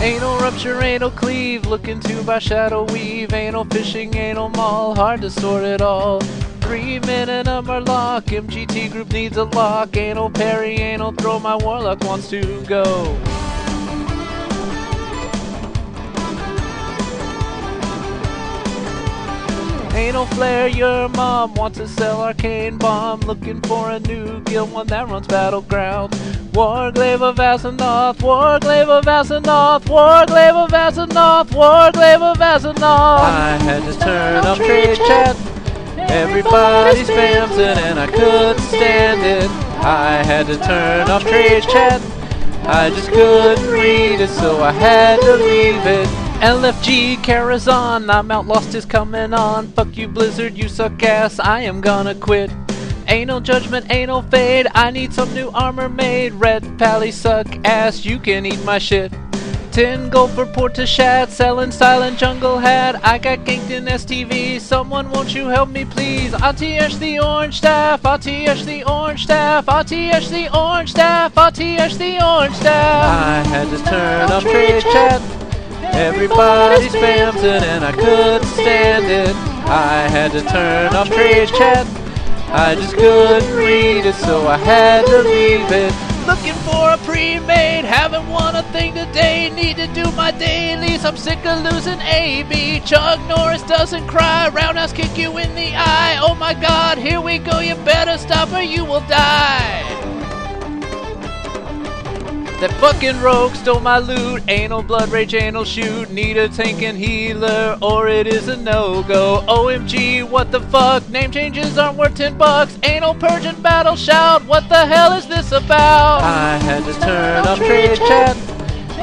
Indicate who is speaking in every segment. Speaker 1: Anal rupture, anal cleave, look into by shadow weave, anal fishing, anal mall, hard to sort it all. Three men and um are lock, MGT group needs a lock, anal parry, anal throw, my warlock wants to go. Anal flare, your mom wants to sell arcane bomb. Looking for a new guild, one that runs battleground. Warglaive of Asenoth, Warglaive of Asenoth, Warglaive of Asenoth, Warglaive of Asenoth. I had to turn off trade chat. Everybody spams it and I couldn't stand it. I had to turn off trade chat. I just couldn't read it, so I had to leave it. LFG Karazhan, I'm out, lost is coming on. Fuck you, Blizzard, you suck ass, I am gonna quit. Anal judgment, anal fade, I need some new armor made. Red Pally suck ass, you can eat my shit. Ten gold for Portishead, selling silent jungle hat. I got ganked in STV. Someone, won't you help me, please? ATH the orange staff, ATH the orange staff, ATH the orange staff, ATH the orange staff. I had to turn off trade chat. Everybody spams it and I couldn't stand it. I had to turn off trade chat. I just couldn't read it, so I had to leave it. Looking for a pre-made, haven't won a thing today. Need to do my dailies. I'm sick of losing AB. Chuck Norris doesn't cry. Roundhouse kick you in the eye. Oh my God, here we go. You better stop or you will die. That fucking rogue stole my loot. Anal blood rage, anal shoot. Need a tank and healer, or it is a no go. OMG, what the fuck? Name changes aren't worth 10 bucks. Anal purge and battle shout. What the hell is this about? I had to turn off trade chat.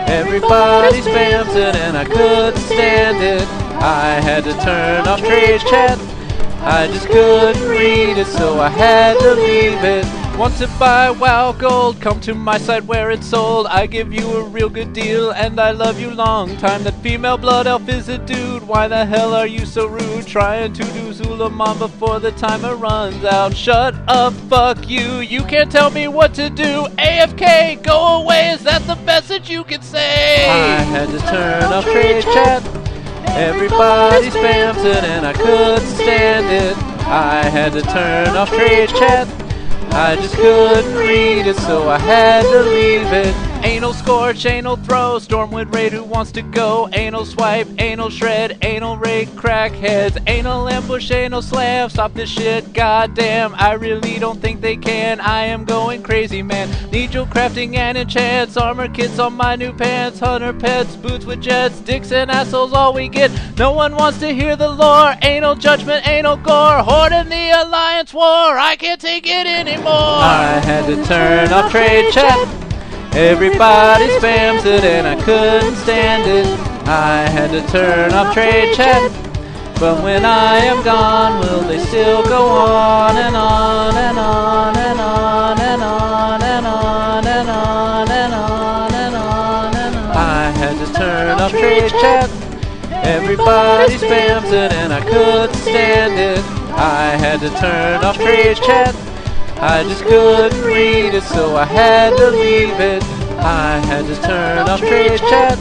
Speaker 1: Everybody spams it, and I couldn't stand it. I had to turn off trade chat. I just couldn't read it, so I had to leave it. Want to buy WoW Gold? Come to my site where it's sold. I give you a real good deal, and I love you long time. That female blood elf is a dude. Why the hell are you so rude? Trying to do Zulamon before the timer runs out. Shut up, fuck you. You can't tell me what to do. AFK, go away. Is that the message you can say? I had to turn off trade chat. Everybody spams it and I couldn't stand it. I had to turn off trade chat. I just couldn't read it, so I had to leave it. Anal scorch, anal throw, Stormwind raid who wants to go. Anal swipe, anal shred, anal raid crackheads, anal ambush, anal slam. Stop this shit, goddamn. I really don't think they can. I am going crazy, man. Need your crafting and enchants, armor kits on my new pants, hunter pets, boots with jets, dicks and assholes. All we get. No one wants to hear the lore. Anal judgment, anal gore, hoarding the alliance war. I can't take it anymore. I had to turn off trade chat. Everybody spams it and I couldn't stand it. I had to turn off trade chat. But when I am gone, will they still go on and on and on and on and on and on and on and on and on and on? I had to turn off trade chat. Everybody spams it and I couldn't stand it. I had to turn off trade chat. I just couldn't read it, so I had to leave it. I had to turn off trade chat.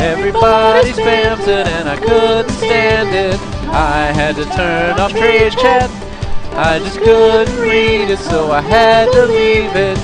Speaker 1: Everybody spams it, and I couldn't stand it. I had to turn off trade chat. I just couldn't read it, so I had to leave it.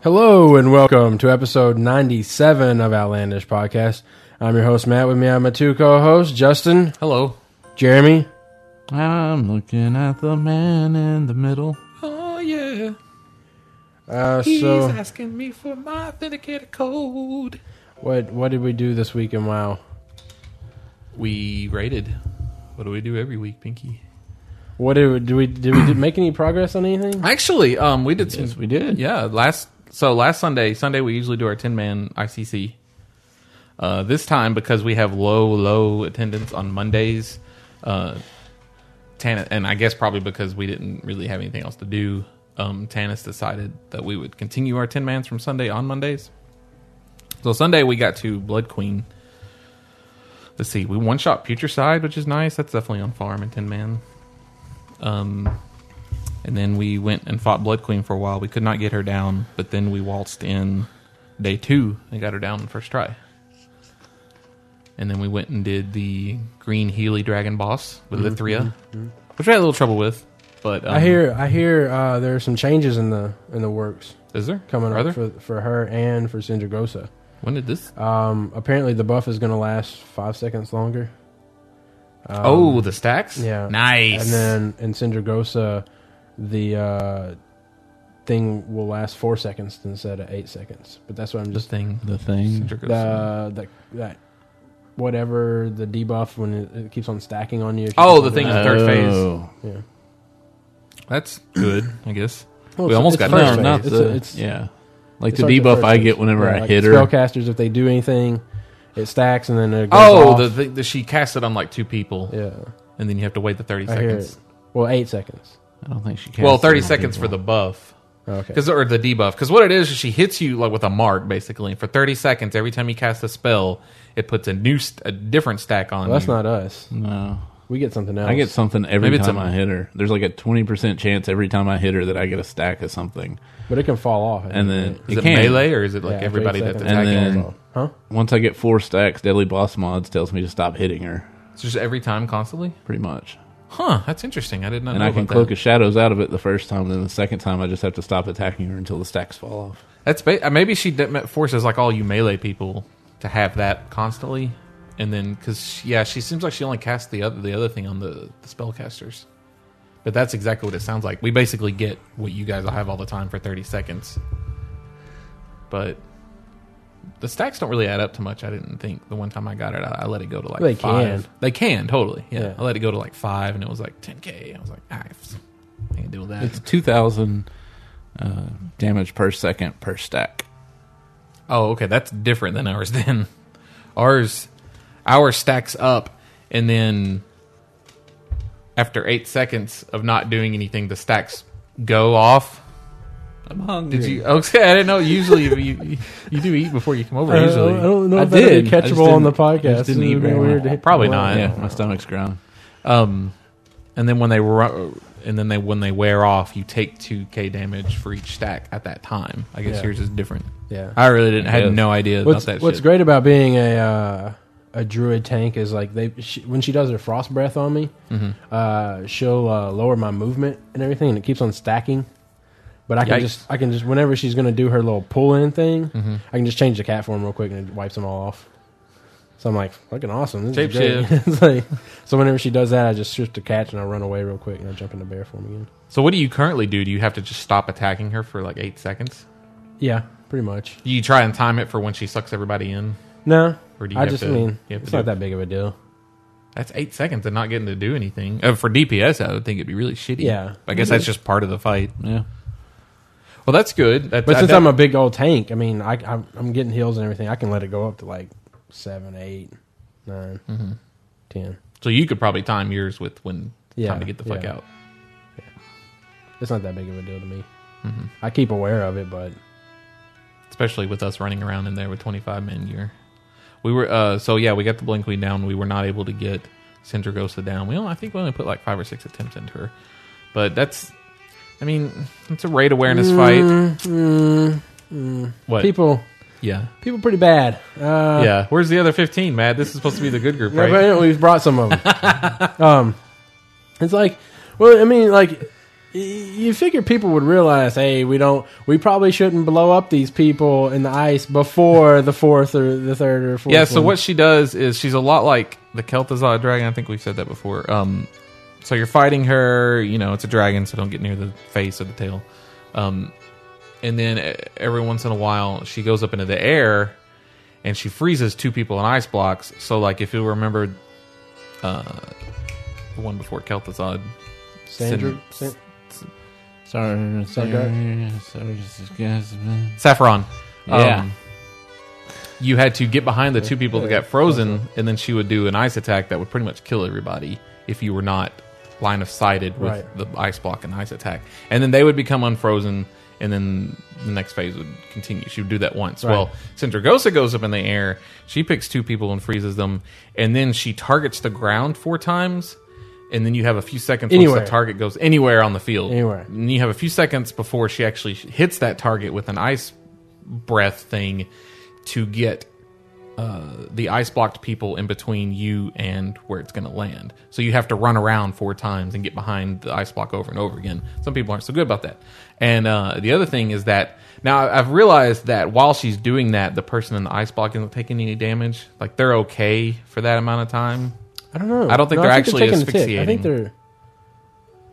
Speaker 2: Hello and welcome to episode 97 of Outlandish Podcast. I'm your host Matt. With me, I'm my two co-hosts Justin,
Speaker 3: Hello.
Speaker 2: Jeremy,
Speaker 3: I'm looking at the man in the middle.
Speaker 1: Oh, yeah.
Speaker 2: Uh, so,
Speaker 1: asking me for my authenticator code.
Speaker 2: what what did we do this week in WoW?
Speaker 3: We rated. What do we do every week, Pinky?
Speaker 2: What did we, did we did we make any progress on anything?
Speaker 3: Actually, um, we did some.
Speaker 4: Yes, we did.
Speaker 3: Yeah, last so last Sunday, Sunday we usually do our ten man ICC. Uh, this time, because we have low, low attendance on Mondays, uh, Tannis, and I guess probably because we didn't really have anything else to do, um, Tannis decided that we would continue our 10 mans from Sunday on Mondays. So Sunday, we got to Blood Queen. Let's see, we one shot Future Side, which is nice. That's definitely on farm and 10 man. Um, and then we went and fought Blood Queen for a while. We could not get her down, but then we waltzed in day two and got her down the first try. And then we went and did the Green Healy Dragon boss with Lithria, which I had a little trouble with. But um,
Speaker 2: Mm-hmm, I hear I hear uh, there are some changes in the in the works
Speaker 3: is there
Speaker 2: coming
Speaker 3: Are
Speaker 2: up
Speaker 3: there?
Speaker 2: for, for her and for Sindragosa.
Speaker 3: When did this?
Speaker 2: Um, apparently, the buff is going to last five seconds longer. Um,
Speaker 3: oh, the stacks.
Speaker 2: yeah.
Speaker 3: nice.
Speaker 2: and then in Sindragosa, the uh, thing will last four seconds instead of eight seconds. But that's what I'm
Speaker 3: the
Speaker 2: just
Speaker 3: thing,
Speaker 4: The thing.
Speaker 2: the, the that whatever the debuff when it, it keeps on stacking on you. if you
Speaker 3: Oh,
Speaker 2: keep
Speaker 3: the
Speaker 2: on
Speaker 3: thing
Speaker 2: doing
Speaker 3: is third phase.
Speaker 4: Oh.
Speaker 2: that. Yeah.
Speaker 3: That's good, I guess.
Speaker 2: Well,
Speaker 3: we
Speaker 2: it's-
Speaker 3: almost
Speaker 2: it's
Speaker 3: got
Speaker 2: first
Speaker 3: there.
Speaker 4: No,
Speaker 2: phase.
Speaker 4: not
Speaker 2: It's
Speaker 4: the.
Speaker 2: a- it's-
Speaker 4: yeah. Like
Speaker 2: It's
Speaker 4: the
Speaker 2: like the
Speaker 4: debuff
Speaker 2: first
Speaker 4: I
Speaker 2: phase.
Speaker 4: get whenever
Speaker 2: Yeah,
Speaker 4: I
Speaker 2: like
Speaker 4: hit her.
Speaker 2: Spellcasters, if they do anything, it stacks and then it goes
Speaker 3: Oh,
Speaker 2: off.
Speaker 3: the, thing that she cast it on like two people,
Speaker 2: yeah.
Speaker 3: and then you have to wait the thirty
Speaker 2: I hear it.
Speaker 3: seconds.
Speaker 2: Well, eight seconds. Oh,
Speaker 4: I don't think she can.
Speaker 3: Well, thirty seconds for the buff.
Speaker 2: Okay.
Speaker 3: Because or the debuff. Because what it is, is she hits you like with a mark, basically. And for thirty seconds, every time you cast a spell, it puts a new, st- a different stack on.
Speaker 2: Well, that's
Speaker 3: you.
Speaker 2: not us.
Speaker 4: No.
Speaker 2: We get something else.
Speaker 4: I get something every
Speaker 3: Maybe it's
Speaker 4: time
Speaker 3: a-
Speaker 4: I hit her. There's like a 20% chance every time I hit her that I get a stack of something.
Speaker 2: but it can fall off. I think,
Speaker 4: And then
Speaker 2: right?
Speaker 3: Is it,
Speaker 4: can.
Speaker 3: melee or is it
Speaker 2: Yeah,
Speaker 3: like
Speaker 2: after
Speaker 3: everybody
Speaker 2: eight
Speaker 3: that's
Speaker 2: seconds,
Speaker 4: And
Speaker 3: attacking?
Speaker 4: then-
Speaker 2: it falls off. huh?
Speaker 4: Once I get four stacks, Deadly Boss Mods tells me to stop hitting her,
Speaker 3: It's just every time, constantly.
Speaker 4: pretty much.
Speaker 3: Huh? That's interesting. I did not.
Speaker 4: And
Speaker 3: know
Speaker 4: I can
Speaker 3: about
Speaker 4: cloak
Speaker 3: that.
Speaker 4: of shadows out of it the first time, then the second time I just have to stop attacking her until the stacks fall off.
Speaker 3: That's ba- uh, maybe she de- forces like all you melee people to have that constantly, and then because yeah, she seems like she only casts the other the other thing on the, the spellcasters. But that's exactly what it sounds like. We basically get what you guys will have all the time for thirty seconds, but the stacks don't really add up to much. I didn't think the one time I got it, I, I let it go to like
Speaker 2: They
Speaker 3: five.
Speaker 2: can.
Speaker 3: They can totally, yeah.
Speaker 2: Yeah.
Speaker 3: I let it go to like five, and it was like ten k. I was like, "Ah, I can't deal with that.
Speaker 4: It's 2,000 uh, damage per second per stack.
Speaker 3: Oh, okay. That's different than ours then. Ours ours stacks up and then after eight seconds of not doing anything the stacks go off.
Speaker 4: I'm hungry.
Speaker 3: Did you okay, I didn't know usually you, you you do eat before you come over
Speaker 2: I don't,
Speaker 3: usually.
Speaker 2: I don't know
Speaker 4: I
Speaker 2: if that'd be
Speaker 4: did. I just
Speaker 2: catchable on the
Speaker 4: didn't- I
Speaker 2: podcast.
Speaker 4: just didn't
Speaker 2: It'd
Speaker 4: eat
Speaker 2: be
Speaker 4: very
Speaker 2: weird
Speaker 4: much.
Speaker 2: to hit
Speaker 3: Probably
Speaker 2: the
Speaker 3: not.
Speaker 2: button.
Speaker 4: Yeah, my stomach's growling.
Speaker 3: Um and then when they ru- and then they when they wear off you take 2k damage for each stack at that time. I guess
Speaker 2: Yeah.
Speaker 3: yours is different.
Speaker 2: Yeah.
Speaker 3: I really didn't had
Speaker 4: Yes.
Speaker 3: no idea
Speaker 2: What's,
Speaker 3: about that
Speaker 2: what's
Speaker 3: shit.
Speaker 2: great about being a uh, a druid tank is like they she, when she does her frost breath on me,
Speaker 3: Mm-hmm.
Speaker 2: uh, she'll uh, lower my movement and everything, and it keeps on stacking. But I can
Speaker 3: Yikes. Mm-hmm.
Speaker 2: just I can just whenever she's gonna do her little pull in thing, I can just change the cat form real quick and it wipes them all off. So I'm like fucking awesome. This
Speaker 3: Shape
Speaker 2: is great. it's like, so whenever she does that, I just shift to catch and I run away real quick and I jump into bear form again.
Speaker 3: So what do you currently do? Do you have to just stop attacking her for like 8 seconds?
Speaker 2: Yeah, pretty much.
Speaker 3: You try and time it for when she sucks everybody in.
Speaker 2: No,
Speaker 3: Or do you
Speaker 2: I
Speaker 3: have
Speaker 2: just
Speaker 3: to-
Speaker 2: mean
Speaker 3: you have to
Speaker 2: it's
Speaker 3: do
Speaker 2: not
Speaker 3: it?
Speaker 2: that big of a deal.
Speaker 3: That's eight seconds and not getting to do anything. Uh, for DPS, I would think it'd be really shitty.
Speaker 2: Yeah.
Speaker 3: I guess that's just part of the fight.
Speaker 4: Yeah.
Speaker 3: Well, that's good. That,
Speaker 2: But
Speaker 3: I-
Speaker 2: since
Speaker 3: that-
Speaker 2: I'm a big old tank, I mean, I, I'm, I'm getting heals and everything. I can let it go up to like seven, eight, nine,
Speaker 3: Mm-hmm.
Speaker 2: ten.
Speaker 3: so you could probably time yours with when
Speaker 2: Yeah,
Speaker 3: time to get the fuck
Speaker 2: yeah.
Speaker 3: out.
Speaker 2: It's not that big of a deal to me.
Speaker 3: Mm-hmm.
Speaker 2: I keep aware of it, but
Speaker 3: Especially with us running around in there with 25 men gear. We were uh, so yeah, we got the Blink Queen down. We were not able to get Syndragosa down. We only, I think we only put like five or six attempts into her. But that's, I mean, it's a raid awareness fight.
Speaker 2: Mm, mm.
Speaker 3: What?
Speaker 2: people,
Speaker 3: Yeah,
Speaker 2: people, pretty bad. Uh,
Speaker 3: yeah. Where's the other 15, Matt? This is supposed to be the good group,
Speaker 2: Yeah,
Speaker 3: right?
Speaker 2: but anyway, we've brought some of them. um, it's like, well, I mean, like, y- you figure people would realize, hey, we don't, we probably shouldn't blow up these people in the ice before the fourth or the third or fourth.
Speaker 3: Yeah, so
Speaker 2: one.
Speaker 3: what she does is she's a lot like the Kel'Thuzad dragon. I think we've said that before. Um, so you're fighting her. You know, it's a dragon, so don't get near the face or the tail. Um, and then e- every once in a while, she goes up into the air and she freezes two people in ice blocks. So, like, if you remember uh, the one before Kel'Thuzad,
Speaker 2: Sandra,
Speaker 3: Sin-
Speaker 2: San- Sorry.
Speaker 4: Sorry. Sorry. Sorry.
Speaker 2: Um,
Speaker 3: Um, Saffron.
Speaker 4: Yeah.
Speaker 3: you had to get behind the two people that got frozen, and then she would do an ice attack that would pretty much kill everybody if you were not line of sighted with
Speaker 2: Right.
Speaker 3: the ice block and ice attack. And then they would become unfrozen, and then the next phase would continue. She would do that once. Well, since Dragosa goes up in the air, she picks two people and freezes them, and then she targets the ground four times. And then you have a few seconds once
Speaker 2: Anywhere.
Speaker 3: that target goes anywhere on the field.
Speaker 2: Anywhere.
Speaker 3: And you have a few seconds before she actually hits that target with an ice breath thing to get uh, the ice blocked people in between you and where it's going to land. So you have to run around four times and get behind the ice block over and over again. Some people aren't so good about that. And uh, the other thing is that now I- I've realized that while she's doing that, the person in the ice block isn't taking any damage. Like they're okay for that amount of time.
Speaker 2: I don't know.
Speaker 3: I don't think they're actually
Speaker 2: taking the tick. I think
Speaker 3: asphyxiating.
Speaker 2: they're.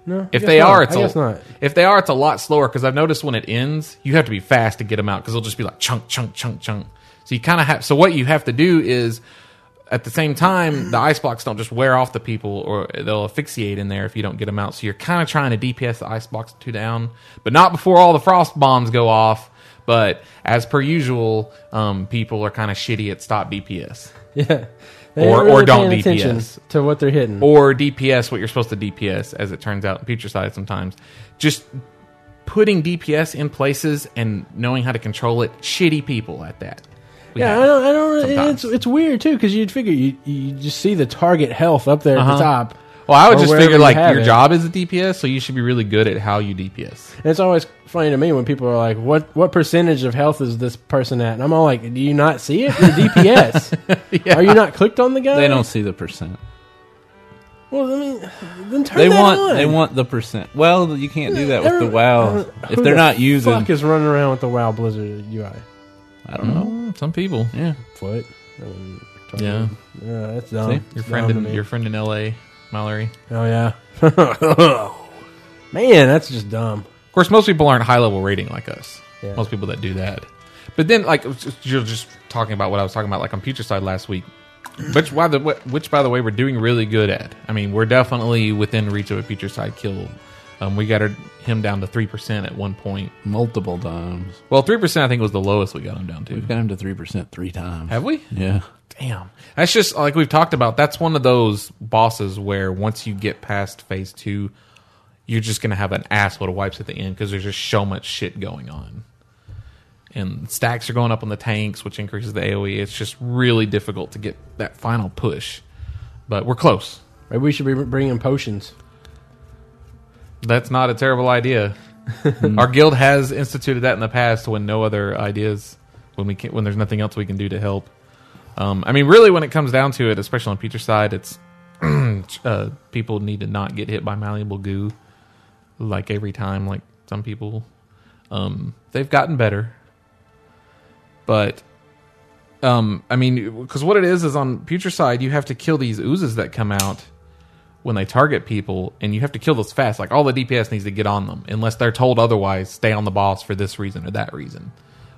Speaker 2: No. I
Speaker 3: If
Speaker 2: guess
Speaker 3: they
Speaker 2: not.
Speaker 3: are, it's
Speaker 2: I guess
Speaker 3: a,
Speaker 2: not.
Speaker 3: If they are, it's a lot slower because I've noticed when it ends, you have to be fast to get them out because they'll just be like chunk, chunk, chunk, chunk. So you kind of have. So what you have to do is, at the same time, the ice blocks don't just wear off the people, or they'll asphyxiate in there if you don't get them out. So you're kind of trying to DPS the ice blocks two down, but not before all the frost bombs go off. But as per usual, um, people are kind of shitty at stop DPS
Speaker 2: Yeah. They
Speaker 3: Or-
Speaker 2: ain't
Speaker 3: or
Speaker 2: really
Speaker 3: don't
Speaker 2: paying attention
Speaker 3: DPS.
Speaker 2: to what they're hitting.
Speaker 3: or DPS what you're supposed to DPS, as it turns out in future side sometimes. Just putting DPS in places and knowing how to control it. Shitty people at that. We
Speaker 2: yeah,
Speaker 3: have.
Speaker 2: I don't. I don't.
Speaker 3: sometimes.
Speaker 2: It's it's weird too because you'd figure you you just see the target health up there at
Speaker 3: Uh-huh.
Speaker 2: the top.
Speaker 3: Well, I would
Speaker 2: or
Speaker 3: just
Speaker 2: wherever
Speaker 3: figure
Speaker 2: you
Speaker 3: like
Speaker 2: have
Speaker 3: your
Speaker 2: it.
Speaker 3: job is a DPS, so you should be really good at how you DPS.
Speaker 2: And it's always funny to me when people are like, "What what percentage of health is this person at?" And I'm all like, "Do you not see it? You're DPS. Are you not clicked on the guy?
Speaker 4: They don't see the percent.
Speaker 2: Well, I mean, then turn
Speaker 4: They
Speaker 2: that
Speaker 4: want
Speaker 2: on.
Speaker 4: they want the percent. Well, you can't do that with the
Speaker 2: Every- uh,
Speaker 4: WoW
Speaker 2: Who
Speaker 4: if they're
Speaker 2: the
Speaker 4: not using.
Speaker 2: Fuck is running around with the WoW Blizzard UI.
Speaker 4: I don't know.
Speaker 3: Some people,
Speaker 4: Yeah,
Speaker 2: What? I mean, retarded.
Speaker 3: Yeah.
Speaker 2: yeah, that's dumb.
Speaker 4: See?
Speaker 3: your
Speaker 2: It's
Speaker 3: friend
Speaker 2: dumb to
Speaker 3: in
Speaker 2: me.
Speaker 3: your friend in L.A., Mallory.
Speaker 2: Oh yeah. Man, that's just dumb.
Speaker 3: Of course, most people aren't high level rating like us.
Speaker 2: Yeah.
Speaker 3: Most people that do that. But then, like you're just talking about what I was talking about, like on Future Side last week, which by the way- which by the way we're doing really good at. I mean, we're definitely within reach of a Future Side kill. Um, we got her, him down to three percent at one point.
Speaker 4: multiple times.
Speaker 3: Well, three percent I think was the lowest we got him down to.
Speaker 4: We've got him to three percent three times.
Speaker 3: Have we?
Speaker 4: Yeah.
Speaker 3: Damn. That's just like we've talked about. That's one of those bosses where once you get past phase two, you're just going to have an asshole of wipes at the end because there's just so much shit going on. And stacks are going up on the tanks, which increases the AoE. It's just really difficult to get that final push. But we're close.
Speaker 2: Maybe we should be bringing potions.
Speaker 3: That's not a terrible idea. Our guild has instituted that in the past when no other ideas, when we can, when there's nothing else we can do to help. Um, I mean, really, when it comes down to it, especially on Peter's side, it's uh, people need to not get hit by malleable goo, like every time. Like some people, um, they've gotten better, but um, I mean, because what it is is on Future Side, you have to kill these oozes that come out when they target people, and you have to kill those fast. Like all the DPS needs to get on them, unless they're told otherwise. Stay on the boss for this reason or that reason,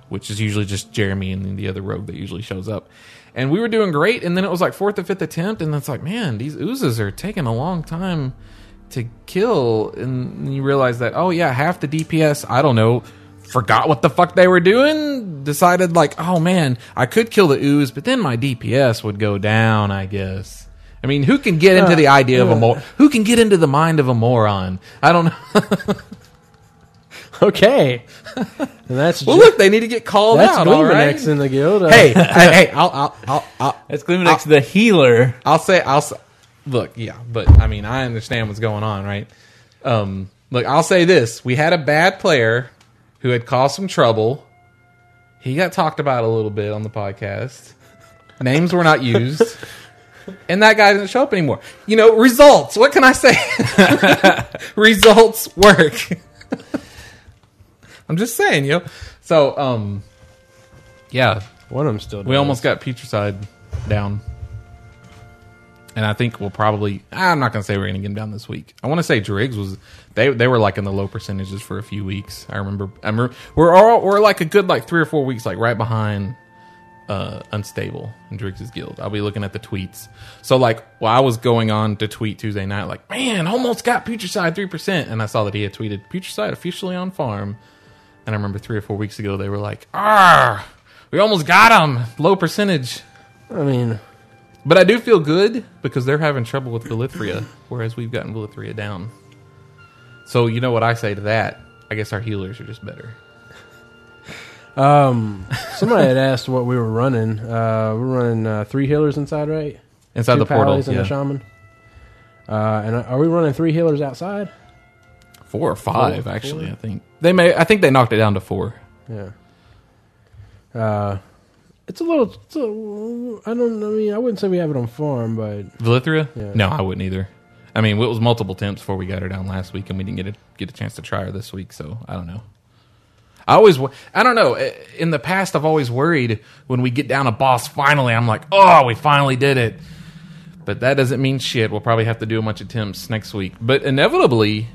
Speaker 3: which is usually just Jeremy and the other rogue that usually shows up. And we were doing great, and then it was like fourth or fifth attempt, and it's like, man, these oozes are taking a long time to kill. And you realize that, oh yeah, half the DPS, I don't know, forgot what the fuck they were doing, decided like, oh man, I could kill the ooze, but then my DPS would go down, I guess. I mean, who can get into the idea of a mor? Who can get into the mind of a moron? I don't know.
Speaker 2: Okay. And that's
Speaker 3: well,
Speaker 2: ju-
Speaker 3: look, they need to get called
Speaker 2: that's
Speaker 3: out. All right.
Speaker 2: Gleamanex in the guild. Uh,
Speaker 3: hey, hey, hey, I'll, I'll, I'll, I'll,
Speaker 4: That's Glimmedex
Speaker 2: Ah.
Speaker 4: the healer.
Speaker 3: I'll say, I'll say, look, yeah, but I mean, I understand what's going on, right? Um, look, I'll say this: we had a bad player who had caused some trouble. He got talked about a little bit on the podcast. Names were not used, and that guy doesn't show up anymore. You know, results. What can I say? results work. I'm just saying, yo. So, um, yeah,
Speaker 2: one of them still.
Speaker 3: we almost got Petricide down. And I think we'll probably I'm not gonna say we're gonna get him down this week. I wanna say Driggs was they they were like in the low percentages for a few weeks. I remember I remember we're all we're like a good like three or four weeks like right behind uh, unstable in Driggs' guild. I'll be looking at the tweets. So like while I was going on to tweet Tuesday night, like, man, almost got Putricide three percent and I saw that he had tweeted Putricide officially on farm and I remember three or four weeks ago they were like, "Ah, we almost got them. Low percentage.
Speaker 2: I mean,
Speaker 3: But I do feel good because they're having trouble with Velithria, whereas we've gotten Velithria down. So you know what I say to that? I guess our healers are just better.
Speaker 2: um, somebody had asked what we were running. Uh, we're running uh, three healers inside, right?
Speaker 3: Inside
Speaker 2: Two
Speaker 3: the portal,
Speaker 2: paladins and
Speaker 3: yeah.
Speaker 2: a shaman. Uh, and are we running three healers outside?
Speaker 3: four or five, actually. I think they may. I think they knocked it down to four.
Speaker 2: Yeah. Uh, it's a little. It's a, I don't. I mean, I wouldn't say we have it on farm, but
Speaker 3: Velithria?
Speaker 2: Yeah.
Speaker 3: No, I wouldn't either. I mean, it was multiple attempts before we got her down last week, and we didn't get a, get a chance to try her this week. So I don't know. I always, wo- I don't know. I- In the past, I've always worried when we get down a boss. Finally, I'm like, oh, we finally did it. But that doesn't mean shit. We'll probably have to do a bunch of attempts next week. But inevitably,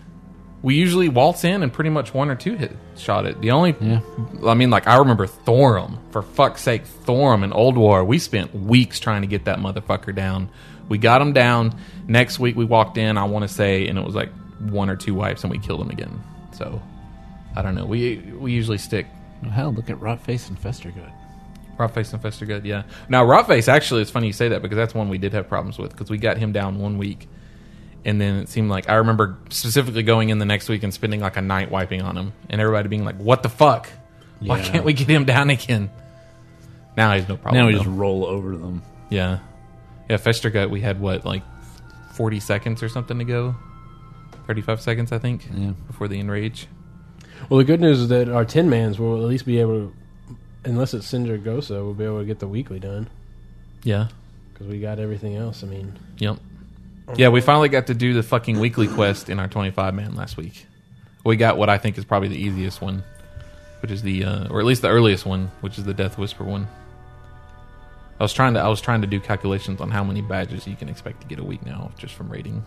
Speaker 3: we usually waltz in and pretty much one or two hit shot it. The only,
Speaker 4: Yeah.
Speaker 3: I mean, like I remember Thorum. For fuck's sake, Thorum and Old War. We spent weeks trying to get that motherfucker down. We got him down. Next week we walked in. I want to say, and it was like one or two wipes, and we killed him again. So I don't know. We we usually stick
Speaker 4: Hell, look at Rotface and Festergood.
Speaker 3: Rotface and Festergood, yeah. Now Rotface, actually, it's funny you say that because that's one we did have problems with because we got him down one week, and then it seemed like I remember specifically going in the next week and spending like a night wiping on him, and everybody being like, "What the fuck? Why
Speaker 4: Yeah.
Speaker 3: can't we get him down again?" Now he's no
Speaker 2: Oh,
Speaker 3: problem.
Speaker 4: Now we
Speaker 3: though.
Speaker 4: just roll over them.
Speaker 3: yeah, yeah. Festergood, we had what like forty seconds or something to go, thirty-five seconds, I think,
Speaker 4: Yeah.
Speaker 3: before the enrage.
Speaker 2: well, the good news is that our ten mans will at least be able to, unless it's Sinjar Gosa, we'll be able to get the weekly done
Speaker 3: Yeah,
Speaker 2: because we got everything else. I mean,
Speaker 3: Yep. Yeah, we finally got to do the fucking weekly quest in our 25 man last week. We got what I think is probably the easiest one, which is the uh, or at least the earliest one, which is the Death Whisper one. I was trying to I was trying to do calculations on how many badges you can expect to get a week now just from raiding.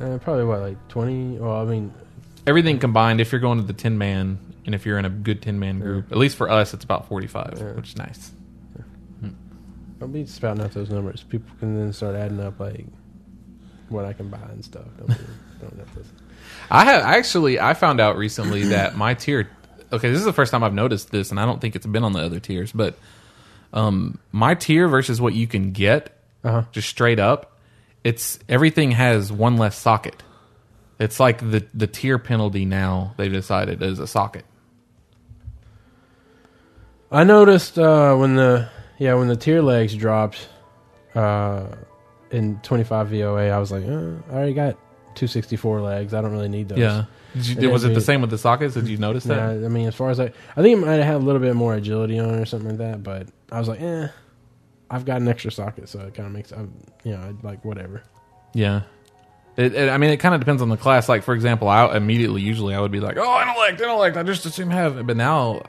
Speaker 2: uh, probably what like twenty. Well, I mean,
Speaker 3: Everything combined, if you're going to the 10 man and if you're in a good 10 man group, at least for us it's about 45,
Speaker 2: Yeah.
Speaker 3: which is nice.
Speaker 2: I'll be spouting out those numbers. People can then start adding up like what I can buy and stuff. Don't, be- don't have this.
Speaker 3: I have actually I found out recently that my tier okay, this is the first time I've noticed this and I don't think it's been on the other tiers, but um my tier versus what you can get
Speaker 2: Uh-huh.
Speaker 3: just straight up, it's everything has one less socket. It's like the the tier penalty now they've decided is a socket.
Speaker 2: I noticed uh, when the yeah when the tier legs dropped uh, in 25 VOA, I was like, uh, I already got 264 legs. I don't really need those.
Speaker 3: Did you-
Speaker 2: It
Speaker 3: was it the
Speaker 2: is.
Speaker 3: same with the sockets? Did you notice
Speaker 2: Yeah,
Speaker 3: that?
Speaker 2: I I mean, as far as I, I think it might have had a little bit more agility on it or something like that. But I was like, eh, I've got an extra socket, so it kind of makes, I'm, you know, I'd like whatever.
Speaker 3: Yeah. It, it, I mean, it kind of depends on the class. Like, for example, I immediately, usually, I would be like, "Oh, intellect, intellect." I just assume have, it." but now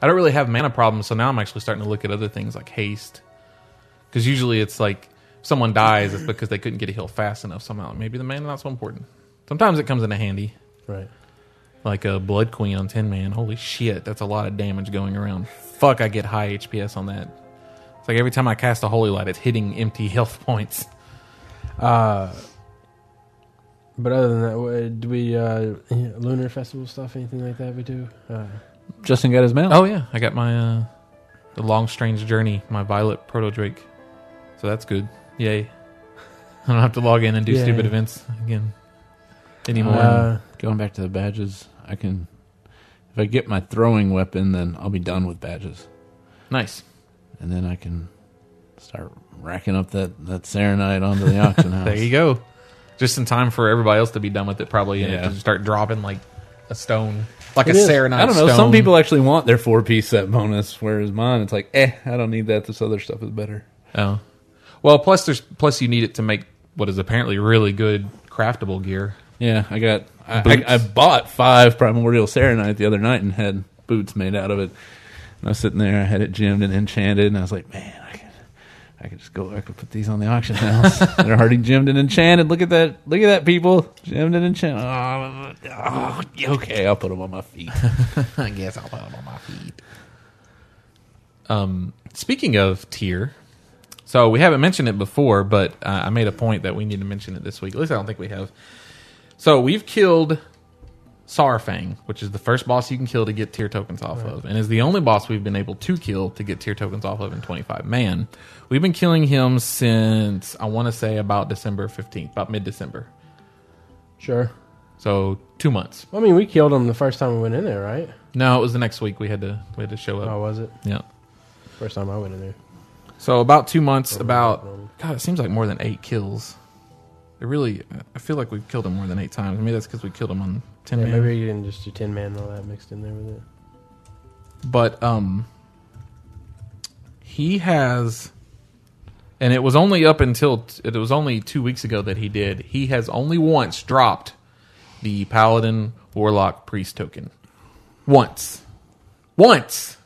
Speaker 3: I don't really have mana problems. So now I'm actually starting to look at other things like haste, because usually it's like if someone dies, it's because they couldn't get a heal fast enough somehow. Maybe the mana not so important. Sometimes it comes into handy,
Speaker 2: Right.
Speaker 3: like a blood queen on ten man. Holy shit, that's a lot of damage going around. Fuck, I get high HPS on that. It's like every time I cast a holy light, it's hitting empty health points.
Speaker 2: Uh, but other than that, what, do we uh, yeah, lunar festival stuff, anything like that? We do. Uh,
Speaker 4: Justin got his mail.
Speaker 3: Oh yeah, I got my uh the long strange journey, my violet proto drake. So that's good. Yay. I don't have to log in and do
Speaker 2: Yay.
Speaker 3: stupid events again anymore.
Speaker 2: uh,
Speaker 4: Going back to the badges, I can. If I get my throwing weapon, then I'll be done with badges,
Speaker 3: nice.
Speaker 4: and then I can start racking up that that serenite onto the auction house.
Speaker 3: There you go. Just in time for everybody else to be done with it probably and it
Speaker 4: Yeah.
Speaker 3: to start dropping like a stone. Like
Speaker 2: It
Speaker 3: a
Speaker 2: is.
Speaker 3: serenite.
Speaker 4: I don't know. Some
Speaker 3: stone.
Speaker 4: people actually want their four piece set bonus, whereas mine, it's like, eh, I don't need that. This other stuff is better.
Speaker 3: Oh. Well plus there's plus you need it to make what is apparently really good craftable gear.
Speaker 4: Yeah, I got. I,
Speaker 3: Boots.
Speaker 4: I, I bought five primordial serenite the other night and had boots made out of it. And I was sitting there, I had it gemmed and enchanted, and I was like, man, I could, I could just go, I could put these on the auction house. They're already gemmed and enchanted. Look at that, look at that, people, gemmed and enchanted. Oh, oh, okay, I'll put them on my feet.
Speaker 3: I guess I'll put them on my feet. Um, speaking of tier, so we haven't mentioned it before, but uh, I made a point that we need to mention it this week. At least I don't think we have. So we've killed Sarfang, which is the first boss you can kill to get tier tokens off of, and is the only boss we've been able to kill to get tier tokens off of in 25 man. We've been killing him since I want to say about December 15th, about mid December.
Speaker 2: Sure.
Speaker 3: So two months.
Speaker 2: I mean, we killed him the first time we went in there, right?
Speaker 3: No, it was the next week we had to we had to show up.
Speaker 2: Oh, was it?
Speaker 3: Yeah.
Speaker 2: First time I went in there.
Speaker 3: So about two
Speaker 2: Oh,
Speaker 3: months, about God, it seems like more than eight kills. It really, I feel like we've killed him more than eight times. Maybe that's because we killed him on ten.
Speaker 2: Yeah,
Speaker 3: man.
Speaker 2: maybe you didn't just do Tin Man and all that mixed in there with it.
Speaker 3: but um he has and it was only up until it was only two weeks ago that he did he has only once dropped the paladin warlock priest token once once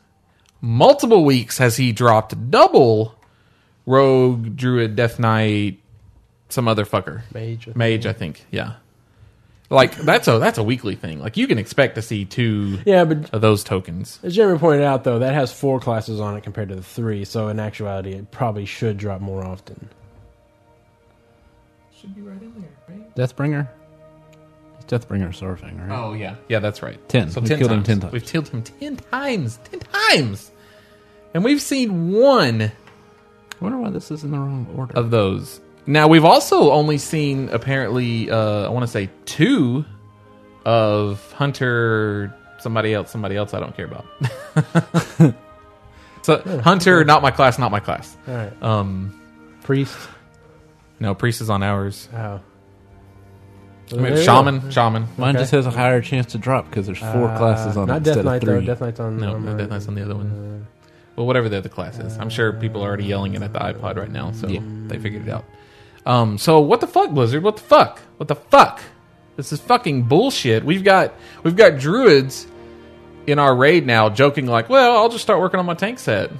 Speaker 3: multiple weeks has he dropped double rogue druid death knight some other fucker
Speaker 2: Mage. I
Speaker 3: mage i think yeah like that's a that's a weekly thing like you can expect to see two
Speaker 2: Yeah, but
Speaker 3: of those tokens
Speaker 2: as Jeremy pointed out, though, that has four classes on it compared to the three, so in actuality, it probably should drop more often.
Speaker 3: Should be right in there, right?
Speaker 4: Deathbringer. It's Deathbringer surfing, right?
Speaker 3: Oh yeah, yeah, that's right.
Speaker 4: Ten.
Speaker 3: So
Speaker 4: We've
Speaker 3: ten
Speaker 4: killed him
Speaker 3: times.
Speaker 4: 10 times.
Speaker 3: We've killed him ten times. Ten times. And we've seen one
Speaker 4: I wonder why this is in the wrong order.
Speaker 3: of those. Now we've also only seen apparently uh, I want to say two of Hunter, somebody else, somebody else. I don't care about. so Hunter, not my class, not my class.
Speaker 2: All right.
Speaker 3: Um,
Speaker 2: Priest.
Speaker 3: no, priest is on ours.
Speaker 2: Oh.
Speaker 3: I mean, shaman, shaman.
Speaker 4: Mine
Speaker 2: okay.
Speaker 4: just has a higher chance to drop because there's four classes on it
Speaker 2: Uh, Not
Speaker 4: instead
Speaker 2: Death
Speaker 4: of
Speaker 2: Knight,
Speaker 4: three.
Speaker 2: though. Death Knight's on.
Speaker 3: No,
Speaker 2: on
Speaker 3: no,
Speaker 2: mine.
Speaker 3: Death Knight's on the other one. Well, whatever the other class is. I'm sure people are already yelling it at the iPod right now, so they figured it out. Um, so what the fuck, Blizzard? What the fuck? What the fuck? This is fucking bullshit. We've got we've got druids in our raid now joking like, well, I'll just start working on my tank set.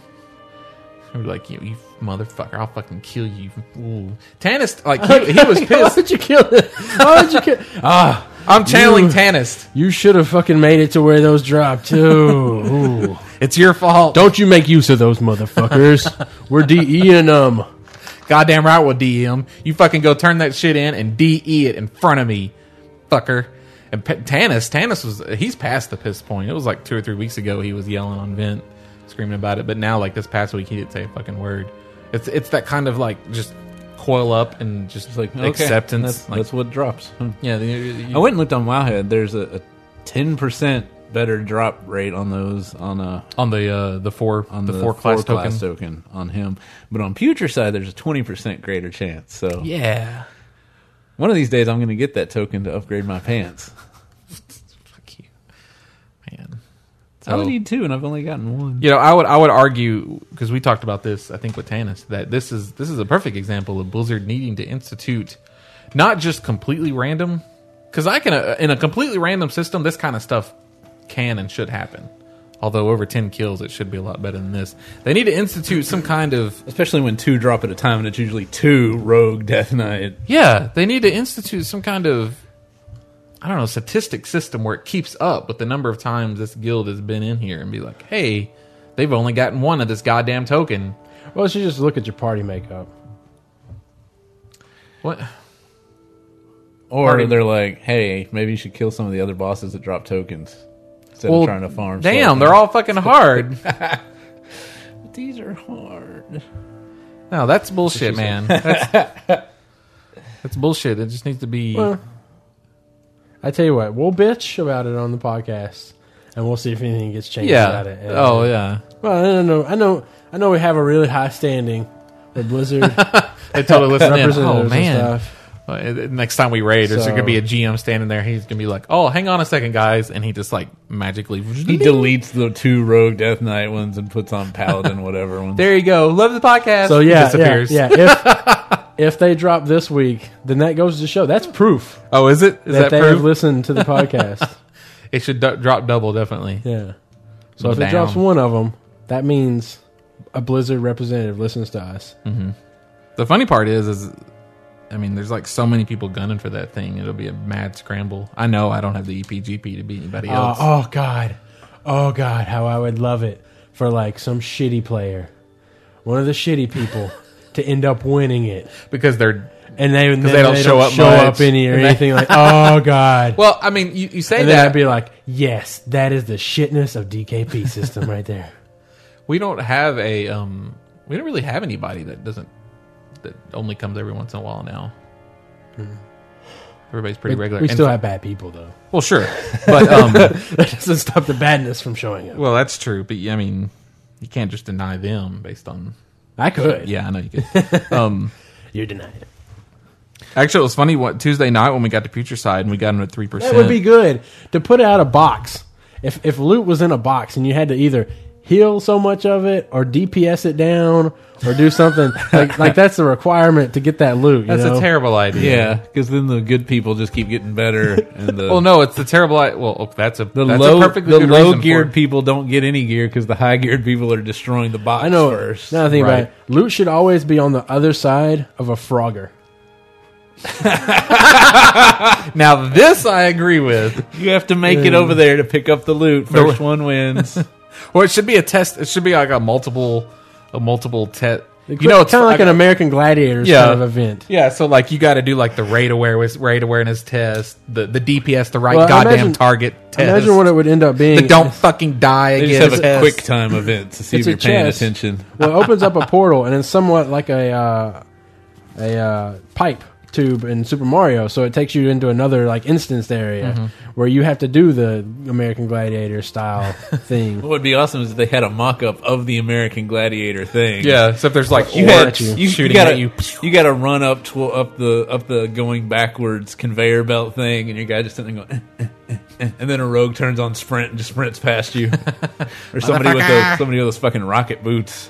Speaker 3: And we're like, you, you motherfucker, I'll fucking kill you. Ooh. Tanist, like, he, he was
Speaker 2: Why
Speaker 3: pissed.
Speaker 2: would you kill it? Why would you kill?
Speaker 3: Uh,
Speaker 2: Ah,
Speaker 3: I'm channeling Tanist.
Speaker 2: you should have fucking made it to where those dropped too. Ooh.
Speaker 3: It's your fault.
Speaker 2: Don't you make use of those motherfuckers? We're DEing them.
Speaker 3: Goddamn right we'll DM. E You fucking go turn that shit in and DE it in front of me, fucker. And P- Tannis, Tannis was he's past the piss point. It was like two or three weeks ago he was yelling on vent, screaming about it. But now like this past week he didn't say a fucking word. It's it's that kind of like just coil up and just
Speaker 4: It's like okay,
Speaker 3: acceptance.
Speaker 4: That's,
Speaker 3: like,
Speaker 4: that's what drops. Hmm.
Speaker 3: yeah, the- you-
Speaker 4: I went and looked on Wowhead. There's a ten percent better drop rate on those on a
Speaker 3: on the uh, the four
Speaker 4: on
Speaker 3: the, four class token.
Speaker 4: class token on him. But on Future side, there's a twenty percent greater chance. So
Speaker 3: Yeah,
Speaker 4: one of these days, I'm going to get that token to upgrade my pants.
Speaker 3: fuck you, man.
Speaker 4: I only need two, and I've only gotten one.
Speaker 3: you know, I would I would argue because we talked about this, I think with Tanis, that this is this is a perfect example of Blizzard needing to institute not just completely random, because I can uh, in a completely random system, this kind of stuff can and should happen. Although over ten kills, it should be a lot better than this. They need to institute some kind of
Speaker 4: Especially when two drop at a time, and it's usually two rogue Death Knight.
Speaker 3: Yeah, they need to institute some kind of I don't know, statistic system where it keeps up with the number of times this guild has been in here and be like, "Hey, they've only gotten one of this goddamn token."
Speaker 2: Well, you just look at your party makeup.
Speaker 3: What?
Speaker 4: Or
Speaker 3: Party-
Speaker 4: they're like, hey, maybe you should kill some of the other bosses that drop tokens instead
Speaker 3: Well,
Speaker 4: of trying to farm.
Speaker 3: Damn, they're all fucking hard.
Speaker 4: these are hard.
Speaker 3: No, that's bullshit, man. That's, that's bullshit. It just needs to be.
Speaker 2: Well, I tell you what, we'll bitch about it on the podcast, and we'll see if anything gets changed
Speaker 3: yeah.
Speaker 2: about it. And-
Speaker 3: Oh yeah.
Speaker 2: Well, I know, I know, I know. We have a really high standing with Blizzard
Speaker 3: They totally listen in.
Speaker 2: representatives
Speaker 3: Oh
Speaker 2: and
Speaker 3: man.
Speaker 2: stuff.
Speaker 3: Uh, Next time we raid, there's
Speaker 2: So-
Speaker 3: going to be a GM standing there. He's going to be like, "Oh, hang on a second, guys," and he just like magically
Speaker 4: He deletes the two rogue Death Knight ones and puts on Paladin whatever ones.
Speaker 3: There you go. Love the podcast.
Speaker 2: So yeah,
Speaker 3: disappears.
Speaker 2: yeah, yeah. If if they drop this week, then that goes to show that's proof
Speaker 3: Oh, is it?
Speaker 2: that,
Speaker 3: Is that,
Speaker 2: they
Speaker 3: proof?
Speaker 2: have listened to the podcast.
Speaker 3: it should du- drop double definitely.
Speaker 2: yeah. So if
Speaker 3: Down.
Speaker 2: it drops one of them, that means a Blizzard representative listens to us.
Speaker 3: The funny part is, is I mean, there's like so many people gunning for that thing. It'll be a mad scramble. I know I don't have the E EPGP to beat anybody
Speaker 2: Uh,
Speaker 3: else.
Speaker 2: oh god, oh god, how I would love it for like some shitty player, one of the shitty people, to end up winning it.
Speaker 3: because they're
Speaker 2: and they would
Speaker 3: they don't show up
Speaker 2: show
Speaker 3: much.
Speaker 2: up any or
Speaker 3: And they-
Speaker 2: anything like oh god.
Speaker 3: Well, I mean, you, you say
Speaker 2: and then
Speaker 3: that
Speaker 2: I'd be like, yes, that is the shitness of DKP system right there.
Speaker 3: we don't have a um, we don't really have anybody that doesn't that only comes every once in a while now. Everybody's pretty regular.
Speaker 2: Hmm. We
Speaker 3: And
Speaker 2: still
Speaker 3: f-
Speaker 2: have bad people though.
Speaker 3: well, sure, but um,
Speaker 2: That doesn't stop the badness from showing up.
Speaker 3: well, that's true. But I mean, you can't just deny them based on.
Speaker 2: I could.
Speaker 3: Yeah, I know you could. um,
Speaker 2: You're denied it.
Speaker 3: Actually, it was funny. What Tuesday night when we got to Future Side and we got him at three percent.
Speaker 2: That would be good to put out a box. If if loot was in a box and you had to either heal so much of it or DPS it down or do something like, like that's the requirement to get that loot. you
Speaker 3: That's
Speaker 2: know?
Speaker 3: a terrible idea.
Speaker 4: Yeah, because then the good people just keep getting better, and the
Speaker 3: Well, no, it's the terrible. I- well, oh, that's a
Speaker 4: the
Speaker 3: that's
Speaker 4: low
Speaker 3: a perfectly
Speaker 4: the
Speaker 3: good
Speaker 4: low
Speaker 3: reason
Speaker 4: geared
Speaker 3: for it.
Speaker 4: people don't get any gear because the high geared people are destroying the box
Speaker 2: I know.
Speaker 4: first.
Speaker 2: Now I think
Speaker 3: Right.
Speaker 2: about it. Loot should always be on the other side of a Frogger.
Speaker 3: Now this I agree with.
Speaker 4: You have to make it over there to pick up the loot. First one wins.
Speaker 3: Well, it should be a test. It should be like a multiple, a multiple test.
Speaker 2: You
Speaker 3: You know, it's
Speaker 2: kind of like
Speaker 3: I-
Speaker 2: an American Gladiators
Speaker 3: Yeah.
Speaker 2: kind of event.
Speaker 3: Yeah, so like you got to do like the raid awareness, raid awareness test, the the DPS, the right
Speaker 2: Well, I
Speaker 3: goddamn
Speaker 2: imagine-
Speaker 3: target test.
Speaker 2: Imagine what it would end up being.
Speaker 3: the don't fucking die
Speaker 4: They
Speaker 3: again.
Speaker 4: just have a
Speaker 3: test.
Speaker 4: quick time event to see
Speaker 2: It's
Speaker 4: if
Speaker 2: a
Speaker 4: you're paying
Speaker 2: chess.
Speaker 4: attention.
Speaker 2: Well, it opens up a portal, and it's somewhat like a uh, a uh, pipe tube in Super Mario. So it takes you into another like instanced area
Speaker 3: Mm-hmm.
Speaker 2: where you have to do the American Gladiator style thing.
Speaker 4: What would be awesome is if they had a mock up of the American Gladiator thing.
Speaker 3: Yeah, so if there's like
Speaker 4: You
Speaker 2: got-
Speaker 3: orcs
Speaker 2: you-
Speaker 4: you,
Speaker 3: shooting
Speaker 4: gotta,
Speaker 3: at you,
Speaker 4: you gotta run up to up the up the going backwards conveyor belt thing, and your guy just sitting there going, eh, eh, eh, eh, and then a rogue turns on sprint and just sprints past you, or somebody with those, somebody with those fucking rocket boots.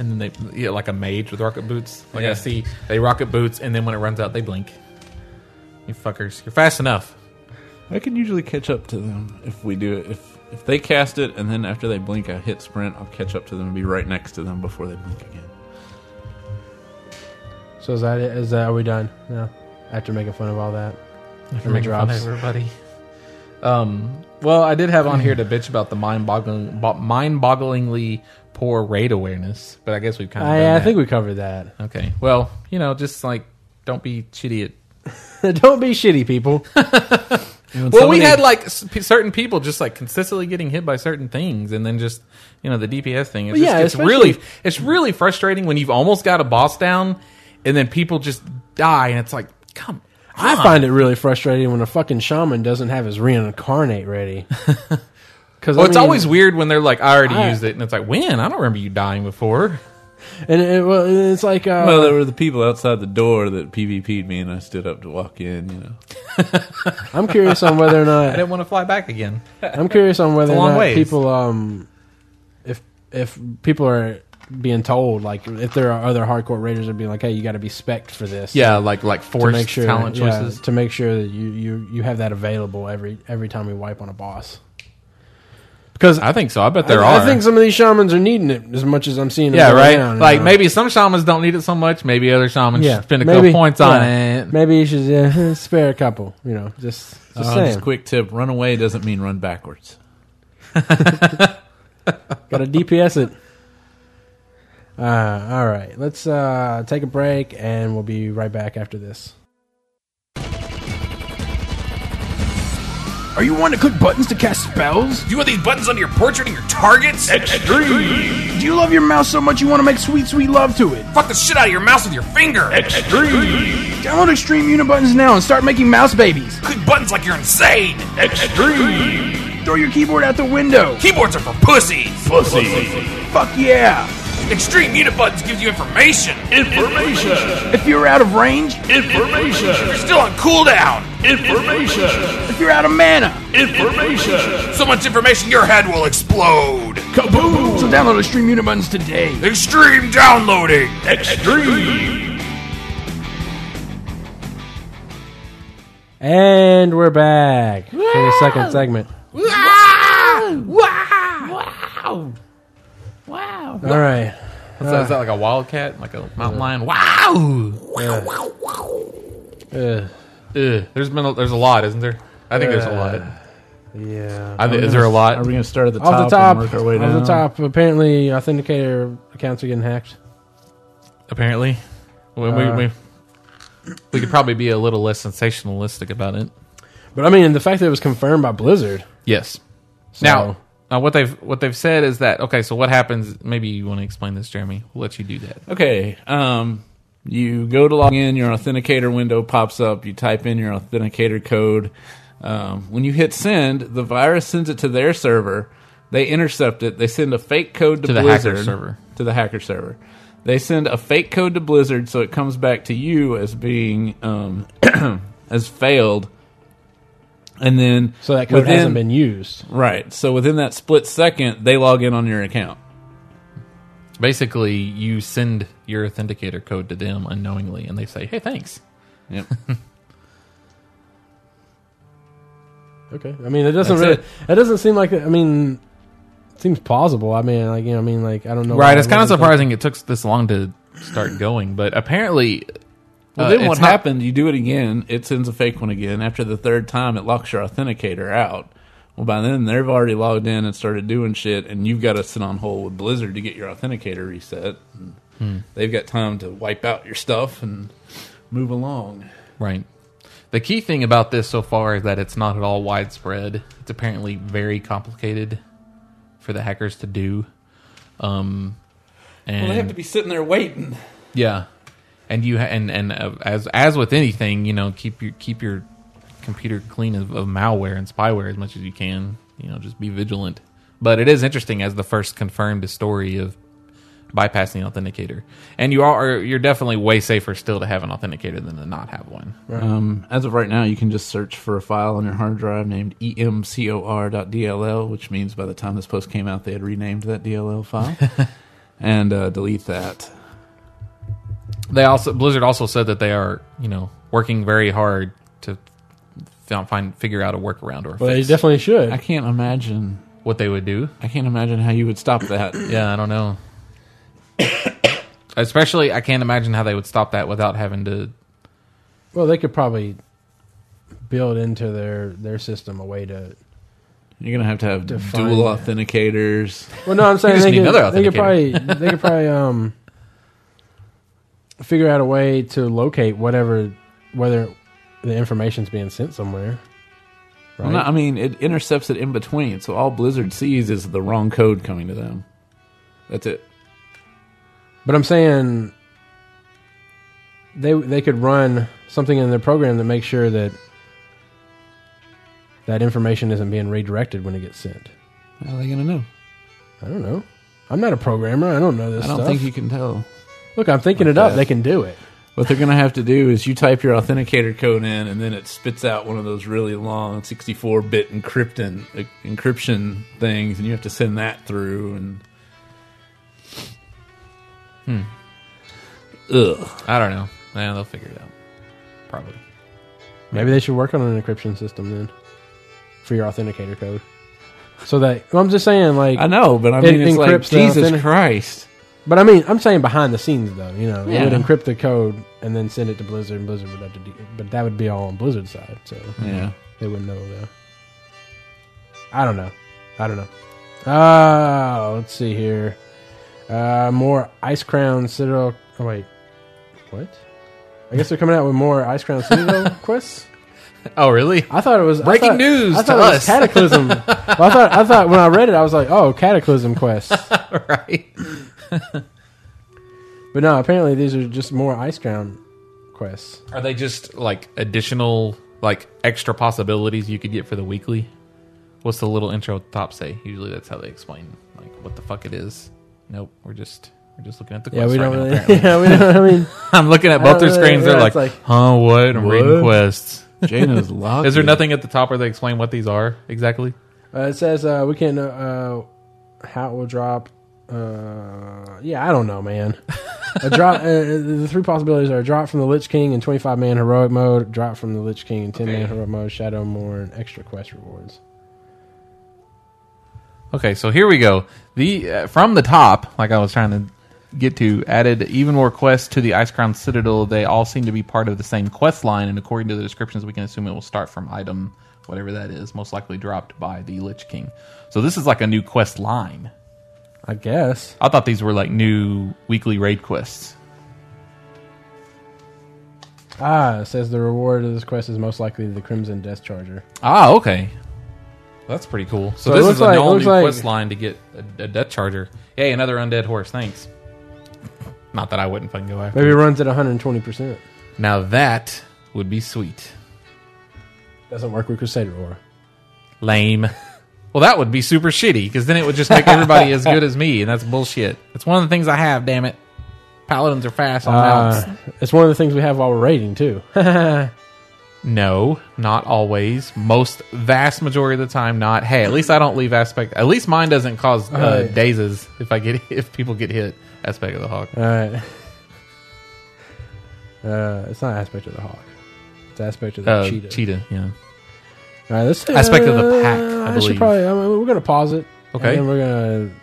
Speaker 3: and then they yeah, like a mage with rocket boots. Like
Speaker 4: Yeah.
Speaker 3: I see, they rocket boots, and then when it runs out, they blink. You fuckers, you're fast enough.
Speaker 4: I can usually catch up to them if we do it. If if they cast it, and then after they blink, I hit sprint. I'll catch up to them and be right next to them before they blink again.
Speaker 2: So is that it? Is that are we done? No. After making fun of all that,
Speaker 3: You're making fun of
Speaker 2: drops.
Speaker 3: everybody. Um, well, I did have on here to bitch about the mind-boggling, bo- mind-bogglingly poor raid awareness, but I guess we've kind of.
Speaker 2: I,
Speaker 3: done Oh.
Speaker 2: I
Speaker 3: that.
Speaker 2: think we covered that.
Speaker 3: Okay. Well, you know, just like don't be shitty at.
Speaker 2: don't be shitty, people.
Speaker 3: Well, we had like s- p- certain people just like consistently getting hit by certain things, and then just you know the DPS thing. It just
Speaker 2: yeah,
Speaker 3: gets
Speaker 2: especially-
Speaker 3: really it's really frustrating when you've almost got a boss down, and then people just die, and it's like, come.
Speaker 2: I find it really frustrating when a fucking shaman doesn't have his reincarnate ready. Because
Speaker 3: Well, it's always weird when they're like, "I already
Speaker 2: I-
Speaker 3: used it," and it's like, "When? I don't remember you dying before."
Speaker 2: and it, well, it's like uh,
Speaker 4: Well, there were the people outside the door that PvP'd me, and I stood up to walk in. You know,
Speaker 2: I'm curious on whether or
Speaker 3: I
Speaker 2: not
Speaker 3: didn't want to fly back again.
Speaker 2: I'm curious on whether
Speaker 3: It's a
Speaker 2: or
Speaker 3: long
Speaker 2: not
Speaker 3: ways.
Speaker 2: people um if if people are being told like if there are other hardcore raiders that are being like hey you got to be spec for this
Speaker 3: Yeah, like like
Speaker 2: to
Speaker 3: forced
Speaker 2: make sure
Speaker 3: talent
Speaker 2: yeah,
Speaker 3: choices.
Speaker 2: to make sure that you you you have that available every every time we wipe on a boss because
Speaker 3: I think so. I bet
Speaker 2: I,
Speaker 3: there
Speaker 2: I
Speaker 3: are.
Speaker 2: think some of these shamans are needing it as much as I'm seeing them
Speaker 3: Yeah,
Speaker 2: go
Speaker 3: right.
Speaker 2: down,
Speaker 3: like
Speaker 2: you know?
Speaker 3: maybe some shamans don't need it so much. Maybe other shamans
Speaker 2: yeah
Speaker 3: spend a
Speaker 2: maybe-
Speaker 3: couple points on
Speaker 2: yeah.
Speaker 3: it.
Speaker 2: maybe you should yeah, spare a couple you know just just
Speaker 4: Uh,
Speaker 2: saying
Speaker 4: just quick tip: run away doesn't mean run backwards.
Speaker 2: Gotta DPS it. Uh, all right, let's uh, take a break and we'll be right back after this.
Speaker 5: Are you wanting to click buttons to cast spells?
Speaker 6: Do you want these buttons on your portrait and your targets? Extreme!
Speaker 5: Do you love your mouse so much you want to make sweet, sweet love to it?
Speaker 6: Fuck the shit out of your mouse with your finger! Extreme!
Speaker 5: Download Extreme Unibuttons now and start making mouse babies.
Speaker 6: Click buttons like you're insane! Extreme!
Speaker 5: Throw your keyboard out the window.
Speaker 6: Keyboards are for pussies! Pussy!
Speaker 5: Fuck yeah!
Speaker 6: Extreme Unibuttons gives you information! Information!
Speaker 5: If you're out of range,
Speaker 6: Information! You're still on cooldown! Information!
Speaker 5: if you're out of mana,
Speaker 6: Information! So much information your head will explode!
Speaker 5: kaboom! So download Extreme Unibuttons today.
Speaker 6: Extreme downloading! Extreme!
Speaker 2: And we're back for the second segment. Wow! Wow! Wow! All right.
Speaker 3: So is that like a wildcat, like a mountain lion? Wow!
Speaker 2: Uh,
Speaker 3: Ugh. There's been a, there's a lot, isn't there? I think there's a lot.
Speaker 2: yeah.
Speaker 3: I think, is there a
Speaker 4: Are
Speaker 3: lot?
Speaker 4: we going to start at the top,
Speaker 2: off the top,
Speaker 4: and work our way down?
Speaker 2: off the top. Apparently, authenticator accounts are getting hacked.
Speaker 3: Apparently, We, we,
Speaker 4: Uh,
Speaker 3: we, we could probably be a little less sensationalistic about it.
Speaker 2: But I mean, the fact that it was confirmed by Blizzard.
Speaker 3: Yes. Now, now what they've what they've said is that okay. So what happens? Maybe you want to explain this, Jeremy. We'll let you do that.
Speaker 4: Okay. Um, you go to log in, your authenticator window pops up. You type in your authenticator code. Um, when you hit send, the virus sends it to their server. They intercept it. They send a fake code to,
Speaker 3: To the hacker
Speaker 4: Blizzard.
Speaker 3: server.
Speaker 4: To the hacker server. They send a fake code to Blizzard, so it comes back to you as being um, as failed. And then
Speaker 2: So that code
Speaker 4: within-
Speaker 2: hasn't been used.
Speaker 4: right. So within that split second, they log in on your account.
Speaker 3: Basically, you send your authenticator code to them unknowingly, and they say, "Hey, thanks."
Speaker 4: Yep.
Speaker 2: Okay. I mean, it doesn't
Speaker 3: That's
Speaker 2: really.
Speaker 3: it.
Speaker 2: It. doesn't seem like. I mean, it seems plausible. I mean, like you know, I mean, like I don't know.
Speaker 3: Right.
Speaker 2: why
Speaker 3: It's kind of
Speaker 2: Blizzard does-
Speaker 3: surprising it took this long to start going, but apparently,
Speaker 4: Well,
Speaker 3: uh,
Speaker 4: then
Speaker 3: it's
Speaker 4: what
Speaker 3: not-
Speaker 4: happened? You do it again. It sends a fake one again. After the third time, it locks your authenticator out. Well, by then they've already logged in and started doing shit, and you've got to sit on hold with Blizzard to get your authenticator reset. And
Speaker 3: Hmm.
Speaker 4: They've got time to wipe out your stuff and move along.
Speaker 3: Right. The key thing about this so far is that it's not at all widespread. It's apparently very complicated for the hackers to do. Um, and
Speaker 4: Well, they have to be sitting there waiting.
Speaker 3: yeah, and you ha- and and uh, as as with anything, you know, keep your keep your computer clean of, of malware and spyware as much as you can. You know, just be vigilant. But it is interesting as the first confirmed story of bypassing authenticator, and you are you're definitely way safer still to have an authenticator than to not have one.
Speaker 4: Um, as of right now, you can just search for a file on your hard drive named E emcor.dll, which means by the time this post came out, they had renamed that DLL file and uh, delete that.
Speaker 3: they also Blizzard also said that they are you know working very hard to find, find figure out a workaround or a
Speaker 2: Well, they
Speaker 3: fix.
Speaker 2: definitely
Speaker 4: I
Speaker 2: should.
Speaker 4: can't imagine.
Speaker 3: what they would do.
Speaker 4: I can't imagine how you would stop that.
Speaker 3: Yeah, I don't know. Especially, I can't imagine how they would stop that without having to.
Speaker 2: Well, they could probably build into their their system a way to.
Speaker 4: You're gonna have to have
Speaker 2: Define
Speaker 4: dual
Speaker 2: that.
Speaker 4: authenticators.
Speaker 2: Well, no, I'm saying
Speaker 3: just
Speaker 2: they
Speaker 3: need
Speaker 2: could,
Speaker 3: another
Speaker 2: they could
Speaker 3: authenticator.
Speaker 2: probably they could probably um figure out a way to locate whatever whether the information's being sent somewhere. Right.
Speaker 4: Well, no, I mean, it intercepts it in between, so all Blizzard sees is the wrong code coming to them. That's it.
Speaker 2: But I'm saying they they could run something in their program to make sure that that information isn't being redirected when it gets sent.
Speaker 4: How are they gonna know?
Speaker 2: I don't know. I'm not a programmer. I don't know this
Speaker 4: I don't
Speaker 2: stuff.
Speaker 4: think you can tell.
Speaker 2: Look, I'm thinking it up.
Speaker 4: that.
Speaker 2: They can do it.
Speaker 4: What they're gonna have to do is you type your authenticator code in, and then it spits out one of those really long 64-bit encryption encryption things, and you have to send that through. And Hmm. ugh.
Speaker 3: I don't know. Yeah, they'll figure it out. Probably.
Speaker 2: Maybe they should work on an encryption system then for your authenticator code. So that well, I'm just saying like
Speaker 4: I know, but I
Speaker 2: It
Speaker 4: mean, it's like
Speaker 2: encrypts the
Speaker 4: Jesus
Speaker 2: authentic-
Speaker 4: Christ.
Speaker 2: but I mean I'm saying behind the scenes though, you know. It
Speaker 4: Yeah.
Speaker 2: would encrypt the code and then send it to Blizzard and Blizzard would have to do but that would be all on Blizzard's side, so
Speaker 4: Yeah.
Speaker 2: They wouldn't know though. I don't know. I don't know. Uh, let's see here. Uh, more Ice Crown Citadel. Oh wait, what? I guess they're coming out with more Ice Crown Citadel quests.
Speaker 3: Oh, really?
Speaker 2: I thought it was I
Speaker 3: Breaking
Speaker 2: thought-
Speaker 3: news
Speaker 2: I
Speaker 3: to
Speaker 2: thought it was
Speaker 3: us.
Speaker 2: Cataclysm. well, I thought I thought when I read it, I was like, oh, Cataclysm quests.
Speaker 3: right.
Speaker 2: But no, apparently these are just more Ice Crown quests.
Speaker 3: Are they just like additional, like extra possibilities you could get for the weekly? What's the little intro at the top say? Usually that's how they explain like what the fuck it is. Nope, we're just we're just looking at the quest
Speaker 2: Yeah, we
Speaker 3: right
Speaker 2: don't
Speaker 3: now,
Speaker 2: really.
Speaker 3: apparently.
Speaker 2: Yeah, we don't. I mean,
Speaker 3: I'm looking at both
Speaker 2: I
Speaker 3: their
Speaker 2: don't
Speaker 3: screens.
Speaker 2: really-
Speaker 3: They're
Speaker 2: yeah,
Speaker 3: like,
Speaker 2: it's like-
Speaker 3: huh, what? I'm reading
Speaker 4: What?
Speaker 3: quests.
Speaker 4: Jana's locked.
Speaker 3: Is there
Speaker 4: it.
Speaker 3: nothing at the top where they explain what these are exactly?
Speaker 2: Uh, it says uh, we can uh, uh, how it will drop. Uh, yeah, I don't know, man. A drop. Uh, the three possibilities are a drop from the Lich King in twenty-five man heroic mode, drop from the Lich King in ten man
Speaker 3: Okay.
Speaker 2: heroic mode, Shadow Moor, and extra quest rewards.
Speaker 3: Okay, so here we go. The uh, from the top, like I was trying to get to, added even more quests to the Ice Crown Citadel. They all seem to be part of the same quest line, and according to the descriptions, we can assume it will start from item whatever that is, most likely dropped by the Lich King. So this is like a new quest line.
Speaker 2: I guess.
Speaker 3: I thought these were like new weekly raid quests.
Speaker 2: Ah, it says the reward of this quest is most likely the Crimson Death Charger.
Speaker 3: Ah, okay. That's pretty cool. So,
Speaker 2: So it
Speaker 3: this
Speaker 2: looks
Speaker 3: is an
Speaker 2: like- it
Speaker 3: all
Speaker 2: looks
Speaker 3: new
Speaker 2: like-
Speaker 3: quest line to get a, a Death Charger. Yay, another undead horse. Thanks. Not that I wouldn't fucking go after.
Speaker 2: Maybe it runs at 120%.
Speaker 3: Now that would be sweet.
Speaker 2: Doesn't work with Crusader Aura.
Speaker 3: Lame. Well, that would be super shitty because then it would just make everybody as good as me, and that's bullshit. It's one of the things I have. Damn it, paladins are fast on mounts.
Speaker 2: Uh, it's one of the things we have while we're raiding, too.
Speaker 3: Uh, No, not always. Most vast majority of the time, not. Hey, at least I don't leave aspect. At least mine doesn't cause uh,
Speaker 2: Alright.
Speaker 3: dazes if I get if people get hit. Aspect of the hawk.
Speaker 2: All right. Uh, it's not aspect of the hawk. It's aspect of the
Speaker 3: Uh,
Speaker 2: Oh, cheetah.
Speaker 3: cheetah. Yeah.
Speaker 2: All right, let's
Speaker 3: Aspect of the pack, I
Speaker 2: should
Speaker 3: believe.
Speaker 2: probably. I mean, we're gonna pause it.
Speaker 3: Okay.
Speaker 2: And then we're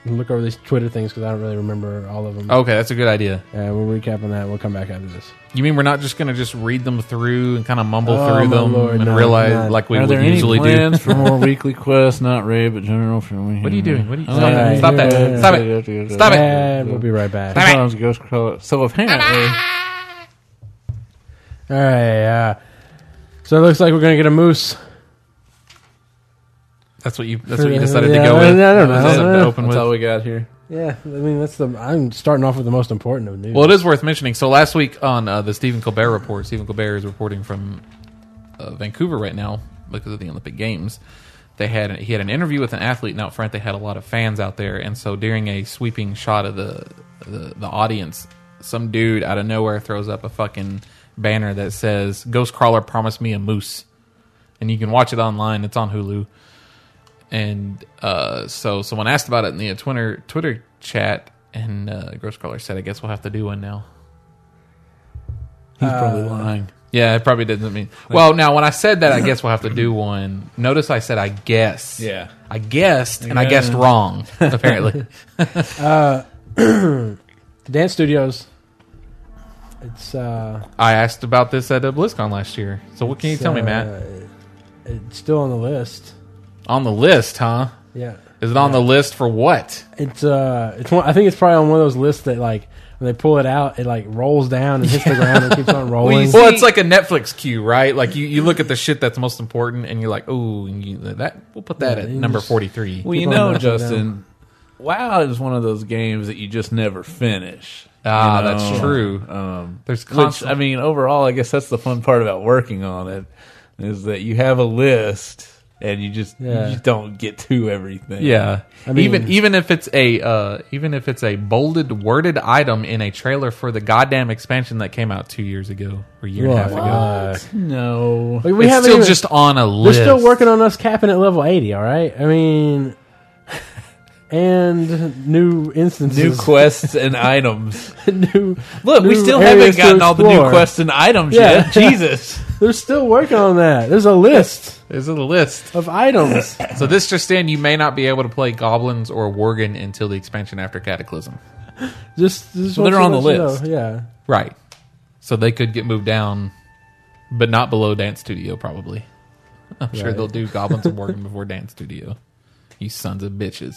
Speaker 2: gonna look over these Twitter things because I don't really remember all of them.
Speaker 3: Okay, that's a good idea.
Speaker 2: And we'll recap on that. We'll come back after this.
Speaker 3: You mean we're not just gonna just read them through and kind of mumble
Speaker 2: Oh,
Speaker 3: through
Speaker 2: my
Speaker 3: them
Speaker 2: lord,
Speaker 3: and
Speaker 2: no,
Speaker 3: realize
Speaker 2: not-
Speaker 3: like we
Speaker 4: Are
Speaker 3: would
Speaker 4: there any
Speaker 3: usually do?
Speaker 4: plans for more weekly quests? Not raid, but general. Oh, For what
Speaker 3: are you doing? What are you-
Speaker 4: doing?
Speaker 3: Stop
Speaker 2: that. Stop that.
Speaker 3: Stop
Speaker 4: it!
Speaker 3: Stop it.
Speaker 2: And we'll be right back.
Speaker 4: Sometimes ghost crawler. So apparently,
Speaker 2: All right. Uh, so it looks like we're gonna get a moose.
Speaker 3: That's what you. That's what you decided
Speaker 2: Yeah,
Speaker 3: to go
Speaker 2: I-
Speaker 3: with.
Speaker 2: I don't know.
Speaker 3: Decided to
Speaker 2: Uh,
Speaker 3: open with.
Speaker 4: we got here.
Speaker 2: Yeah, I mean that's the. I'm starting off with the most important of news.
Speaker 3: Well, it is worth mentioning. So last week on uh, the Stephen Colbert report, Stephen Colbert is reporting from uh, Vancouver right now because of the Olympic Games. They had he had an interview with an athlete, and out front they had a lot of fans out there. And so during a sweeping shot of the the, the audience, some dude out of nowhere throws up a fucking banner that says "Ghost Crawler promised me a moose," and you can watch it online. It's on Hulu. And uh, so someone asked about it in the Twitter Twitter chat, and uh, Gross Crawler said, "I guess we'll have to do one now."
Speaker 4: He's probably
Speaker 2: Uh,
Speaker 4: lying.
Speaker 3: Yeah, it probably doesn't mean. Well, now when I said that, I guess we'll have to do one. Notice I said I guess.
Speaker 4: Yeah.
Speaker 3: I guessed, and I
Speaker 4: Yeah.
Speaker 3: guessed wrong. Apparently,
Speaker 2: the dance studios. It's uh,
Speaker 3: I asked about this at uh, BlizzCon last year. So what can you tell me,
Speaker 2: uh,
Speaker 3: Matt?
Speaker 2: It's still on the list.
Speaker 3: On the list, huh?
Speaker 2: Yeah.
Speaker 3: Is it on the list for what?
Speaker 2: It's uh, it's one. I think it's probably on one of those lists that like when they pull it out, it like rolls down and hits the ground and keeps on rolling.
Speaker 3: Well, it's like a Netflix queue, right? Like you, you look at the shit that's most important, and you're like, "Ooh, and you, that we'll put that
Speaker 2: Yeah,
Speaker 3: at
Speaker 2: you
Speaker 3: number
Speaker 2: just-
Speaker 3: forty three.
Speaker 4: Well, you
Speaker 2: Keep on
Speaker 4: know,
Speaker 2: knocking down.
Speaker 4: Justin, WoW is one of those games that you just never finish.
Speaker 3: Ah,
Speaker 4: you know?
Speaker 3: that's true.
Speaker 4: Um,
Speaker 3: There's
Speaker 4: which,
Speaker 3: constant.
Speaker 4: I mean, overall, I guess that's the fun part about working on it is that you have a list and you just
Speaker 2: Yeah.
Speaker 4: you just don't get to everything.
Speaker 3: yeah.
Speaker 2: I mean-
Speaker 3: even even if it's a uh, even if it's a bolded worded item in a trailer for the goddamn expansion that came out two years ago or a year and a half ago,
Speaker 2: Fuck.
Speaker 4: No.
Speaker 2: Like, we
Speaker 3: it's
Speaker 2: haven't
Speaker 3: still
Speaker 2: even-
Speaker 3: just on a
Speaker 2: They're
Speaker 3: list.
Speaker 2: still working on us capping at level eighty. All right. I mean, and new
Speaker 4: New
Speaker 2: instances,
Speaker 4: quests and items.
Speaker 2: new.
Speaker 4: Look, we
Speaker 2: new
Speaker 4: still
Speaker 2: areas to
Speaker 4: haven't gotten all the new
Speaker 2: explore.
Speaker 4: quests and items
Speaker 2: Yeah.
Speaker 4: yet. Jesus.
Speaker 2: They're still working on that. There's a list
Speaker 3: There's a list.
Speaker 2: of items.
Speaker 3: So this just in, you may not be able to play goblins or worgen until the expansion after Cataclysm.
Speaker 2: just, just
Speaker 4: Well, they're
Speaker 2: want
Speaker 4: on
Speaker 2: you to
Speaker 4: the
Speaker 2: let
Speaker 4: list.
Speaker 2: you know. Yeah.
Speaker 3: Right. So they could get moved down, but not below Dance Studio, probably. I'm sure
Speaker 2: Right.
Speaker 3: they'll do Goblins and Working before Dance Studio. You sons of bitches.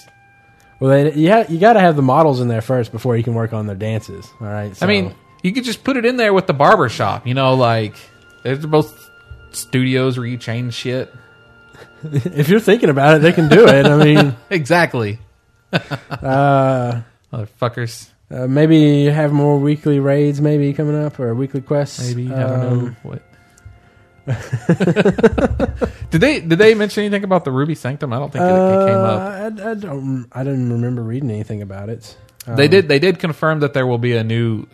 Speaker 2: Well, they, you, ha- you got to have the models in there first before you can work on their dances. All right. So.
Speaker 3: I mean, you could just put it in there with the barber shop. You know, like, there's both studios where you change shit.
Speaker 2: if you're thinking about it, they can do it. I mean,
Speaker 3: Exactly.
Speaker 2: uh,
Speaker 3: Motherfuckers.
Speaker 2: uh, maybe have more weekly raids, maybe coming up, or weekly quests.
Speaker 3: Maybe. I don't
Speaker 2: Um,
Speaker 3: know. What? did they did they mention anything about the Ruby Sanctum? I don't think it, it came up.
Speaker 2: Uh, I, I don't. I didn't remember reading anything about it. Um,
Speaker 3: They did. They did confirm that there will be a new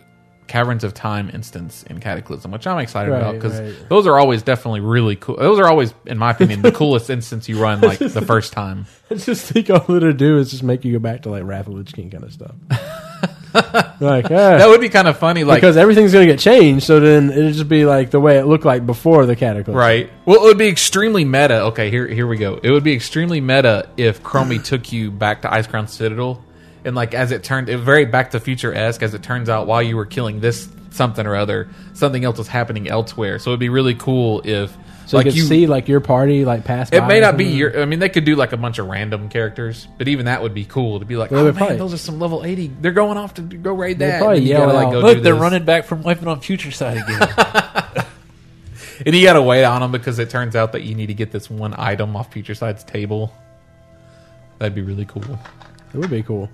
Speaker 3: Caverns of Time instance in Cataclysm, which I'm excited
Speaker 2: Right,
Speaker 3: about because
Speaker 2: right.
Speaker 3: those are always definitely really cool. Those are always, in my opinion, the coolest instance you run like the first time.
Speaker 2: I just think all it'll do is just make you go back to like Wrath of Lich King kind of stuff. like ah,
Speaker 3: That would be kind of funny, like
Speaker 2: because everything's going to get changed, so then it'll just be like the way it looked like before the cataclysm.
Speaker 3: right. Well, it would be extremely meta. Okay, here here we go. It would be extremely meta if Chromie took you back to Ice Crown Citadel, and like as it turned, it was very Back to Future esque. As it turns out, while you were killing this something or other, something else was happening elsewhere. So it'd be really cool if.
Speaker 2: So you could see like your party like pass.
Speaker 3: It
Speaker 2: by
Speaker 3: may
Speaker 2: or
Speaker 3: not be
Speaker 2: something.
Speaker 3: your. I mean, they could do like a bunch of random characters, but even that would be cool to be like,
Speaker 2: They
Speaker 3: oh
Speaker 2: would
Speaker 3: man,
Speaker 2: probably-
Speaker 3: those are some level eighty. They're going off to go raid
Speaker 2: They'd
Speaker 3: that.
Speaker 2: probably
Speaker 3: and you
Speaker 2: yell
Speaker 3: gotta,
Speaker 2: out,
Speaker 3: go
Speaker 4: Look,
Speaker 3: do
Speaker 4: they're
Speaker 3: this.
Speaker 4: running back from wiping on future side again.
Speaker 3: and you gotta wait on them because it turns out that you need to get this one item off Side's table. That'd be really cool.
Speaker 2: It would be cool.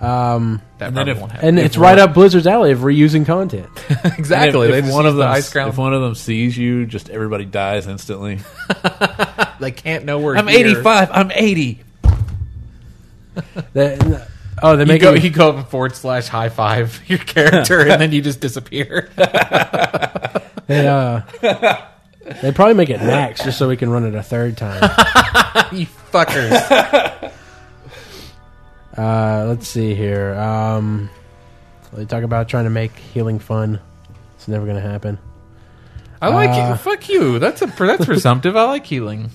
Speaker 3: That
Speaker 4: then
Speaker 3: probably
Speaker 4: if-
Speaker 3: won't happen.
Speaker 2: And it's right up Blizzard's alley of reusing content.
Speaker 3: exactly.
Speaker 4: If,
Speaker 3: they
Speaker 4: if
Speaker 3: just
Speaker 4: one of
Speaker 3: use
Speaker 4: them,
Speaker 3: the ice crown.
Speaker 4: if one of them sees you, just everybody dies instantly.
Speaker 3: they can't know where
Speaker 4: I'm
Speaker 3: here.
Speaker 4: 85. I'm 80.
Speaker 2: They- oh, they
Speaker 3: You
Speaker 2: make
Speaker 3: go,
Speaker 2: you-
Speaker 3: you go up and forward slash high five your character, and then you just disappear.
Speaker 2: they, uh, they probably make it max just so we can run it a third time.
Speaker 3: you fuckers.
Speaker 2: Uh, let's see here. Um, they talk about trying to make healing fun. It's never going to happen.
Speaker 3: I like
Speaker 2: Uh,
Speaker 3: it. Fuck you. That's a that's presumptive. I like healing.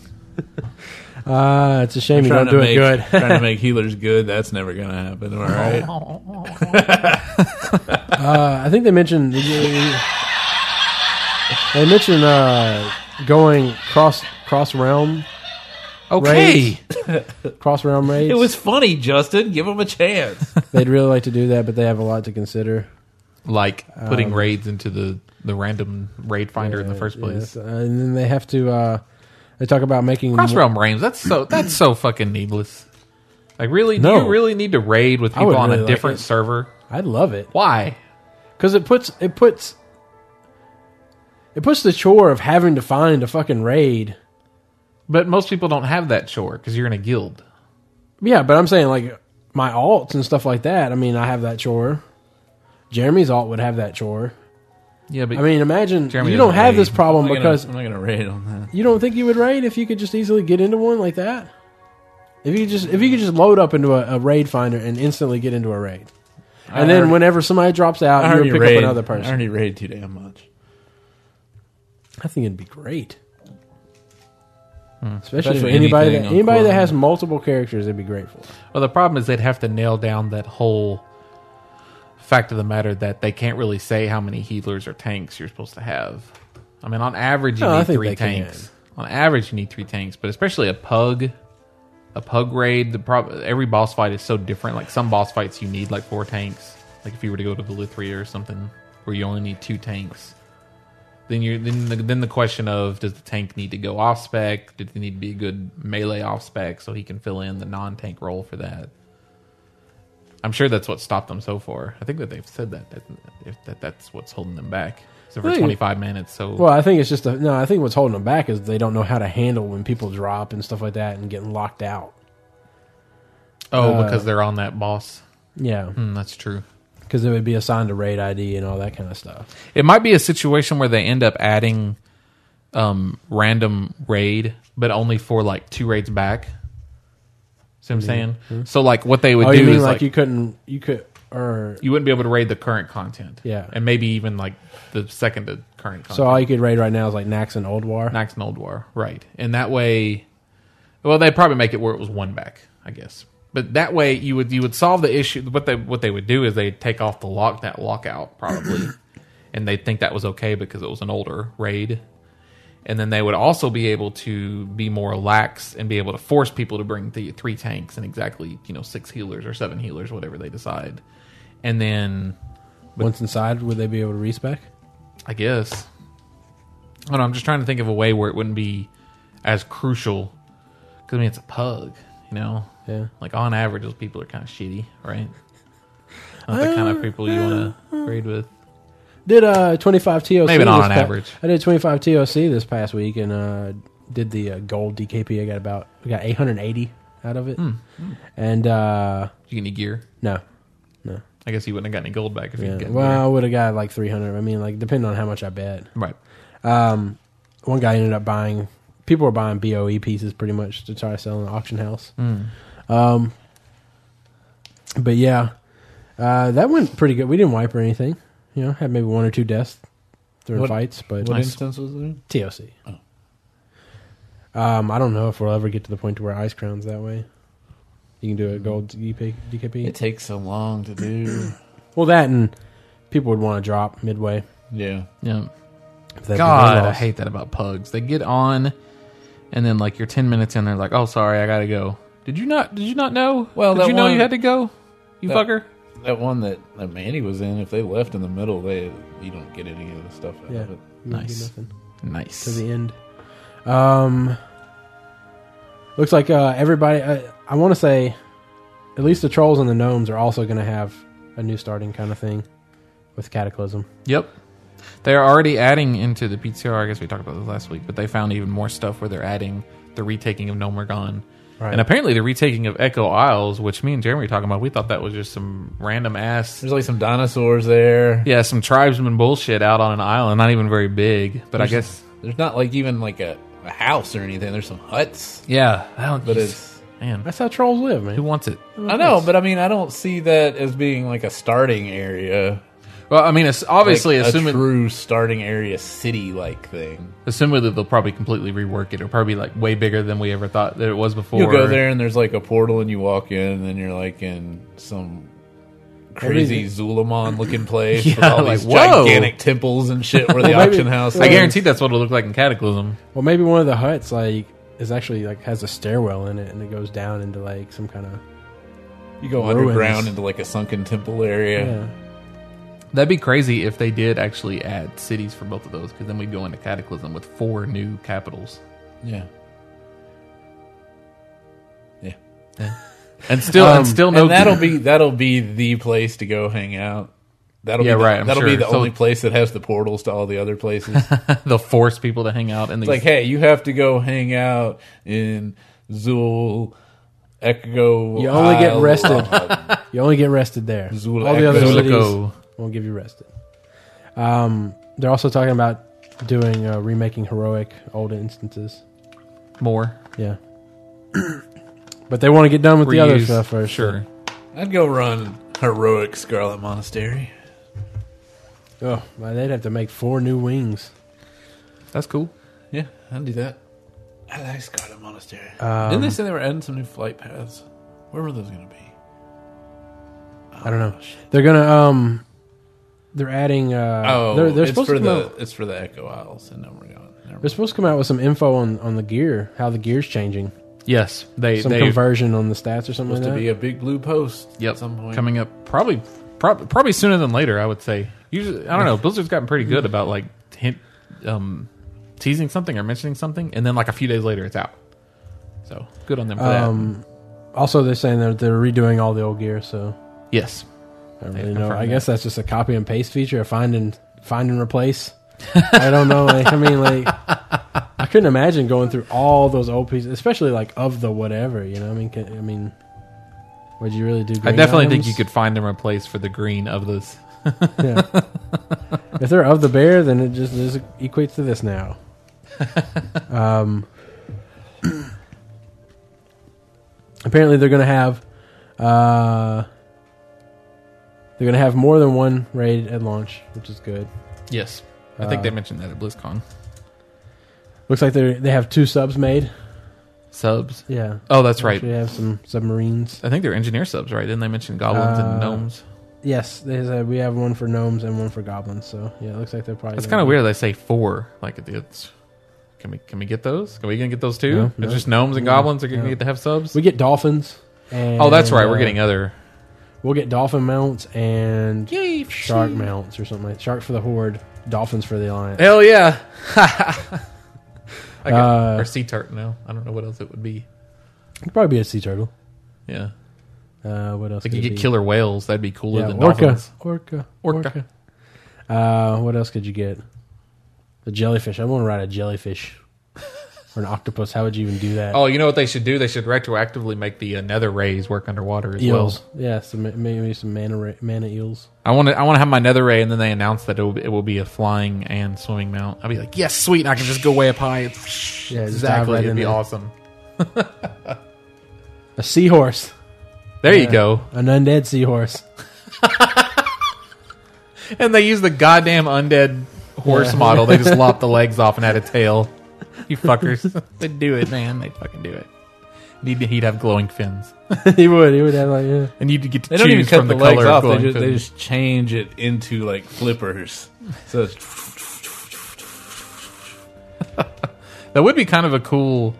Speaker 2: Uh, it's a shame you
Speaker 4: trying
Speaker 2: don't
Speaker 4: to
Speaker 2: do
Speaker 4: make,
Speaker 2: it good.
Speaker 4: trying to make healers good. That's never going to happen. All right.
Speaker 2: Uh, I think they mentioned they mentioned uh, going cross cross realm
Speaker 3: Okay.
Speaker 2: cross realm raids.
Speaker 4: It was funny, Justin. Give him a chance.
Speaker 2: They'd really like to do that, but they have a lot to consider.
Speaker 3: Like putting
Speaker 2: Um,
Speaker 3: raids into the the random raid finder in the first place.
Speaker 2: Yes, and then they have to. Uh, they talk about making
Speaker 3: Cross realm raids. That's so that's so fucking needless. Like really, do
Speaker 2: No.
Speaker 3: you really need to raid with
Speaker 2: I would
Speaker 3: people on
Speaker 2: really
Speaker 3: a
Speaker 2: like
Speaker 3: different
Speaker 2: it.
Speaker 3: server?
Speaker 2: I love it
Speaker 3: Why?
Speaker 2: because it puts it puts it puts the chore of having to find a fucking raid.
Speaker 3: But most people don't have that chore because you're in a guild.
Speaker 2: Yeah, but I'm saying like my alts and stuff like that. I mean, I have that chore. Jeremy's alt would have that chore.
Speaker 3: Yeah, but
Speaker 2: I mean, imagine
Speaker 3: Jeremy
Speaker 2: you don't
Speaker 3: doesn't
Speaker 2: have this
Speaker 3: raid.
Speaker 2: problem
Speaker 4: I'm not
Speaker 2: because
Speaker 4: gonna- I'm not going to raid on
Speaker 2: you don't think you would raid if you could just easily get into one like that. If you could just if you could just load up into a, a raid finder and instantly get into a raid, and then
Speaker 4: already-
Speaker 2: whenever somebody drops
Speaker 4: that.
Speaker 2: out, you would pick
Speaker 4: raid,
Speaker 2: up another
Speaker 4: I
Speaker 2: person.
Speaker 4: already raid too damn much.
Speaker 2: I think it'd be great. Especially,
Speaker 4: Especially
Speaker 2: if anybody
Speaker 4: anything
Speaker 2: that,
Speaker 4: on
Speaker 2: anybody that
Speaker 4: Quora.
Speaker 2: has multiple characters, it'd be great for.
Speaker 3: Well, the problem is they'd have to nail down that whole fact of the matter that they can't really say how many healers or tanks you're supposed to have. I mean, on average, you
Speaker 2: No, I
Speaker 3: need
Speaker 2: think
Speaker 3: three
Speaker 2: they can.
Speaker 3: tanks. On average, you need three tanks, but especially a pug, a pug raid. The prob- every boss fight is so different. Like some boss fights, you need like four tanks. Like if you were to go to Velithria or something, where you only need two tanks. Then you then the, then the question of does the tank need to go off spec? Does he need to be a good melee off spec so he can fill in the non tank role for that? I'm sure that's what stopped them so far. I think that they've said that that, if, that that's what's holding them back. So for
Speaker 2: Really?
Speaker 3: 25 minutes, so
Speaker 2: Well, I think it's just a, no. I think what's holding them back is they don't know how to handle when people drop and stuff like that and getting locked out.
Speaker 3: oh,
Speaker 2: uh,
Speaker 3: because they're on that boss.
Speaker 2: Yeah,
Speaker 3: Hmm, that's true.
Speaker 2: because it would be assigned a raid ID and all that kind of stuff.
Speaker 3: It might be a situation where they end up adding um, random raid, but only for like two raids back. See what I'm saying? So like what they would
Speaker 2: Mm-hmm. Oh,
Speaker 3: do
Speaker 2: you mean
Speaker 3: is
Speaker 2: like,
Speaker 3: like
Speaker 2: you couldn't, you could, or
Speaker 3: you wouldn't be able to raid the current content.
Speaker 2: Yeah.
Speaker 3: And maybe even like the second to current content.
Speaker 2: so all you could raid right now is like Nax and Old War.
Speaker 3: Nax and Old War. Right. And that way well, they'd probably make it where it was one back, I guess. But that way you would you would solve the issue what they what they would do is they'd take off the lock that lockout probably. and they'd think that was okay because it was an older raid. And then they would also be able to be more lax and be able to force people to bring the three tanks and exactly, you know, six healers or seven healers, whatever they decide. And then
Speaker 2: Once inside, would they be able to respec?
Speaker 3: I guess. I don't know. I'm just trying to think of a way where it wouldn't be as crucial. Because, I mean, it's a pug, you know?
Speaker 2: Yeah.
Speaker 3: Like, on average, those people are kind of shitty, right? Not the
Speaker 4: Uh,
Speaker 3: kind of people you want to raid with.
Speaker 2: Did uh twenty five TOC?
Speaker 3: Maybe not
Speaker 2: this
Speaker 3: on
Speaker 2: pa-
Speaker 3: average.
Speaker 2: I did twenty five TOC this past week and uh did the uh, gold DKP. I got about I got eight hundred eighty out of it,
Speaker 3: Hmm.
Speaker 2: and uh
Speaker 3: You get any gear?
Speaker 2: no,
Speaker 3: I guess you wouldn't have got any gold back if you
Speaker 2: Yeah.
Speaker 3: got
Speaker 2: Well, I would have got like 300. I mean, like, depending on how much I bet. Um,
Speaker 3: gear. Right.
Speaker 2: One guy ended up buying, people were buying BOE pieces pretty much to try to sell in the auction house.
Speaker 3: Hmm.
Speaker 2: Um, but yeah, uh, that went pretty good. We didn't wipe or anything. You know, had maybe one or two deaths during
Speaker 4: What-
Speaker 2: fights, but
Speaker 4: What instance was it? in?
Speaker 2: TOC. Um, I don't know if we'll ever get to the point to where ice crowns that way. You can do a gold DP, DKP.
Speaker 4: It takes so long to do.
Speaker 2: well, that and people would want to drop midway.
Speaker 4: yeah.
Speaker 3: Yeah.
Speaker 2: if they've
Speaker 3: God, I
Speaker 2: lost.
Speaker 3: hate that about pugs. They get on, and then, like, you're 10 minutes in, they're like, oh, sorry, I got to go. Did you not? Did you not know?
Speaker 4: Well,
Speaker 3: did
Speaker 4: that
Speaker 3: you know you
Speaker 4: one-
Speaker 3: had to go? You
Speaker 4: that-
Speaker 3: fucker.
Speaker 4: That one that, that Mandy was in, if they left in the middle, they you don't get any of the stuff out
Speaker 2: Yeah.
Speaker 4: of it.
Speaker 2: You wouldn't do
Speaker 3: Nice.
Speaker 2: nothing.
Speaker 3: Nice.
Speaker 2: to the end. Um, looks like uh, everybody. Uh, I want to say, at least the trolls and the gnomes are also going to have a new starting kind of thing with Cataclysm.
Speaker 3: Yep. They're already adding into the PTR. I guess we talked about this last week, but they found even more stuff where they're adding the retaking of Nomergon.
Speaker 2: Right.
Speaker 3: And apparently the retaking of Echo Isles, which me and Jeremy were talking about, we thought that was just some random ass,
Speaker 4: There's like some dinosaurs there.
Speaker 3: yeah, some tribesman bullshit out on an island, not even very big. But I guess,
Speaker 4: There's not like even like a, a house or anything. There's some huts,
Speaker 3: yeah, I don't,
Speaker 4: but it's.
Speaker 3: man,
Speaker 2: That's how trolls live,
Speaker 3: who
Speaker 2: man.
Speaker 3: wants it?
Speaker 4: I know, but I mean, I don't see that as being like a starting area.
Speaker 3: Well, I mean, it's obviously
Speaker 4: like
Speaker 3: assuming
Speaker 4: a true starting area city like thing.
Speaker 3: assuming that they'll probably completely rework it. It'll probably be like way bigger than we ever thought that it was before.
Speaker 4: You go there and there's like a portal, and you walk in, and then you're like in some crazy Zulamon looking place with
Speaker 3: Yeah,
Speaker 4: all
Speaker 3: like,
Speaker 4: these
Speaker 3: whoa.
Speaker 4: gigantic temples and shit where the
Speaker 2: Well, maybe-
Speaker 4: auction house.
Speaker 3: I
Speaker 4: is.
Speaker 3: guarantee that's what it'll look like in Cataclysm.
Speaker 2: Well, maybe one of the huts like is actually like has a stairwell in it, and it goes down into like some kind of
Speaker 4: you go
Speaker 2: ruins.
Speaker 4: underground into like a sunken temple area.
Speaker 2: yeah.
Speaker 3: That'd be crazy if they did actually add cities for both of those, because then we'd go into Cataclysm with four new capitals.
Speaker 4: Yeah. Yeah.
Speaker 3: And still, and still no.
Speaker 4: Um, and that'll be that'll be the place to go hang out. That'll
Speaker 3: Yeah,
Speaker 4: be the,
Speaker 3: right, I'm
Speaker 4: that'll be
Speaker 3: sure.
Speaker 4: the
Speaker 3: So-
Speaker 4: only place that has the portals to all the other places. it's
Speaker 3: they'll force people to hang out. And
Speaker 4: like, hey, you have to go hang out in Zul Echo.
Speaker 2: You only get
Speaker 4: Isle,
Speaker 2: rested.
Speaker 4: uh,
Speaker 2: You only get rested there.
Speaker 4: Zul-
Speaker 2: All the other
Speaker 4: Zulico.
Speaker 2: cities won't give you rested. Um, they're also talking about doing uh, remaking heroic old instances.
Speaker 3: more
Speaker 2: Yeah. but they want to get done with the other
Speaker 3: Reuse,
Speaker 2: stuff first.
Speaker 3: Sure,
Speaker 4: I'd go run heroic Scarlet Monastery.
Speaker 2: Oh, well, they'd have to make four new wings.
Speaker 3: that's cool.
Speaker 4: Yeah, I'd do that. I like Scarlet Monastery. Didn't they say they were adding some new flight paths? Where were those going to be?
Speaker 2: I don't know.
Speaker 4: Oh,
Speaker 2: They're gonna um, they're adding. Uh,
Speaker 4: Oh,
Speaker 2: they're, they're
Speaker 4: it's
Speaker 2: supposed
Speaker 4: for
Speaker 2: to come
Speaker 4: the
Speaker 2: out,
Speaker 4: it's for the Echo Isles and Nomergon. Never
Speaker 2: they're supposed to come out with some info on on the gear, how the gear's changing,
Speaker 3: Yes, they
Speaker 2: some
Speaker 3: they
Speaker 2: conversion on the stats or something like
Speaker 4: supposed
Speaker 2: that.
Speaker 4: to be a big blue post
Speaker 3: yep,
Speaker 4: at some point.
Speaker 3: coming up probably prob- probably sooner than later. I would say. Usually, I don't know. Blizzard's gotten pretty good about like hint, um, teasing something or mentioning something, and then like a few days later, it's out. So good on them for
Speaker 2: um, also, they're saying that they're redoing all the old gear, so
Speaker 3: that. Yes,
Speaker 2: I don't really
Speaker 3: They've
Speaker 2: know.
Speaker 3: confirmed
Speaker 2: I guess that's just a copy and paste feature, a find and find and replace. I don't know. Like, I mean, like, I couldn't imagine going through all those old pieces, especially like of the whatever. You know, I mean, can, I mean, would you really do?
Speaker 3: I
Speaker 2: green
Speaker 3: definitely think
Speaker 2: items?
Speaker 3: you could find and replace for the green of this.
Speaker 2: Yeah. if they're of the bear, then it just, just equates to this now. um, apparently, they're going to have uh, they're going to have more than one raid at launch, which is good.
Speaker 3: Yes, I think
Speaker 2: Uh,
Speaker 3: they mentioned that at BlizzCon.
Speaker 2: Looks like they they have two subs made.
Speaker 3: Subs.
Speaker 2: Yeah,
Speaker 3: Oh, that's right.
Speaker 2: They have some submarines.
Speaker 3: I think they're engineer subs, right? Didn't they mention goblins
Speaker 2: Uh,
Speaker 3: and gnomes?
Speaker 2: Yes, they said we have one for gnomes and one for goblins. So yeah, it looks like they're probably.
Speaker 3: That's
Speaker 2: gonna
Speaker 3: kind of
Speaker 2: be-
Speaker 3: weird. They say four. Like it- it's. Can we can we get those? Can we gonna get those too?
Speaker 2: No,
Speaker 3: it's
Speaker 2: no.
Speaker 3: just gnomes and
Speaker 2: No,
Speaker 3: goblins are gonna
Speaker 2: no.
Speaker 3: get to have subs.
Speaker 2: We get dolphins. And,
Speaker 3: oh, that's right. We're
Speaker 2: uh,
Speaker 3: getting other.
Speaker 2: We'll get dolphin mounts and
Speaker 3: Yay!
Speaker 2: shark mounts or something like shark for the horde, dolphins for the alliance.
Speaker 3: Hell yeah! I got,
Speaker 2: Uh,
Speaker 3: or sea turtle now. I don't know what else it would be.
Speaker 2: It could probably be a sea turtle.
Speaker 3: Yeah,
Speaker 2: Uh, what else?
Speaker 3: like
Speaker 2: could
Speaker 3: you
Speaker 2: it
Speaker 3: get
Speaker 2: be?
Speaker 3: killer whales. That'd be cooler
Speaker 2: Yeah,
Speaker 3: than
Speaker 2: orca,
Speaker 3: dolphins.
Speaker 2: orca,
Speaker 3: Orca.
Speaker 2: Uh, what else could you get? A jellyfish. I want to ride a jellyfish or an octopus. How would you even do that?
Speaker 3: Oh, you know what they should do? They should retroactively make the uh, nether rays work underwater as well.
Speaker 2: eels. Yeah, some, maybe some mana ra- mana eels.
Speaker 3: I want to. I want to have my nether ray, and then they announce that it will, be, it will be a flying and swimming mount. I'll be like, yes, sweet. and I can just go way up high.
Speaker 2: Yeah, just dive
Speaker 3: exactly.
Speaker 2: right
Speaker 3: It'd
Speaker 2: in
Speaker 3: be
Speaker 2: there.
Speaker 3: awesome.
Speaker 2: A seahorse.
Speaker 3: There you go.
Speaker 2: An undead seahorse.
Speaker 3: And they use the goddamn undead horse
Speaker 2: Yeah.
Speaker 3: model. They just lopped the legs off and had a tail. You fuckers. they do it, man. They fucking do it. He'd, he'd have glowing fins,
Speaker 2: he would. He would have like yeah.
Speaker 3: and you'd get to
Speaker 4: They
Speaker 3: choose
Speaker 4: don't even cut
Speaker 3: from
Speaker 4: the,
Speaker 3: the,
Speaker 4: legs
Speaker 3: color of
Speaker 4: off. They
Speaker 3: glowing
Speaker 4: just, they
Speaker 3: fins.
Speaker 4: just change it into like flippers. So it's,
Speaker 3: That would be kind of a cool,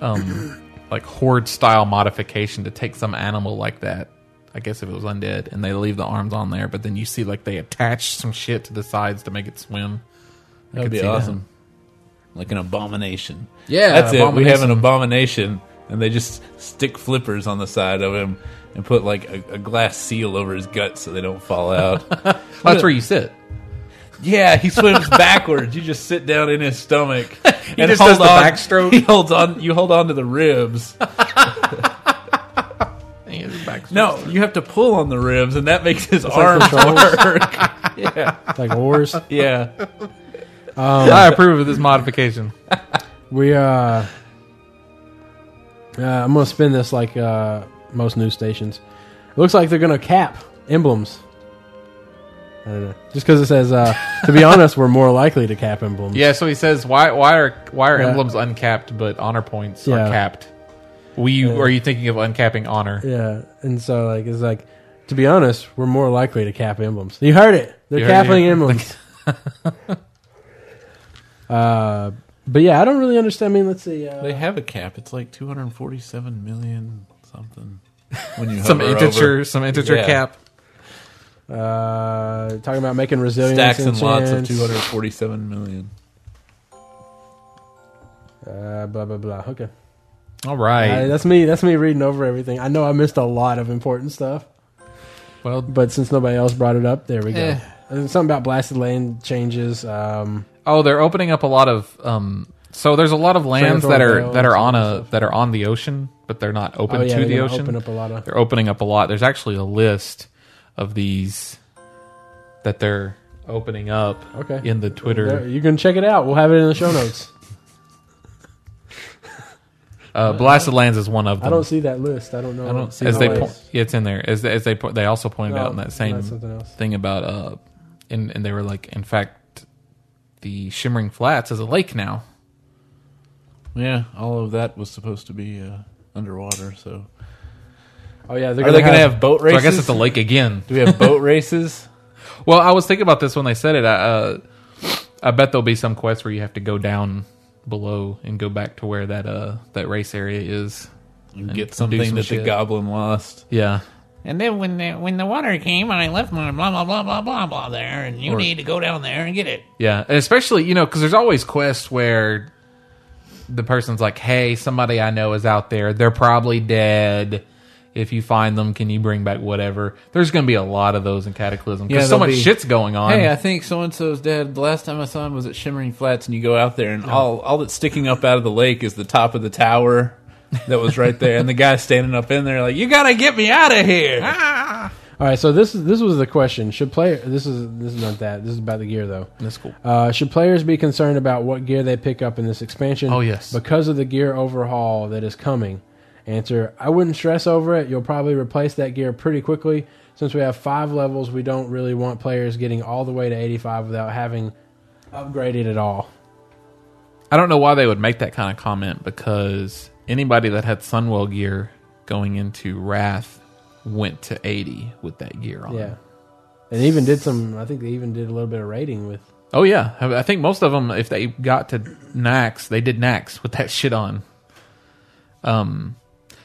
Speaker 3: um, like horde style modification to take some animal like that. I guess if it was undead, and they leave the arms on there, but then you see like they attach some shit to the sides to make it swim. I
Speaker 4: that'd
Speaker 3: could
Speaker 4: be
Speaker 3: see that. Oh,
Speaker 4: awesome. like an abomination.
Speaker 2: Yeah,
Speaker 4: that's it. We have
Speaker 2: abomination.
Speaker 4: an abomination, and they just stick flippers on the side of him and put like a, a glass seal over his guts so they don't fall out.
Speaker 3: Oh, that's where you sit.
Speaker 4: yeah, he swims backwards. You just sit down in his stomach and
Speaker 3: just does the backstroke.
Speaker 4: He holds on. You hold on to the ribs. No, you have to pull on the ribs, and that makes his arm work.
Speaker 2: It's like horse.
Speaker 4: yeah,
Speaker 3: I approve of this modification.
Speaker 2: We uh, uh I'm gonna spin this like uh most news stations. Looks like they're gonna cap emblems. I don't know. Just because it says, uh, to be honest, we're more likely to cap emblems.
Speaker 3: Yeah, so he says, why why are why are
Speaker 2: Yeah.
Speaker 3: emblems uncapped but honor points
Speaker 2: Yeah.
Speaker 3: are capped? We are you thinking of uncapping honor?
Speaker 2: Yeah, and so like it's like, to be honest, we're more likely to cap emblems. You heard it. They're
Speaker 3: You heard it
Speaker 2: capping
Speaker 3: here.
Speaker 2: emblems. uh, but yeah, I don't really understand. I mean, let's see. Uh,
Speaker 4: they have a cap. It's like two hundred forty-seven million something. When you
Speaker 3: Some
Speaker 4: hover over.
Speaker 3: integer, some integer
Speaker 4: Yeah.
Speaker 3: cap.
Speaker 2: uh, talking about making resilience
Speaker 4: stacks and lots of
Speaker 2: enchants.
Speaker 4: 247 million.
Speaker 2: Uh, blah blah blah. Okay,
Speaker 3: All right.
Speaker 2: Uh, that's me. That's me reading over everything. I know I missed a lot of important stuff,
Speaker 3: well,
Speaker 2: but since nobody else brought it up, there we go.
Speaker 3: Eh.
Speaker 2: And something about blasted land changes. Um,
Speaker 3: oh, they're opening up a lot of um so there's a lot of lands that are that are on a that are on the ocean, but they're not open
Speaker 2: oh yeah,
Speaker 3: to
Speaker 2: they're
Speaker 3: the
Speaker 2: gonna
Speaker 3: ocean.
Speaker 2: open up a lot of.
Speaker 3: they're opening up a lot. There's actually a list of these that they're opening up
Speaker 2: Okay.
Speaker 3: in the
Speaker 2: There,
Speaker 3: Twitter.
Speaker 2: you can check it out. We'll have it in the show notes.
Speaker 3: Uh, Blasted Lands is one of them.
Speaker 2: I don't see that list. I don't know.
Speaker 4: Um, I don't see
Speaker 3: as
Speaker 4: that
Speaker 3: they
Speaker 4: list.
Speaker 3: po- yeah, it's in there. As they, as they po- they also pointed
Speaker 2: No,
Speaker 3: out in that
Speaker 2: that's
Speaker 3: same
Speaker 2: something else.
Speaker 3: thing about uh, and and they were like, in fact, the Shimmering Flats is a lake now.
Speaker 4: Yeah, all of that was supposed to be uh, underwater. So
Speaker 2: Oh yeah, they're
Speaker 4: are they going to have boat
Speaker 3: So
Speaker 4: races?
Speaker 3: I guess it's a lake again.
Speaker 4: Do we have boat races?
Speaker 3: Well, I was thinking about this when they said it. I, uh, I bet there'll be some quests where you have to go down below and go back to where that uh that race area is.
Speaker 4: You get
Speaker 3: do
Speaker 4: something
Speaker 3: some
Speaker 4: that the
Speaker 3: shit.
Speaker 4: goblin lost.
Speaker 3: Yeah.
Speaker 7: And then when the, when the water came, I left my blah blah blah blah blah blah there, and you
Speaker 3: Or-
Speaker 7: need to go down there and get it.
Speaker 3: Yeah, and especially you know because there's always quests where the person's like, "Hey, somebody I know is out there. They're probably dead. If you find them, can you bring back whatever?" There's going to be a lot of those in Cataclysm because
Speaker 4: Yeah,
Speaker 3: so
Speaker 4: there'll
Speaker 3: much
Speaker 4: be-
Speaker 3: shit's going on.
Speaker 4: Hey, I think so and so's dead. The last time I saw him was at Shimmering Flats, and you go out there, and all all that's sticking up out of the lake is the top of the tower that was right there, and the guy standing up in there like, "You gotta get me out of here!"
Speaker 2: All right, so this is this was the question. Should player this is this is not that. This is about the gear though.
Speaker 3: That's cool.
Speaker 2: Uh, should players be concerned about what gear they pick up in this expansion?
Speaker 3: Oh, yes.
Speaker 2: because of the gear overhaul that is coming. Answer: I wouldn't stress over it. You'll probably replace that gear pretty quickly. Since we have five levels, we don't really want players getting all the way to eighty-five without having upgraded at all.
Speaker 3: I don't know why they would make that kind of comment because anybody that had Sunwell gear going into Wrath went to 80 with that gear on.
Speaker 2: Yeah, and they even did some. I think they even did a little bit of raiding with.
Speaker 3: Oh yeah, I I think most of them, if they got to Nax, they did Nax with that shit on. Um,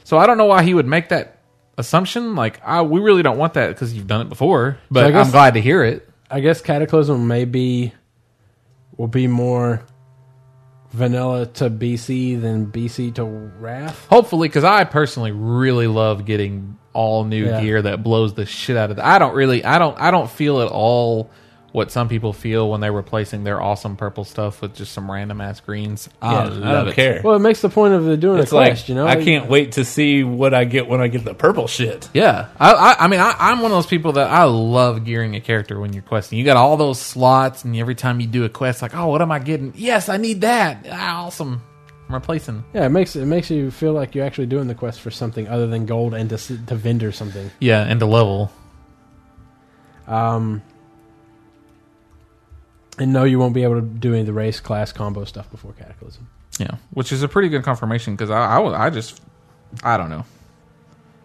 Speaker 3: so I don't know why he would make that assumption. Like, I we really don't want that because you've done it before. But
Speaker 2: I guess-
Speaker 3: I'm glad to hear it.
Speaker 2: I guess Cataclysm may be will be more vanilla to BC than BC to Wrath.
Speaker 3: Hopefully, because I personally really love getting all new
Speaker 2: Yeah.
Speaker 3: gear that blows the shit out of. The, I don't really, I don't, I don't feel at all what some people feel when they're replacing their awesome purple stuff with just some random ass greens. I
Speaker 4: I
Speaker 3: love
Speaker 4: don't
Speaker 3: it.
Speaker 4: care.
Speaker 2: Well, it makes the point of the doing
Speaker 4: it's
Speaker 2: a quest,
Speaker 4: like
Speaker 2: you know.
Speaker 4: I can't wait to see what I get when I get the purple shit.
Speaker 3: Yeah, I, I, I mean, I, I'm one of those people that I love gearing a character when you're questing. You got all those slots, and every time you do a quest, like, oh, what am I getting? Yes, I need that. Ah, awesome. I'm replacing.
Speaker 2: Yeah, it makes it makes you feel like you're actually doing the quest for something other than gold and to s- to vendor something.
Speaker 3: Yeah, and the level.
Speaker 2: And no, you won't be able to do any of the race class combo stuff before Cataclysm.
Speaker 3: Yeah, which is a pretty good confirmation because I, I, w- I just, I don't know.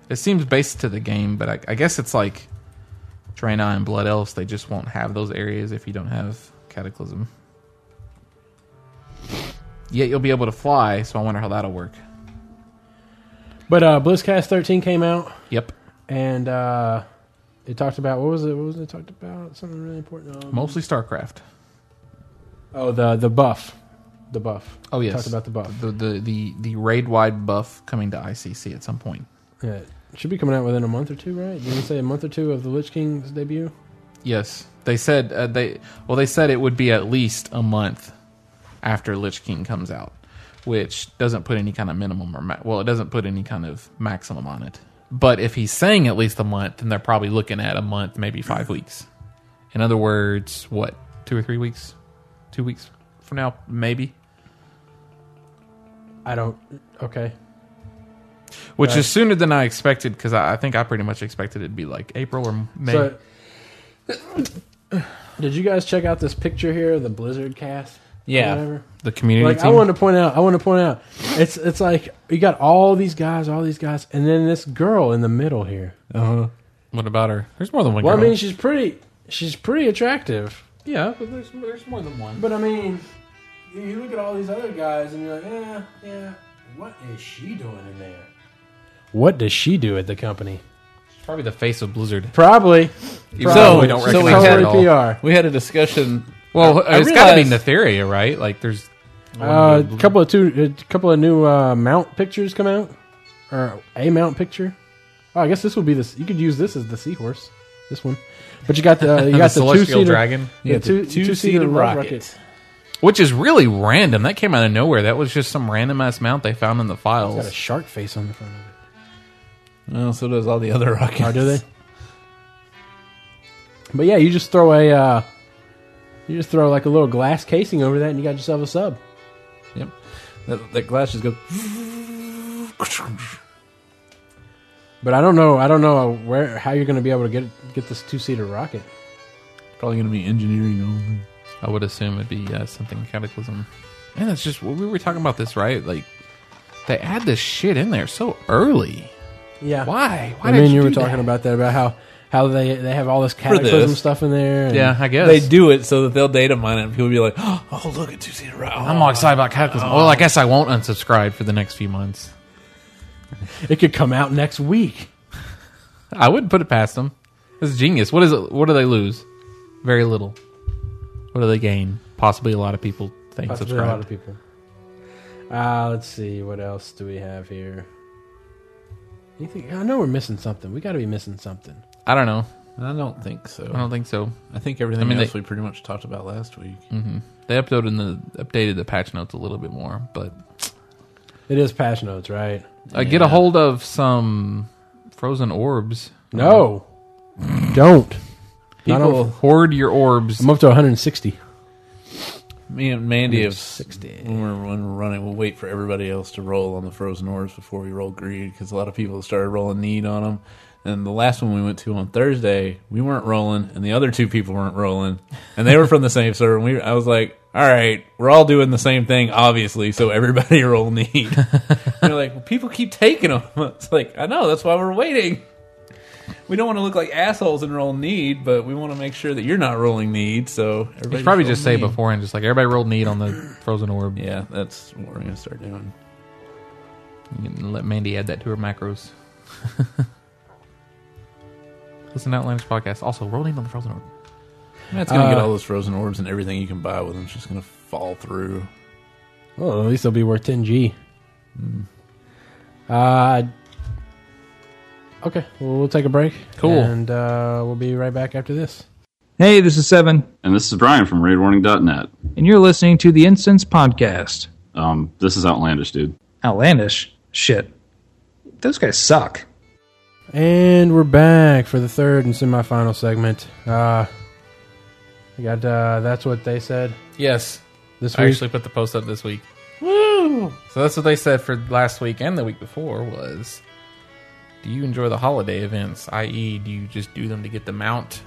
Speaker 3: It seems based to the game, but I, I guess it's like Draenei and Blood Elves. They just won't have those areas if you don't have Cataclysm. Yet you'll be able to fly, so I wonder how that'll work.
Speaker 2: But uh, BlizzCast 13 came out
Speaker 3: Yep.
Speaker 2: and uh, it talked about what was it? What was it talked about? Something really important. Um,
Speaker 3: Mostly StarCraft.
Speaker 2: oh, the the buff, the buff.
Speaker 3: Oh yes,
Speaker 2: talked about the buff.
Speaker 3: the the the, the raid wide buff coming to ICC at some point.
Speaker 2: Yeah, it should be coming out within a month or two, right? Did you say a month or two of the Lich King's debut?
Speaker 3: Yes, they said uh, they well they said it would be at least a month after Lich King comes out, which doesn't put any kind of minimum or ma- well it doesn't put any kind of maximum on it. But if he's saying at least a month, then they're probably looking at a month, maybe five weeks. In other words, what two or three weeks, two weeks from now, maybe.
Speaker 2: I don't. Okay,
Speaker 3: Which
Speaker 2: Right.
Speaker 3: is sooner than I expected because I, I think I pretty much expected it to be like April or May.
Speaker 2: so. Did you guys check out this picture here, the Blizzard cast?
Speaker 4: Yeah.
Speaker 2: Whatever?
Speaker 3: the community
Speaker 2: Like I
Speaker 3: team.
Speaker 2: wanted to point out, I want to point out, it's it's like you got all these guys, all these guys, and then this girl in the middle here.
Speaker 3: what about her? There's more than one.
Speaker 2: Well, I
Speaker 3: girl.
Speaker 2: mean, she's pretty, she's pretty attractive,
Speaker 3: yeah, but there's there's more than one.
Speaker 2: but I mean, you, you look at all these other guys and you're like, yeah, yeah, what is she doing in there? What does she do at the company?
Speaker 3: Probably the face of Blizzard.
Speaker 2: Probably.
Speaker 3: though
Speaker 2: Probably.
Speaker 3: we don't
Speaker 2: She's
Speaker 3: recognize
Speaker 2: totally
Speaker 3: her at all.
Speaker 2: PR.
Speaker 4: We had a discussion.
Speaker 3: Well,
Speaker 4: I
Speaker 3: it's got to be
Speaker 4: realized-
Speaker 3: Netheria, right? Like, there's
Speaker 2: Uh, a couple of two, a couple of new uh, mount pictures come out, or a mount picture. Oh, I guess this would be this. You could use this as the seahorse. This one, but you got the you
Speaker 3: the
Speaker 2: got the, two
Speaker 3: celestial
Speaker 2: seater
Speaker 3: dragon,
Speaker 2: Yeah, two two seater rocket. rocket.
Speaker 3: which is really random. That came out of nowhere. That was just some random ass mount they found in the
Speaker 2: Got a
Speaker 3: files.
Speaker 2: shark face on the front of
Speaker 4: Well, so does all the other rockets.
Speaker 2: it. Oh, do they? But yeah, you just throw a uh, you just throw like a little glass casing over that, and you got yourself a sub.
Speaker 4: Yep. That, that glass just goes.
Speaker 2: But I don't know, I don't know where how you're going to be able to get get this two seater rocket.
Speaker 4: Probably going to be engineering only.
Speaker 3: I would assume it'd be uh, something cataclysm. And it's just we were talking about this, right? Like, they add this shit in there so early.
Speaker 2: Yeah,
Speaker 3: Why? Why
Speaker 2: I mean,
Speaker 3: did
Speaker 2: you were
Speaker 3: do
Speaker 2: talking
Speaker 3: that?
Speaker 2: about that about how how they they have all this cataclysm
Speaker 4: this.
Speaker 2: stuff in there. and-
Speaker 3: Yeah, I guess
Speaker 4: They do it so that they'll data mine it, and people will be like, "Oh, look at two seater rocket."
Speaker 3: I'm all excited about cataclysm. Well, I guess I won't unsubscribe for the next few months.
Speaker 2: it could come out next week.
Speaker 3: I wouldn't put it past them. That's genius. What is it? What do they lose? Very little. What do they gain? Possibly a lot of people think
Speaker 2: Possibly a lot
Speaker 3: subscribe.
Speaker 2: of people. Uh, let's see what else do we have here. Anything? I know we're missing something. We got to be missing something.
Speaker 3: I don't know.
Speaker 4: I don't think so.
Speaker 3: I don't think so.
Speaker 4: I think everything
Speaker 3: I mean,
Speaker 4: else
Speaker 3: they-
Speaker 4: we pretty much talked about last week.
Speaker 3: They uploaded the updated the patch notes a little bit more, but
Speaker 2: It is patch notes, right?
Speaker 3: uh, get a hold of some frozen orbs.
Speaker 2: No, don't. Not on-
Speaker 4: People,
Speaker 3: Hoard your orbs.
Speaker 2: I'm up to 160.
Speaker 4: me and Mandy have when we're, when we're running, we'll wait for everybody else to roll on the frozen orbs before we roll greed because a lot of people started rolling need on them. And the last one we went to on Thursday, we weren't rolling, and the other two people weren't rolling, and they were from the same server. And we, I was like, "All right, we're all doing the same thing, obviously, so everybody roll need." And they're like, well, people keep taking them. It's like, I know, that's why we're waiting. We don't want to look like assholes and roll need, but we want to make sure that you're not rolling need. So
Speaker 3: You
Speaker 4: everybody
Speaker 3: should probably
Speaker 4: roll
Speaker 3: just say
Speaker 4: need.
Speaker 3: beforehand, just like everybody rolled need on the frozen orb.
Speaker 4: Yeah, that's what we're gonna start doing.
Speaker 3: You can let Mandy add that to her macros. Listen to Outlandish podcast. Also, roll need on the frozen orb.
Speaker 4: Matt's gonna get
Speaker 2: Uh,
Speaker 4: all those frozen orbs and everything you can buy with them. It's just gonna fall through.
Speaker 2: Well, Oh, at least they'll be worth 10g. Uh, okay, well, we'll take a break.
Speaker 3: Cool.
Speaker 2: and uh, we'll be right back after this.
Speaker 8: Hey, this is Seven,
Speaker 9: And this is Brian from RaidWarning.net.
Speaker 8: and you're listening to the Incense Podcast.
Speaker 9: Um, this is outlandish, dude.
Speaker 8: Outlandish. Shit. Those guys suck.
Speaker 2: And we're back for the third and semifinal segment. Uh, we got uh, that's what they said
Speaker 3: Yes.
Speaker 2: this
Speaker 3: I
Speaker 2: week.
Speaker 3: actually put the post up this week. Woo! So that's what they said for last week and the week before was do you enjoy the holiday events? I.e., do you just do them to get the mount?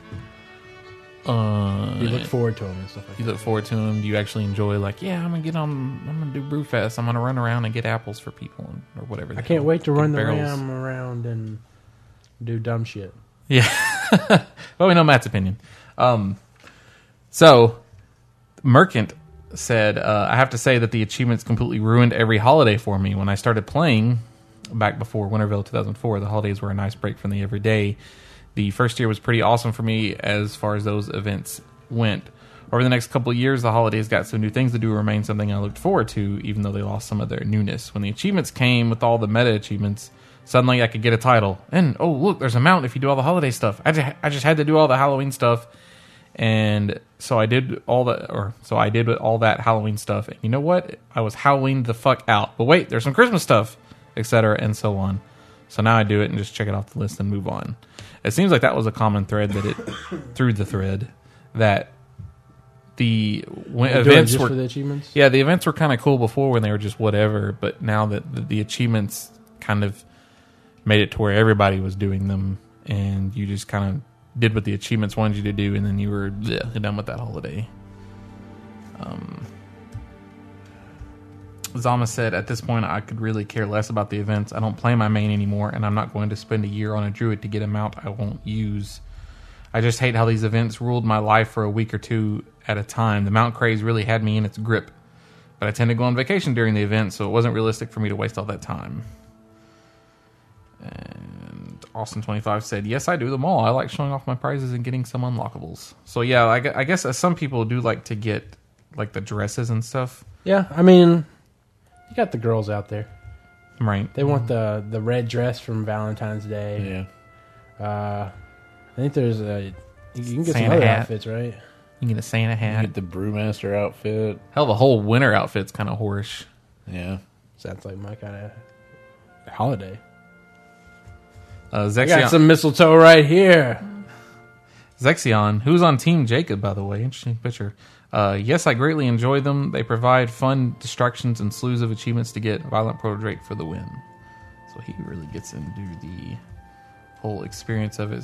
Speaker 3: Uh,
Speaker 2: you look forward to them and stuff like
Speaker 3: you
Speaker 2: that.
Speaker 3: look forward to them. Do you actually enjoy like, yeah, I'm gonna get on, I'm gonna do Brewfest. I'm gonna run around and get apples for people and, or whatever.
Speaker 2: I can't wait to run the ram around and do dumb shit.
Speaker 3: Yeah. well, we know Matt's opinion. Um, so, Merchant said, uh, I have to say that the achievements completely ruined every holiday for me. When I started playing back before Winterville 2004, the holidays were a nice break from the everyday. The first year was pretty awesome for me as far as those events went. Over the next couple of years, the holidays got some new things to do remain something I looked forward to, even though they lost some of their newness. When the achievements came with all the meta achievements, suddenly I could get a title. And oh, look, there's a mount if you do all the holiday stuff. I just, I just had to do all the Halloween stuff. And so I did all the, or so I did all that Halloween stuff. And you know what? I was Halloween the fuck out. But wait, there's some Christmas stuff, etc., and so on. So now I do it and just check it off the list and move on. It seems like that was a common thread that it through the thread that the when
Speaker 2: Do it
Speaker 3: events
Speaker 2: just
Speaker 3: were
Speaker 2: for the achievements.
Speaker 3: yeah, the events were kind of cool before when they were just whatever, but now that the, the achievements kind of made it to where everybody was doing them, and you just kind of did what the achievements wanted you to do, and then you were bleh, done with that holiday. Um, Zama said, "At this point, I could really care less about the events. I don't play my main anymore, and I'm not going to spend a year on a druid to get a mount I won't use." I just hate how these events ruled my life for a week or two at a time. The mount craze really had me in its grip but I tend to go on vacation during the event, so it wasn't realistic for me to waste all that time. And Austin25 said, Yes, I do them all. I like showing off my prizes and getting some unlockables. So, yeah, I, gu- I guess uh, some people do like to get like the dresses and stuff.
Speaker 2: Yeah, I mean, you got the girls out there.
Speaker 3: Right.
Speaker 2: They want the
Speaker 3: Mm-hmm.
Speaker 2: the red dress from Valentine's Day.
Speaker 4: Yeah.
Speaker 2: Uh, I think there's a you can get some
Speaker 3: Santa
Speaker 2: other
Speaker 3: hat.
Speaker 2: outfits, right?
Speaker 3: You get a Santa
Speaker 4: You
Speaker 3: hat.
Speaker 4: get the brewmaster outfit.
Speaker 3: Hell, the whole winter outfit's kind of horish.
Speaker 4: Yeah.
Speaker 2: Sounds like my kind of holiday.
Speaker 3: Uh,
Speaker 2: I got
Speaker 3: Zexion,
Speaker 2: some mistletoe right here.
Speaker 3: Zexion, who's on Team Jacob, by the way. Interesting picture. Uh, yes, I greatly enjoy them. They provide fun distractions and slews of achievements to get Violent Proto-Drake for the win. So he really gets into the whole experience of it.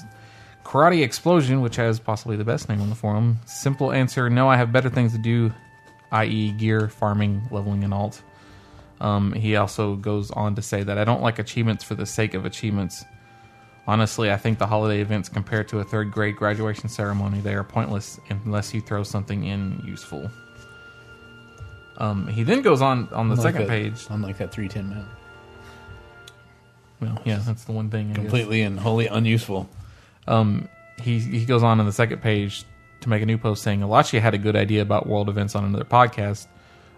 Speaker 3: Karate Explosion, which has possibly the best name on the forum. Simple answer no, I have better things to do, i.e., gear, farming, leveling, and alt. Um, he also goes on to say that I don't like achievements for the sake of achievements. Honestly, I think the holiday events compared to a third grade graduation ceremony, they are pointless unless you throw something in useful. Um, he then goes on on the second
Speaker 4: that,
Speaker 3: page.
Speaker 4: Unlike that 310 mount.
Speaker 3: Well, yeah, that's the one thing. I guess.
Speaker 4: Completely and wholly unuseful.
Speaker 3: he he goes on in the second page to make a new post saying Alachi had a good idea about world events on another podcast.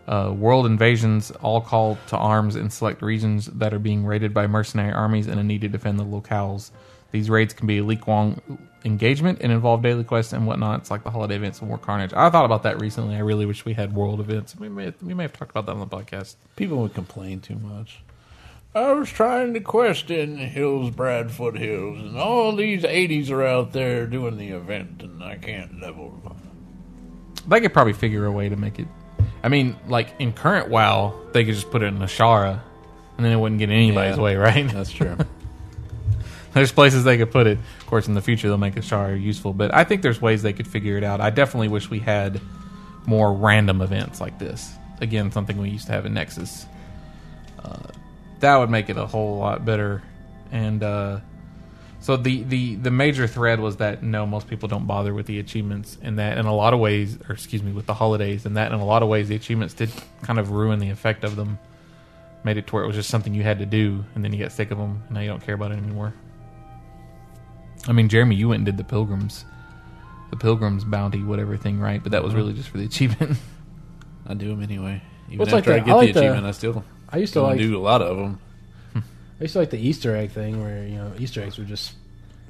Speaker 3: Uh, world invasions all call to arms in select regions that are being raided by mercenary armies and a need to defend the locales. These raids can be a League Wong engagement and involve daily quests and whatnot. It's like the holiday events and War Carnage. I thought about that recently. I really wish we had world events. We may we may have talked about that on the podcast.
Speaker 4: People would complain too much. I was trying to question Hills Bradfoot Hills, and all these 80s are out there doing the event, and I can't level.
Speaker 3: They could probably figure a way to make it. I mean, like in current WoW, they could just put it in Ashara, and then it wouldn't get in anybody's
Speaker 4: Yeah.
Speaker 3: way, right?
Speaker 4: That's true.
Speaker 3: there's places they could put it. Of course, in the future they'll make Ashara useful, but I think there's ways they could figure it out. I definitely wish we had more random events like this. Again, something we used to have in Nexus. Uh, that would make it a whole lot better. And uh, so the, the the major thread was that no, most people don't bother with the achievements, and that in a lot of ways, or excuse me, with the holidays, and that in a lot of ways the achievements did kind of ruin the effect of them. Made it to where it was just something you had to do, and then you got sick of them, and now you don't care about it anymore. I mean, Jeremy, you went and did the Pilgrims, the Pilgrims bounty, whatever thing, right? But that was really just for the achievement.
Speaker 4: I do them anyway. Even
Speaker 2: Well, it's like
Speaker 4: after
Speaker 2: the-
Speaker 4: I
Speaker 2: I
Speaker 4: get
Speaker 2: like
Speaker 4: the
Speaker 2: the-
Speaker 4: achievement, I still
Speaker 2: I used to
Speaker 4: don't
Speaker 2: like
Speaker 4: do a lot of them.
Speaker 2: I used to like the Easter egg thing where you know Easter eggs would just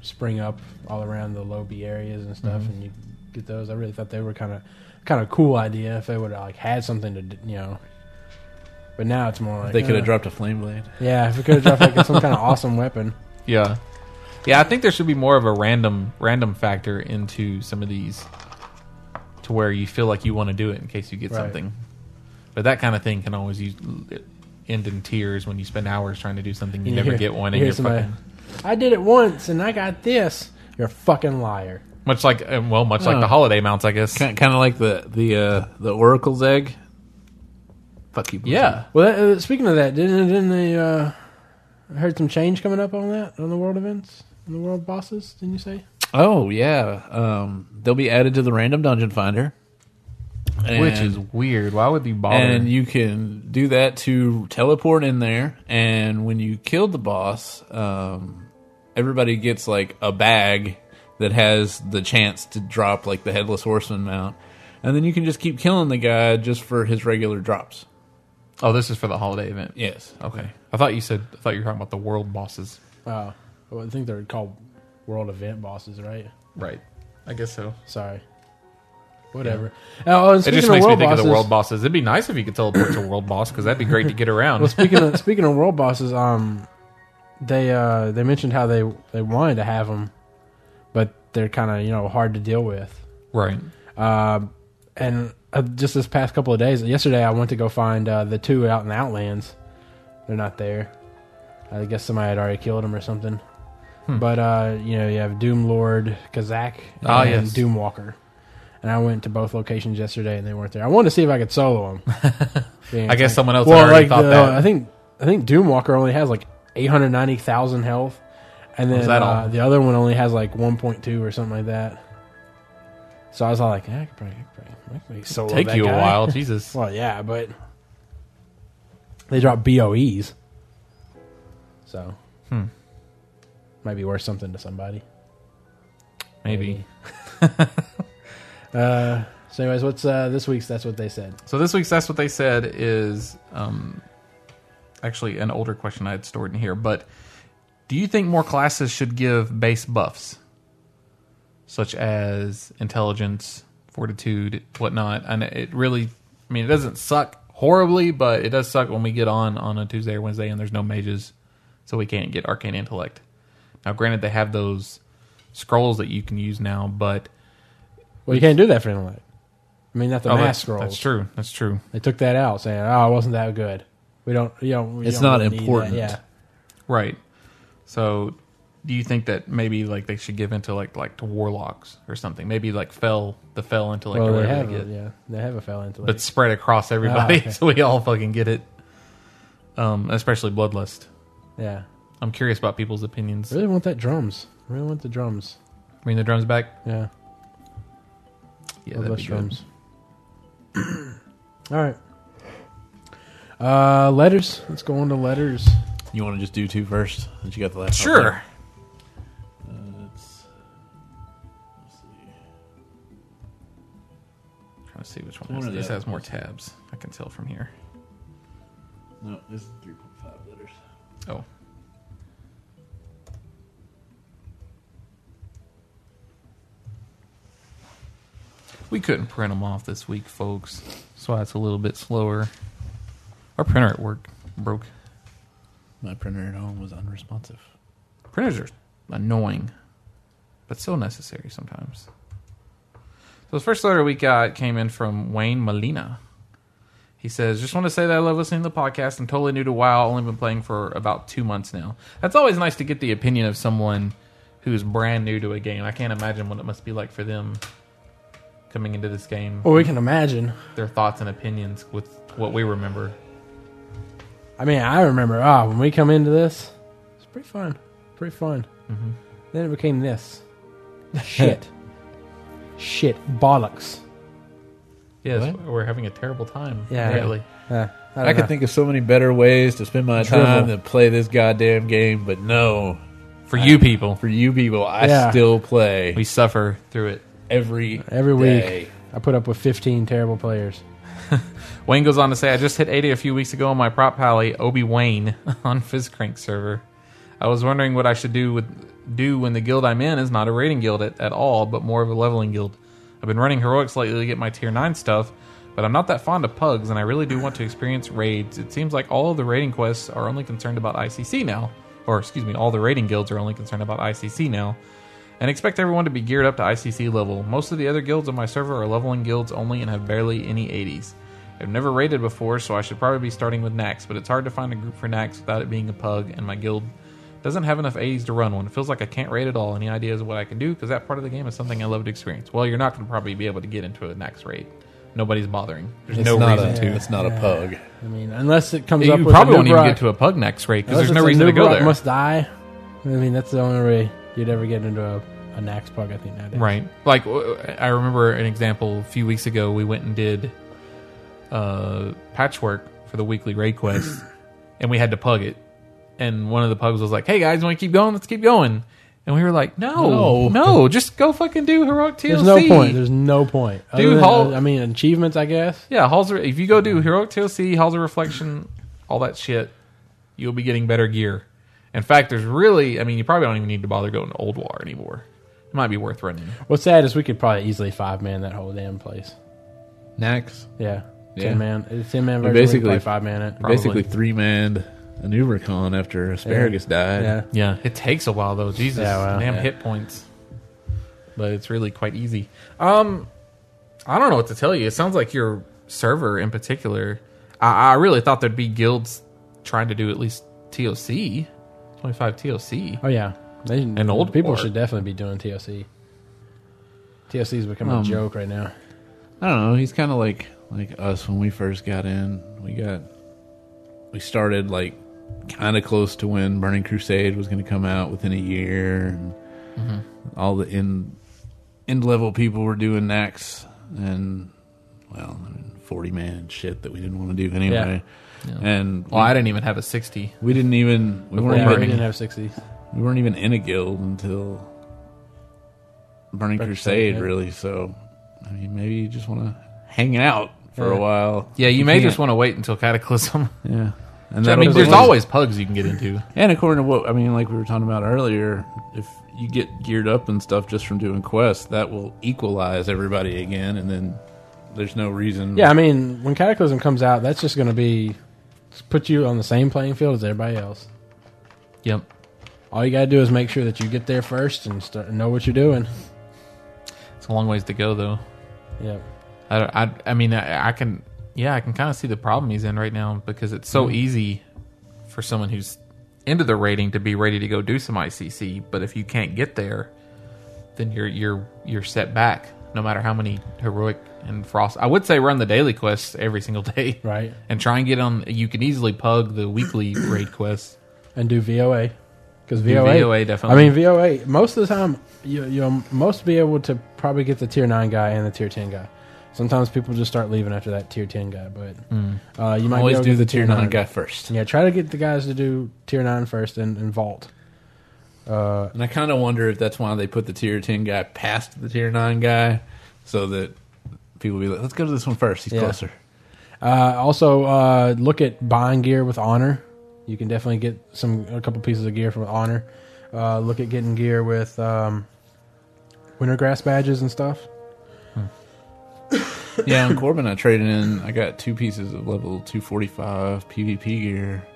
Speaker 2: spring up all around the Lobby areas and stuff,
Speaker 3: Mm-hmm.
Speaker 2: and you get those. I really thought they were kind of kind of cool idea if they would have like had something to d- you know. But now it's more like
Speaker 4: They could
Speaker 2: uh,
Speaker 4: have dropped a flame blade.
Speaker 2: Yeah, if we could have dropped like some kind of awesome weapon.
Speaker 3: yeah, yeah. I think there should be more of a random random factor into some of these, to where you feel like you want to do it in case you get
Speaker 2: Right.
Speaker 3: something. But that kind of thing can always use, uh, end in tears when you spend hours trying to do something you,
Speaker 2: You
Speaker 3: never
Speaker 2: hear-
Speaker 3: get one,
Speaker 2: you
Speaker 3: and
Speaker 2: hear
Speaker 3: you're
Speaker 2: somebody,
Speaker 3: fucking
Speaker 2: I did it once and I got this. You're a fucking liar.
Speaker 3: much like um, well, much like
Speaker 4: Oh.
Speaker 3: the holiday mounts, I guess.
Speaker 4: Kind of like the the uh, the oracle's egg. Fuck you. Blizzard.
Speaker 3: Yeah,
Speaker 2: Well, that, uh, speaking of that, didn't didn't they? Uh, I heard some change coming up on that on the world events, on the world bosses. Didn't you say?
Speaker 4: Oh yeah. Um, they'll be added to the random dungeon finder,
Speaker 3: which
Speaker 4: And-
Speaker 3: is weird. Why would you bother?
Speaker 4: and you can do that to teleport in there. And when you kill the boss, um, everybody gets like a bag that has the chance to drop like the headless horseman mount. and then you can just keep killing the guy just for his regular drops.
Speaker 3: Oh, this is for the holiday event.
Speaker 4: Yes.
Speaker 3: Okay. I thought you said. I thought you were talking about the world bosses.
Speaker 2: Oh, well, I think they're called world event bosses, right?
Speaker 3: Right. I guess so.
Speaker 2: Sorry. Whatever. Oh, and
Speaker 3: It
Speaker 2: speaking
Speaker 3: just
Speaker 2: of
Speaker 3: makes me
Speaker 2: world
Speaker 3: think
Speaker 2: bosses,
Speaker 3: of the world bosses. It'd be nice if you could teleport to a world boss because that'd be great to get around.
Speaker 2: well, speaking of speaking of world bosses, um, they uh they mentioned how they they wanted to have them, but they're kind of you know hard to deal with.
Speaker 3: right.
Speaker 2: and uh, just this past couple of days, yesterday I went to go find uh, the two out in the Outlands. They're not there. I guess somebody had already killed them or something.
Speaker 3: Hmm.
Speaker 2: But uh, you know, you have Doom Lord Kazak and
Speaker 3: Ah, yes.
Speaker 2: Doom Walker. And I went to both locations yesterday, and they weren't there. I wanted to see if I could solo them.
Speaker 3: I guess someone else had already thought that.
Speaker 2: uh, I think I think Doom Walker only has like eight hundred ninety thousand health, and then
Speaker 3: that
Speaker 2: uh,
Speaker 3: all?
Speaker 2: the other one only has like one point two or something like that. So I was all like, yeah, I could probably, I could probably, I could probably solo
Speaker 3: Take
Speaker 2: that
Speaker 3: you
Speaker 2: guy."
Speaker 3: a while, Jesus.
Speaker 2: Well, yeah, but they drop BOEs, so
Speaker 3: Hmm.
Speaker 2: might be worth something to somebody.
Speaker 3: Maybe.
Speaker 2: So, anyways, what's uh, this week's? That's what they said.
Speaker 3: So this week's that's what they said is um, actually an older question I had stored in here. But do you think more classes should give base buffs, such as intelligence, fortitude, whatnot? And it really, I mean, it doesn't suck horribly, but it does suck when we get on on a Tuesday or Wednesday and there's no mages, so we can't get arcane intellect. Now, granted, they have those scrolls that you can use now, but
Speaker 2: Well, you can't do that for intellect. I mean, not the
Speaker 3: Oh,
Speaker 2: mass
Speaker 3: that's,
Speaker 2: scrolls.
Speaker 3: that's true. That's true.
Speaker 2: They took that out, saying, "Oh, it wasn't that good. We don't, you know,
Speaker 4: It's not important.
Speaker 2: Yeah,
Speaker 3: Right. So, do you think that maybe like they should give intellect like to warlocks or something? Maybe like fell the fell intellect
Speaker 2: well,
Speaker 3: or
Speaker 2: they
Speaker 3: whatever
Speaker 2: have,
Speaker 3: they
Speaker 2: a,
Speaker 3: get,
Speaker 2: yeah, they have a fell intellect.
Speaker 3: but spread across everybody
Speaker 2: Ah, okay.
Speaker 3: so we all fucking get it. Um, especially bloodlust.
Speaker 2: yeah,
Speaker 3: I'm curious about people's opinions.
Speaker 2: really want that drums. Really want the drums.
Speaker 3: Bring the drums back.
Speaker 2: Yeah,
Speaker 3: Yeah,
Speaker 2: love
Speaker 3: that'd
Speaker 2: those
Speaker 3: be good.
Speaker 2: drums. All right. Uh, letters. Let's go on to letters.
Speaker 4: You want to just do two first, since you got the last.
Speaker 3: Sure. Trying to see which one
Speaker 4: One
Speaker 3: this,
Speaker 4: of
Speaker 3: this
Speaker 4: the-
Speaker 3: has more tabs. I can tell from here.
Speaker 4: No, this is three point five letters.
Speaker 3: Oh, we couldn't print them off this week, folks. That's why it's a little bit slower. Our printer at work broke.
Speaker 4: My printer at home was unresponsive.
Speaker 3: Printers are annoying, but so necessary sometimes. So the first letter we got came in from Wayne Molina. He says, "Just want to say that I love listening to the podcast. I'm totally new to WoW. Only been playing for about two months now. That's always nice to get the opinion of someone who's brand new to a game. I can't imagine what it must be like for them coming into this game.
Speaker 2: Well, we can imagine.
Speaker 3: Their thoughts and opinions with what we remember.
Speaker 2: I mean, I remember. Ah, when we come into this, it's pretty fun. Pretty fun.
Speaker 3: Mm-hmm.
Speaker 2: Then it became this. Shit. Shit. Bollocks.
Speaker 3: Yes, we're having a terrible time.
Speaker 2: Yeah.
Speaker 3: apparently.
Speaker 2: Uh, I,
Speaker 4: I, could think of so many better ways to spend my
Speaker 2: Drivel.
Speaker 4: time than play this goddamn game, but no.
Speaker 3: for you people,
Speaker 4: For you people, I
Speaker 2: Yeah.
Speaker 4: still play
Speaker 3: we suffer through it."
Speaker 4: every
Speaker 2: Every week,
Speaker 4: day.
Speaker 2: I put up with 15 terrible players.
Speaker 3: Wayne goes on to say, I just hit 80 a few weeks ago on my prop pally, Obi Wayne, on FizzCrank server. I was wondering what I should do with do when the guild I'm in is not a raiding guild at, at all, but more of a leveling guild. I've been running heroics lately to get my tier 9 stuff, but I'm not that fond of pugs, and I really do want to experience raids. It seems like all of the raiding quests are only concerned about ICC now. Or, excuse me, all the raiding guilds are only concerned about ICC now and expect everyone to be geared up to ICC level. Most of the other guilds on my server are leveling guilds only and have barely any 80s. I've never raided before, so I should probably be starting with Nax, but it's hard to find a group for Nax without it being a pug, and my guild doesn't have enough 80s to run one. It feels like I can't raid at all. Any ideas of what I can do? Because that part of the game is something I love to experience. Well, you're not going to probably be able to get into a Nax raid. Nobody's bothering. There's
Speaker 4: It's
Speaker 3: no
Speaker 4: not
Speaker 3: reason
Speaker 4: a,
Speaker 3: to.
Speaker 4: It's not a pug.
Speaker 2: I mean, unless it comes up
Speaker 3: You
Speaker 2: with
Speaker 3: probably
Speaker 2: a
Speaker 3: won't
Speaker 2: Nubrok,
Speaker 3: even get to a pug Nax raid because
Speaker 2: unless
Speaker 3: there's no
Speaker 2: it's a
Speaker 3: reason to go
Speaker 2: Nubrok
Speaker 3: there.
Speaker 2: must die. I mean, that's the only way you'd ever get into a, a Nax bug, I think, nowadays.
Speaker 3: Right. Like w- I remember an example a few weeks ago. We went and did uh, patchwork for the weekly raid quest, and we had to pug it. And one of the pugs was like, "Hey guys, want to keep going? Let's keep going." And we were like,
Speaker 2: No.
Speaker 3: no, no, just go fucking do heroic TLC.
Speaker 2: There's no point. There's no point. Other
Speaker 3: Dude,
Speaker 2: than, uh,
Speaker 3: Hulk-
Speaker 2: I mean, achievements, I guess.
Speaker 3: yeah, Halls of, if you go do heroic TLC, Halls of Reflection, all that shit, you'll be getting better gear. In fact, there's really, I mean, you probably don't even need to bother going to Old War anymore. It might be worth running.
Speaker 2: What's sad is we could probably easily five man that whole damn place.
Speaker 4: Next.
Speaker 2: Yeah,
Speaker 4: Yeah.
Speaker 2: ten man, it's ten man
Speaker 4: Well,
Speaker 2: version. Basically,
Speaker 4: basically-
Speaker 2: five man it.
Speaker 4: Basically three manned a new recon after Asparagus died.
Speaker 2: Yeah,
Speaker 3: Yeah, it takes a while though. Jesus,
Speaker 2: Yeah, well,
Speaker 3: damn
Speaker 2: yeah.
Speaker 3: hit points. But it's really quite easy. Um, I don't know what to tell you. It sounds like your server in particular. I, I really thought there'd be guilds trying to do at least TOC, twenty five TOC.
Speaker 2: Oh yeah, they, and
Speaker 3: old
Speaker 2: people
Speaker 3: war.
Speaker 2: should definitely be doing TLC. TLC's become a
Speaker 4: Um,
Speaker 2: joke right now.
Speaker 4: I don't know. He's kind of like like us when we first got in. We got we started like kind of close to when Burning Crusade was going to come out within a year, and all the end end level people were doing next, and well, I mean, forty man shit that we didn't want to do anyway. And
Speaker 3: Well, I didn't even have a sixty.
Speaker 4: we didn't even we
Speaker 2: Yeah,
Speaker 4: weren't
Speaker 2: we
Speaker 4: even,
Speaker 2: didn't have sixty.
Speaker 4: we weren't even in a guild until Burning
Speaker 2: Crusade,
Speaker 4: Crusade,
Speaker 2: yeah.
Speaker 4: really. So, I mean, maybe you just want to hang out for a
Speaker 2: Yeah.
Speaker 4: while.
Speaker 3: Yeah, you, may
Speaker 4: can't.
Speaker 3: just want to wait until Cataclysm.
Speaker 4: yeah.
Speaker 3: I
Speaker 4: And that
Speaker 3: mean, there's always pugs you can get into.
Speaker 4: and according to what I mean, like we were talking about earlier, if you get geared up and stuff just from doing quests, that will equalize everybody again, and then there's no reason.
Speaker 2: Yeah, I mean, when Cataclysm comes out, that's just going to be put you on the same playing field as everybody else.
Speaker 3: yep.
Speaker 2: All you got to do is make sure that you get there first and start, know what you're doing.
Speaker 3: It's a long ways to go though.
Speaker 2: Yeah,
Speaker 3: I, don't- I, I mean, I, I can, yeah, I can kind of see the problem he's in right now because it's so easy for someone who's into the rating to be ready to go do some ICC, but if you can't get there, then you're you're you're set back. No matter how many heroic and frost, I would say run the daily quests every single day,
Speaker 2: Right.
Speaker 3: And try and get on. You can easily pug the weekly raid quests.
Speaker 2: and do VOA because VOA,
Speaker 3: VOA, definitely.
Speaker 2: I mean, VOA. Most of the time, you, you'll most be able to probably get the tier nine guy and the tier ten guy. Sometimes people just start leaving after that tier ten guy, but uh, you might be
Speaker 4: Mm. always
Speaker 2: able to get
Speaker 4: do the tier nine guy
Speaker 2: guy.
Speaker 4: first.
Speaker 2: Yeah, try to get the guys to do tier nine first and, and vault.
Speaker 4: And I kind of wonder if that's why they put the tier 10 guy past the tier 9 guy so that people be like, let's go to this one first. He's
Speaker 2: Yeah.
Speaker 4: closer.
Speaker 2: Uh, also, uh, look at buying gear with honor. You can definitely get some a couple pieces of gear from honor. Uh, look at getting gear with um, wintergrass badges and stuff.
Speaker 4: Yeah, and Corbin, I traded in, I got two pieces of level 245 PvP gear,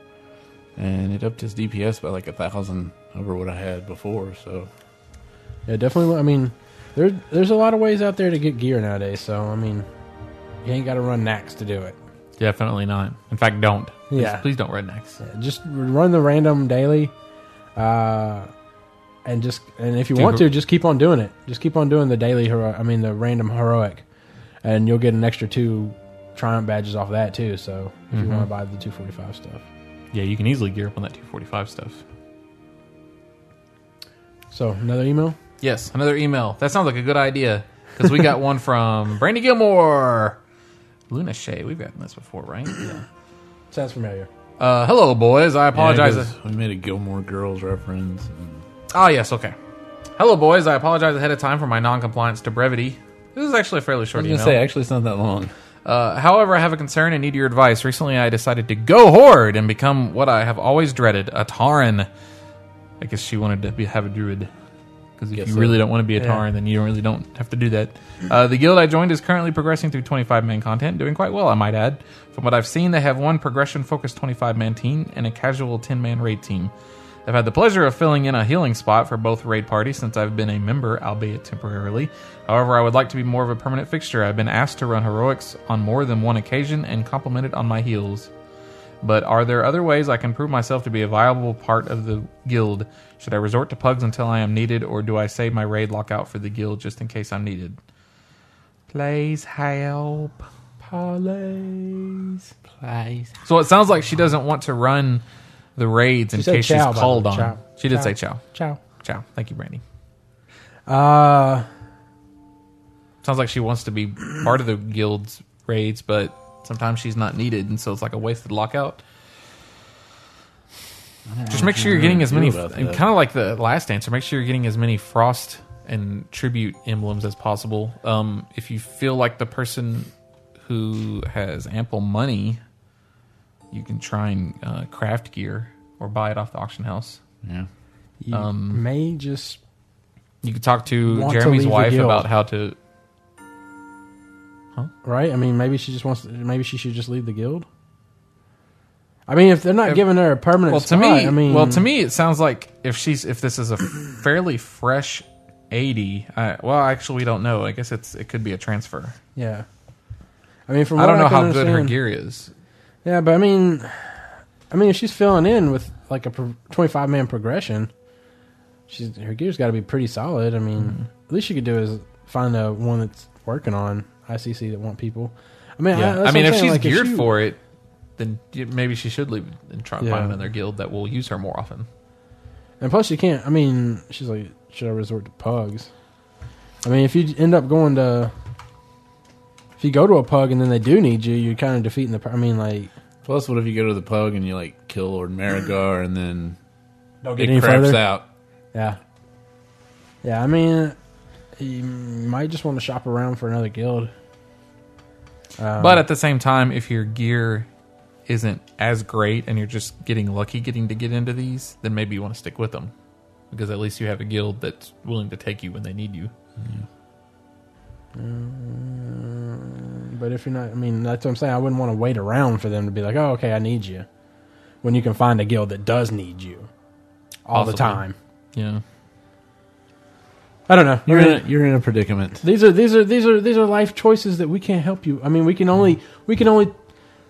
Speaker 4: and it upped his DPS by like a thousand over what I had before. So,
Speaker 2: Yeah, definitely. I mean, there, there's a lot of ways out there to get gear nowadays. So I mean, you ain't got to run Nax to do it.
Speaker 3: Definitely not. In fact, don't. Please-
Speaker 2: Yeah.
Speaker 3: please don't rednecks.
Speaker 2: Just run the random daily, uh, and just and if you
Speaker 3: Do
Speaker 2: want
Speaker 3: her-
Speaker 2: to, just keep on doing it. Just keep on doing the daily hero. I mean, the random heroic, and you'll get an extra two triumph badges off that too. So if you
Speaker 3: Mm-hmm.
Speaker 2: want to buy the 245 stuff,
Speaker 3: Yeah, you can easily gear up on that 245 stuff.
Speaker 2: so another email.
Speaker 3: Yes, another email. That sounds like a good idea because we got one from Brandy Gilmore, Luna Shay. We've gotten this before, right? Yeah.
Speaker 2: Sounds familiar.
Speaker 3: Uh, hello, boys. I apologize.
Speaker 4: Yeah, 'cause we made a Gilmore Girls reference. And
Speaker 3: Ah, yes, okay. Hello, boys. I apologize ahead of time for my non-compliance to brevity. This is actually a fairly short
Speaker 4: I was going to
Speaker 3: email.
Speaker 4: say, actually, it's not that long.
Speaker 3: Uh, however, I have a concern and need your advice. Recently, I decided to go horde and become what I have always dreaded a Tauren. I guess she wanted to be, have a druid. Because if
Speaker 4: Guess
Speaker 3: you
Speaker 4: so.
Speaker 3: really don't want to be a Tauren, then you really don't have to do that. Uh, the guild I joined is currently progressing through 25 man content, doing quite well, I might add. From what I've seen, they have one progression focused 25 man team and a casual 10 man raid team. I've had the pleasure of filling in a healing spot for both raid parties since I've been a member, albeit temporarily. However, I would like to be more of a permanent fixture. I've been asked to run heroics on more than one occasion and complimented on my heals. But are there other ways I can prove myself to be a viable part of the guild? Should I resort to pugs until I am needed, or do I save my raid lockout for the guild just in case I'm needed? Please help. Please. Please. So it sounds like she doesn't want to run the raids in
Speaker 2: said
Speaker 3: case
Speaker 2: chow, by
Speaker 3: she's
Speaker 2: the
Speaker 3: called
Speaker 2: way.
Speaker 3: on.
Speaker 2: Chow.
Speaker 3: She did
Speaker 2: Chow.
Speaker 3: say chow.
Speaker 2: Ciao.
Speaker 3: Chow. Thank you, Brandy.
Speaker 2: Uh,
Speaker 3: Sounds like she wants to be part of the guild's raids, but sometimes she's not needed, and so it's like a wasted lockout. Just make sure you're getting as many,
Speaker 4: feel about
Speaker 3: kind
Speaker 4: that.
Speaker 3: of like the last answer. Make sure you're getting as many frost and tribute emblems as possible. Um, if you feel like the person who has ample money, you can try and uh, craft gear or buy it off the auction house.
Speaker 4: Yeah.
Speaker 2: You may just
Speaker 3: You could talk to
Speaker 2: Want to leave
Speaker 3: Jeremy's
Speaker 2: the
Speaker 3: wife
Speaker 2: guild.
Speaker 3: about how to.
Speaker 2: right. I mean, maybe she just wants. To, maybe she should just leave the guild. I mean, if they're not giving her a permanent
Speaker 3: Well, to
Speaker 2: spot,
Speaker 3: me,
Speaker 2: I mean,
Speaker 3: well, to me, it sounds like if she's if this is a fairly fresh eighty. I, well, actually, we don't know. I guess it's it could be a transfer.
Speaker 2: yeah. I mean, from
Speaker 3: I
Speaker 2: what
Speaker 3: don't know
Speaker 2: can
Speaker 3: how
Speaker 2: understand,
Speaker 3: good her gear is.
Speaker 2: Yeah, but I mean, I mean, if she's filling in with like a twenty-five man progression, she's her gear's got to be pretty solid. I mean,
Speaker 3: Mm-hmm.
Speaker 2: at least you could do is find a one that's working on ICC that want people. I mean, I, that's
Speaker 3: I mean,
Speaker 2: what I'm
Speaker 3: if
Speaker 2: saying,
Speaker 3: she's
Speaker 2: like,
Speaker 3: geared
Speaker 2: she-
Speaker 3: for it, then y- maybe she should leave and try and
Speaker 2: Yeah.
Speaker 3: find another guild that will use her more often.
Speaker 2: and plus you can't. I mean, she's like, should I resort to pugs? I mean, if you end up going to, if you go to a pug and then they do need you, you're kind of defeating the. pur- I mean, like,
Speaker 4: Plus, what if you go to the pug and you like kill Lord Marigar and then
Speaker 2: don't
Speaker 4: it craps out?
Speaker 2: Yeah. Yeah, I mean, you might just want to shop around for another guild. Um,
Speaker 3: but at the same time, if your gear isn't as great and you're just getting lucky getting to get into these, then maybe you want to stick with them because at least you have a guild that's willing to take you when they need you.
Speaker 2: But if you're not, I mean, that's what I'm saying. I wouldn't want to wait around for them to be like, oh, okay, I need you. When you can find a guild that does need you all the
Speaker 3: Possibly.
Speaker 2: time.
Speaker 3: Yeah.
Speaker 2: I don't know.
Speaker 4: You're
Speaker 2: I mean,
Speaker 4: in a, you're in a predicament.
Speaker 2: these are these are these are these are life choices that we can't help you. I mean, we can only we can only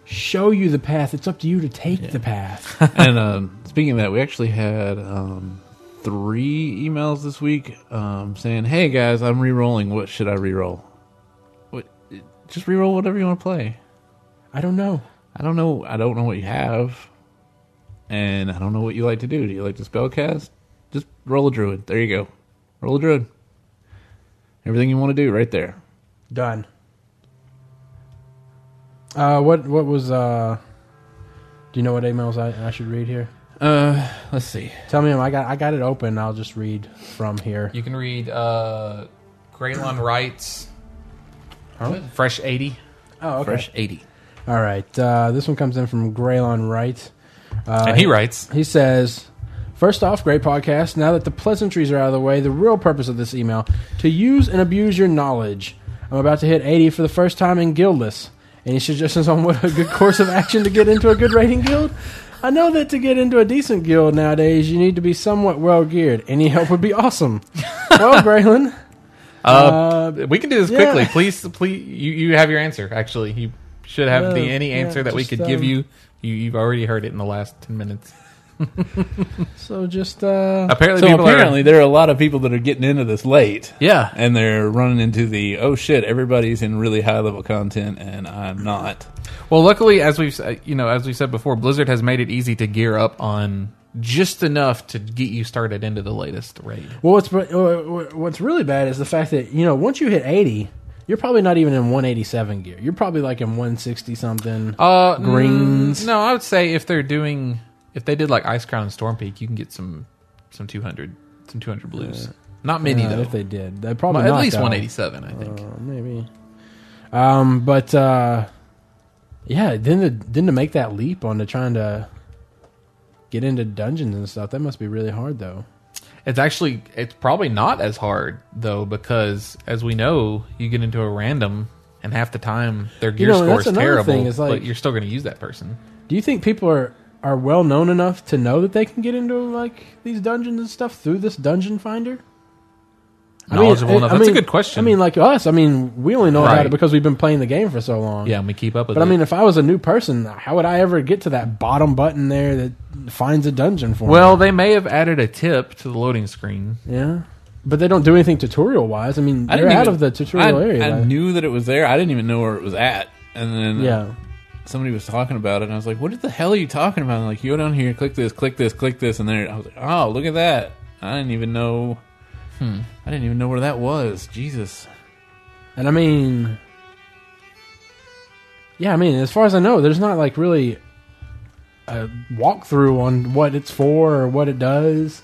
Speaker 2: show you the path. It's up to you to take the path.
Speaker 4: and um, speaking of that, we actually had um, three emails this week um, saying, "Hey guys, I'm re-rolling. What should I re-roll? What, just re-roll whatever you want to play.
Speaker 2: I don't know.
Speaker 4: I don't know. I don't know what you have, and I don't know what you like to do. Do you like to spell cast? Just roll a druid. There you go. Roll a druid. Everything you want to do, right there.
Speaker 2: Done. Uh, what what was uh? Do you know what emails I, I should read here?
Speaker 4: Uh, let's see.
Speaker 2: Tell me 'em. I got I got it open. I'll just read from here.
Speaker 3: You can read uh, Graylon Wright's Fresh 80.
Speaker 2: Oh, okay.
Speaker 4: Fresh eighty.
Speaker 2: All right. Uh, this one comes in from Graylon Wright.
Speaker 3: and Uh, he writes
Speaker 2: He says, First off, great podcast. Now that the pleasantries are out of the way, the real purpose of this email to use and abuse your knowledge. I'm about to hit 80 for the first time in Guildless. Any suggestions on what a good course of action to get into a good rating guild? I know that to get into a decent guild nowadays, you need to be somewhat well geared. Any help would be awesome. Well, uh, Graylon,
Speaker 3: Uh,
Speaker 4: Uh,
Speaker 3: We can do this
Speaker 2: Yeah.
Speaker 3: quickly. Please, please. You, you have your answer. Actually, you should have the
Speaker 2: Yeah,
Speaker 3: any
Speaker 2: yeah,
Speaker 3: answer that we
Speaker 2: just,
Speaker 3: could give
Speaker 2: um,
Speaker 3: you. you. You've already heard it in the last ten minutes.
Speaker 2: so just uh,
Speaker 3: Apparently,
Speaker 4: So
Speaker 3: people
Speaker 4: apparently,
Speaker 3: are.
Speaker 4: there are a lot of people that are getting into this late.
Speaker 3: Yeah.
Speaker 4: and they're running into the oh shit, everybody's in really high level content, and I'm not.
Speaker 3: Well, luckily, as we've s- you know, as we said before, Blizzard has made it easy to gear up on just enough to get you started into the latest raid.
Speaker 2: well, what's uh, what's really bad is the fact that you know once you hit 80, you're probably not even in 187 gear. You're probably like in 160 something.
Speaker 3: Uh,
Speaker 2: Greens.
Speaker 3: mm, No, I would say if they're doing, if they did like Ice Crown and Storm Peak, you can get some some two hundred, some two hundred blues. Not many
Speaker 2: Uh,
Speaker 3: though.
Speaker 2: If they did, they probably
Speaker 3: At
Speaker 2: not,
Speaker 3: least
Speaker 2: though.
Speaker 3: one eighty seven, I think.
Speaker 2: Uh, maybe. Um, but uh, yeah, then to, then to make that leap onto trying to get into dungeons and stuff, that must be really hard, though.
Speaker 3: It's actually it's probably not as hard though because as we know, you get into a random and half the time their gear
Speaker 2: know,
Speaker 3: score
Speaker 2: that's
Speaker 3: is
Speaker 2: another
Speaker 3: terrible,
Speaker 2: thing, is like-
Speaker 3: but you're still going to use that person.
Speaker 2: Do you think people are are well known enough to know that they can get into like these dungeons and stuff through this dungeon finder?
Speaker 3: Knowledgeable
Speaker 2: it-
Speaker 3: enough. That's a good question.
Speaker 2: I mean, like us. I mean, we only know about it
Speaker 3: Right.
Speaker 2: because we've been playing the game for so long.
Speaker 3: Yeah, and we keep up with
Speaker 2: But I
Speaker 3: it.
Speaker 2: mean, if I was a new person, how would I ever get to that bottom button there that finds a dungeon for me?
Speaker 3: well, they may have added a tip to the loading screen.
Speaker 2: Yeah, but they don't do anything tutorial wise. I mean,
Speaker 4: I
Speaker 2: they're
Speaker 4: didn't
Speaker 2: out
Speaker 4: even-
Speaker 2: of the tutorial
Speaker 4: I,
Speaker 2: area.
Speaker 4: I
Speaker 2: like-
Speaker 4: knew that it was there. I didn't even know where it was at. And then uh,
Speaker 2: yeah,
Speaker 4: somebody was talking about it, and I was like, "What the hell are you talking about?" And like, you go down here, click this, click this, click this, and there. I was like, "Oh, look at that! I didn't even know. hmm, I didn't even know where that was. Jesus."
Speaker 2: and I mean, yeah, I mean, as far as I know, there's not like really a walkthrough on what it's for or what it does.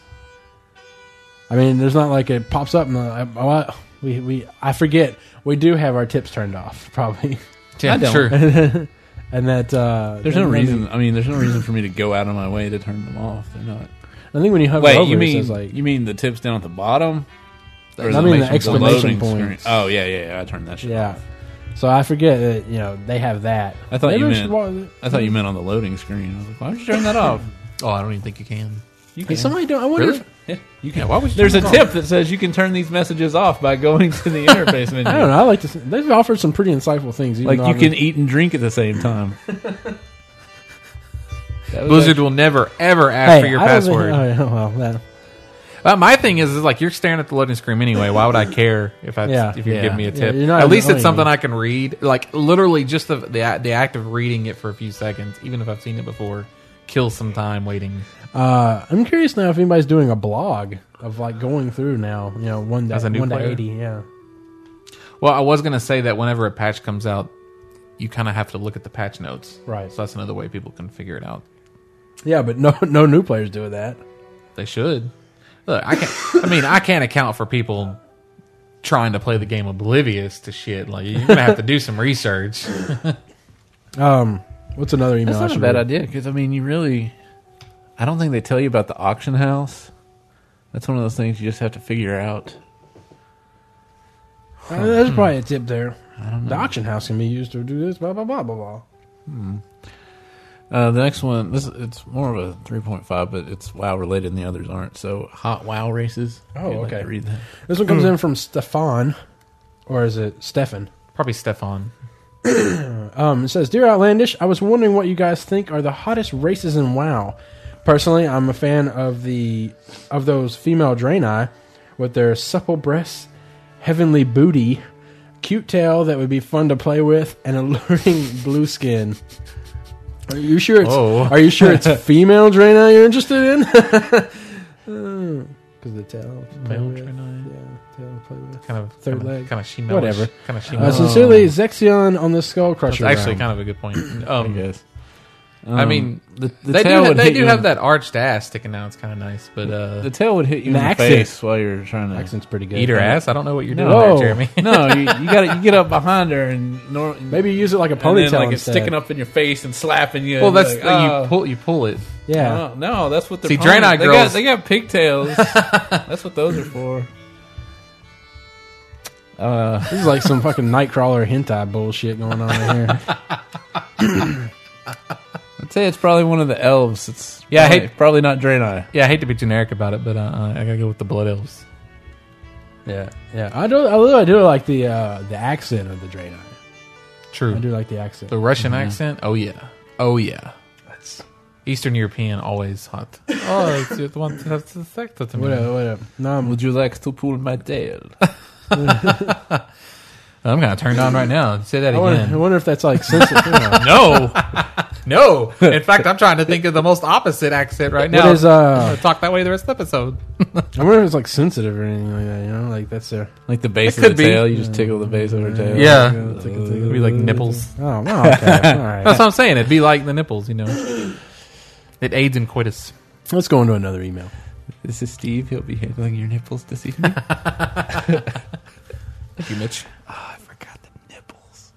Speaker 2: I mean, there's not like it pops up and uh, I, I, we we I forget we do have our tips turned off probably,
Speaker 3: Yeah,
Speaker 4: I don't.
Speaker 3: Sure.
Speaker 2: and that uh,
Speaker 4: There's no
Speaker 2: and-
Speaker 4: reason. I mean, there's no reason for me to go out of my way to turn them off. They're not.
Speaker 2: I think when you hover
Speaker 4: Wait,
Speaker 2: over,
Speaker 4: you
Speaker 2: it
Speaker 4: mean
Speaker 2: says like
Speaker 4: you mean the tips down at the bottom? Or
Speaker 2: I
Speaker 4: it
Speaker 2: mean
Speaker 4: make
Speaker 2: the
Speaker 4: some-
Speaker 2: exclamation
Speaker 4: loading screen?
Speaker 2: points.
Speaker 4: Oh yeah, yeah, yeah. I turned that shit. off.
Speaker 2: yeah. So I forget that you know they have that.
Speaker 4: I thought
Speaker 2: Maybe
Speaker 4: you
Speaker 2: we
Speaker 4: meant-
Speaker 2: should wa-
Speaker 4: I thought you meant on the loading screen. I was like, why don't you turn that off?
Speaker 3: oh, I don't even think you can.
Speaker 4: You
Speaker 2: Is somebody doing? I wonder.
Speaker 3: Really?
Speaker 2: If,
Speaker 3: You can. why would you
Speaker 4: There's a
Speaker 3: turn it off?
Speaker 4: tip that says you can turn these messages off by going to the interface menu.
Speaker 2: I don't know. I like to. see- They've offered some pretty insightful things. even
Speaker 4: Like
Speaker 2: though
Speaker 4: you
Speaker 2: I've
Speaker 4: can
Speaker 2: been-
Speaker 4: eat and drink at the same time. That was
Speaker 3: Blizzard will never ever ask
Speaker 2: Hey,
Speaker 3: for your
Speaker 2: I don't think-
Speaker 3: password.
Speaker 2: oh, yeah, well, that-
Speaker 3: Uh, my thing is, is like you're staring at the loading screen anyway. Why would I care if I
Speaker 2: Yeah.
Speaker 3: if you
Speaker 2: Yeah.
Speaker 3: give me a
Speaker 2: Yeah,
Speaker 3: tip?
Speaker 2: you're not
Speaker 3: at least
Speaker 2: annoying
Speaker 3: it's something
Speaker 2: me.
Speaker 3: I can read. Like literally, just the, the act- the act of reading it for a few seconds, even if I've seen it before, kills some time waiting.
Speaker 2: uh, I'm curious now if anybody's doing a blog of like going through now. You know, one
Speaker 3: As a
Speaker 2: to
Speaker 3: new
Speaker 2: one to
Speaker 3: player?
Speaker 2: eighty. Yeah.
Speaker 3: Well, I was gonna say that whenever a patch comes out, you kind of have to look at the patch notes.
Speaker 2: Right.
Speaker 3: So that's another way people can figure it out.
Speaker 2: Yeah, but no, no new players do that.
Speaker 3: They should. Look, I can't. I mean, I can't account for people trying to play the game oblivious to shit. Like you're gonna have to do some research.
Speaker 2: Um, what's another email?
Speaker 4: That's
Speaker 2: I
Speaker 4: not a
Speaker 2: should
Speaker 4: bad
Speaker 2: read?
Speaker 4: idea because I mean, you really. I don't think they tell you about the auction house. That's one of those things you just have to figure out.
Speaker 2: Uh, That's
Speaker 3: Hmm.
Speaker 2: probably a tip there. The auction house can be used to do this. Blah blah blah blah blah.
Speaker 4: Uh, the next one, this it's more of a three point five, but it's WoW related, and the others aren't. So hot WoW races.
Speaker 2: Oh,
Speaker 4: You'd like
Speaker 2: okay.
Speaker 4: to read that.
Speaker 2: This one comes
Speaker 3: Hmm.
Speaker 2: in from Stefan, or is it Stefan?
Speaker 3: Probably Stefan.
Speaker 2: Um, it says, "Dear Outlandish, I was wondering what you guys think are the hottest races in WoW. Personally, I'm a fan of the of those female Draenei with their supple breasts, heavenly booty, cute tail that would be fun to play with, and alluring blue skin." Are you sure it's
Speaker 3: Whoa.
Speaker 2: Are you sure it's female Draenei you're interested in? Because the tail, to play
Speaker 3: Male
Speaker 2: with.
Speaker 3: Draenei.
Speaker 2: yeah, tail to play with.
Speaker 3: Kind of
Speaker 2: Third
Speaker 3: kind of,
Speaker 2: leg.
Speaker 3: Kind of she
Speaker 2: Whatever.
Speaker 3: Kind of she.
Speaker 2: Uh, sincerely, Zexion on the Skull
Speaker 3: That's
Speaker 2: Crusher.
Speaker 3: actually
Speaker 2: round.
Speaker 3: kind of a good point.
Speaker 4: I
Speaker 3: Um,
Speaker 4: guess. Um,
Speaker 3: I mean,
Speaker 4: the, the
Speaker 3: they
Speaker 4: tail
Speaker 3: do.
Speaker 4: would
Speaker 3: They
Speaker 4: hit
Speaker 3: do
Speaker 4: you
Speaker 3: have
Speaker 4: in-
Speaker 3: that arched ass sticking out. It's kind of nice, but uh,
Speaker 4: The tail would hit you in
Speaker 2: The
Speaker 4: the
Speaker 2: accent.
Speaker 4: face while you're trying to
Speaker 2: accent's pretty good.
Speaker 3: eat her ass. I don't know what you're doing
Speaker 2: No.
Speaker 3: there, Jeremy.
Speaker 4: no, you, you got to you get up behind her and nor-
Speaker 2: Maybe you use it like a
Speaker 4: and
Speaker 2: ponytail
Speaker 4: then, like it's
Speaker 2: instead.
Speaker 4: sticking up in your face and slapping you.
Speaker 3: well,
Speaker 4: and
Speaker 3: that's
Speaker 4: like,
Speaker 3: the-
Speaker 4: oh,
Speaker 3: you pull. You pull it.
Speaker 2: Yeah.
Speaker 4: No, Oh, no, that's what they're
Speaker 3: See,
Speaker 4: playing.
Speaker 3: Draenei
Speaker 4: they
Speaker 3: girls-
Speaker 4: Got, they got pigtails. that's what those are for. Uh,
Speaker 2: This is like some fucking Nightcrawler hentai bullshit going on in here.
Speaker 4: I'd say it's probably one of the elves. It's
Speaker 3: Yeah, I
Speaker 4: probably,
Speaker 3: hate-
Speaker 4: probably not Draenei.
Speaker 3: Yeah, I hate to be generic about it, but uh, uh, I gotta go with the blood elves.
Speaker 2: yeah, yeah. I do. Although I do like the uh, the accent of the Draenei. I
Speaker 3: True.
Speaker 2: do like the accent.
Speaker 3: The Russian accent. Oh yeah. Oh yeah. That's Eastern European always hot. oh, it's the one that's the sector to
Speaker 2: What
Speaker 3: me.
Speaker 2: up? Uh, What up? No, I'm,
Speaker 4: Would you like to pull my tail?
Speaker 3: I'm kind of turned on right now. Say that
Speaker 2: I, wonder, I
Speaker 3: again.
Speaker 2: wonder if that's like sensitive. you know.
Speaker 3: No, no. In fact, I'm trying to think of the most opposite accent right now.
Speaker 2: What is
Speaker 3: I'm
Speaker 2: uh?
Speaker 3: gonna talk that way the rest of the episode.
Speaker 2: I wonder if it's like sensitive or anything like that. You know, like that's their.
Speaker 4: Like the
Speaker 3: It
Speaker 4: base of the
Speaker 3: could be.
Speaker 4: tail, you just tickle the base of her tail.
Speaker 3: Yeah.
Speaker 2: It's like, it's
Speaker 3: It'd be like nipples.
Speaker 2: Oh, well, okay. All right.
Speaker 3: That's what I'm saying. It'd be like the nipples, you know. It aids in coitus.
Speaker 2: Let's go into another email.
Speaker 4: This is Steve. He'll be handling your nipples this evening. Thank you, Mitch.
Speaker 2: Ah,
Speaker 4: I forgot the nipples.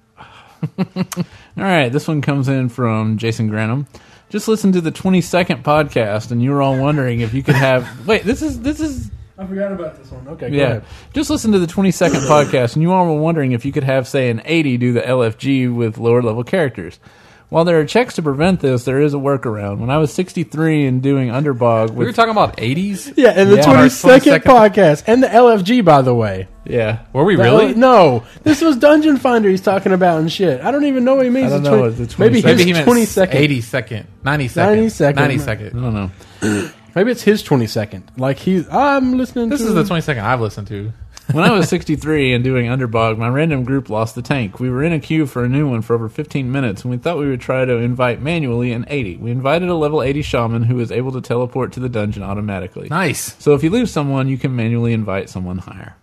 Speaker 4: All right, this one comes in from Jason Granum. Just listen to the 22nd podcast, and you were all wondering if you could have. Wait, this is this is
Speaker 2: I forgot about this one. Okay,
Speaker 4: yeah. Just listen to the 22nd podcast, and you all were wondering if you could have, say, an 80 do the LFG with lower level characters. While there are checks to prevent this, there is a workaround. When I was 63 and doing underbog
Speaker 3: We were
Speaker 4: with
Speaker 3: talking about 80s.
Speaker 2: Yeah, and the
Speaker 4: Yeah.
Speaker 2: twenty second
Speaker 3: 22nd.
Speaker 2: podcast and the LFG, by the way.
Speaker 4: yeah,
Speaker 3: Were we
Speaker 2: The
Speaker 3: really?
Speaker 2: L- no, this was Dungeon Finder he's talking about and shit. I don't even know what he means.
Speaker 4: I don't
Speaker 2: The
Speaker 4: know what the 22nd
Speaker 2: maybe
Speaker 3: Maybe
Speaker 2: his
Speaker 3: he meant
Speaker 2: twenty second.
Speaker 3: 80 second, 90 second,
Speaker 2: 90 second.
Speaker 3: 90 second.
Speaker 4: I don't know.
Speaker 2: Maybe it's his twenty second. Like he's I'm listening.
Speaker 3: This
Speaker 2: to
Speaker 3: is the 22nd I've listened to.
Speaker 4: When I was 63 and doing underbog, my random group lost the tank. We were in a queue for a new one for over 15 minutes, and we thought we would try to invite manually an 80. We invited a level 80 shaman who was able to teleport to the dungeon automatically.
Speaker 3: Nice,
Speaker 4: So if you lose someone, you can manually invite someone higher.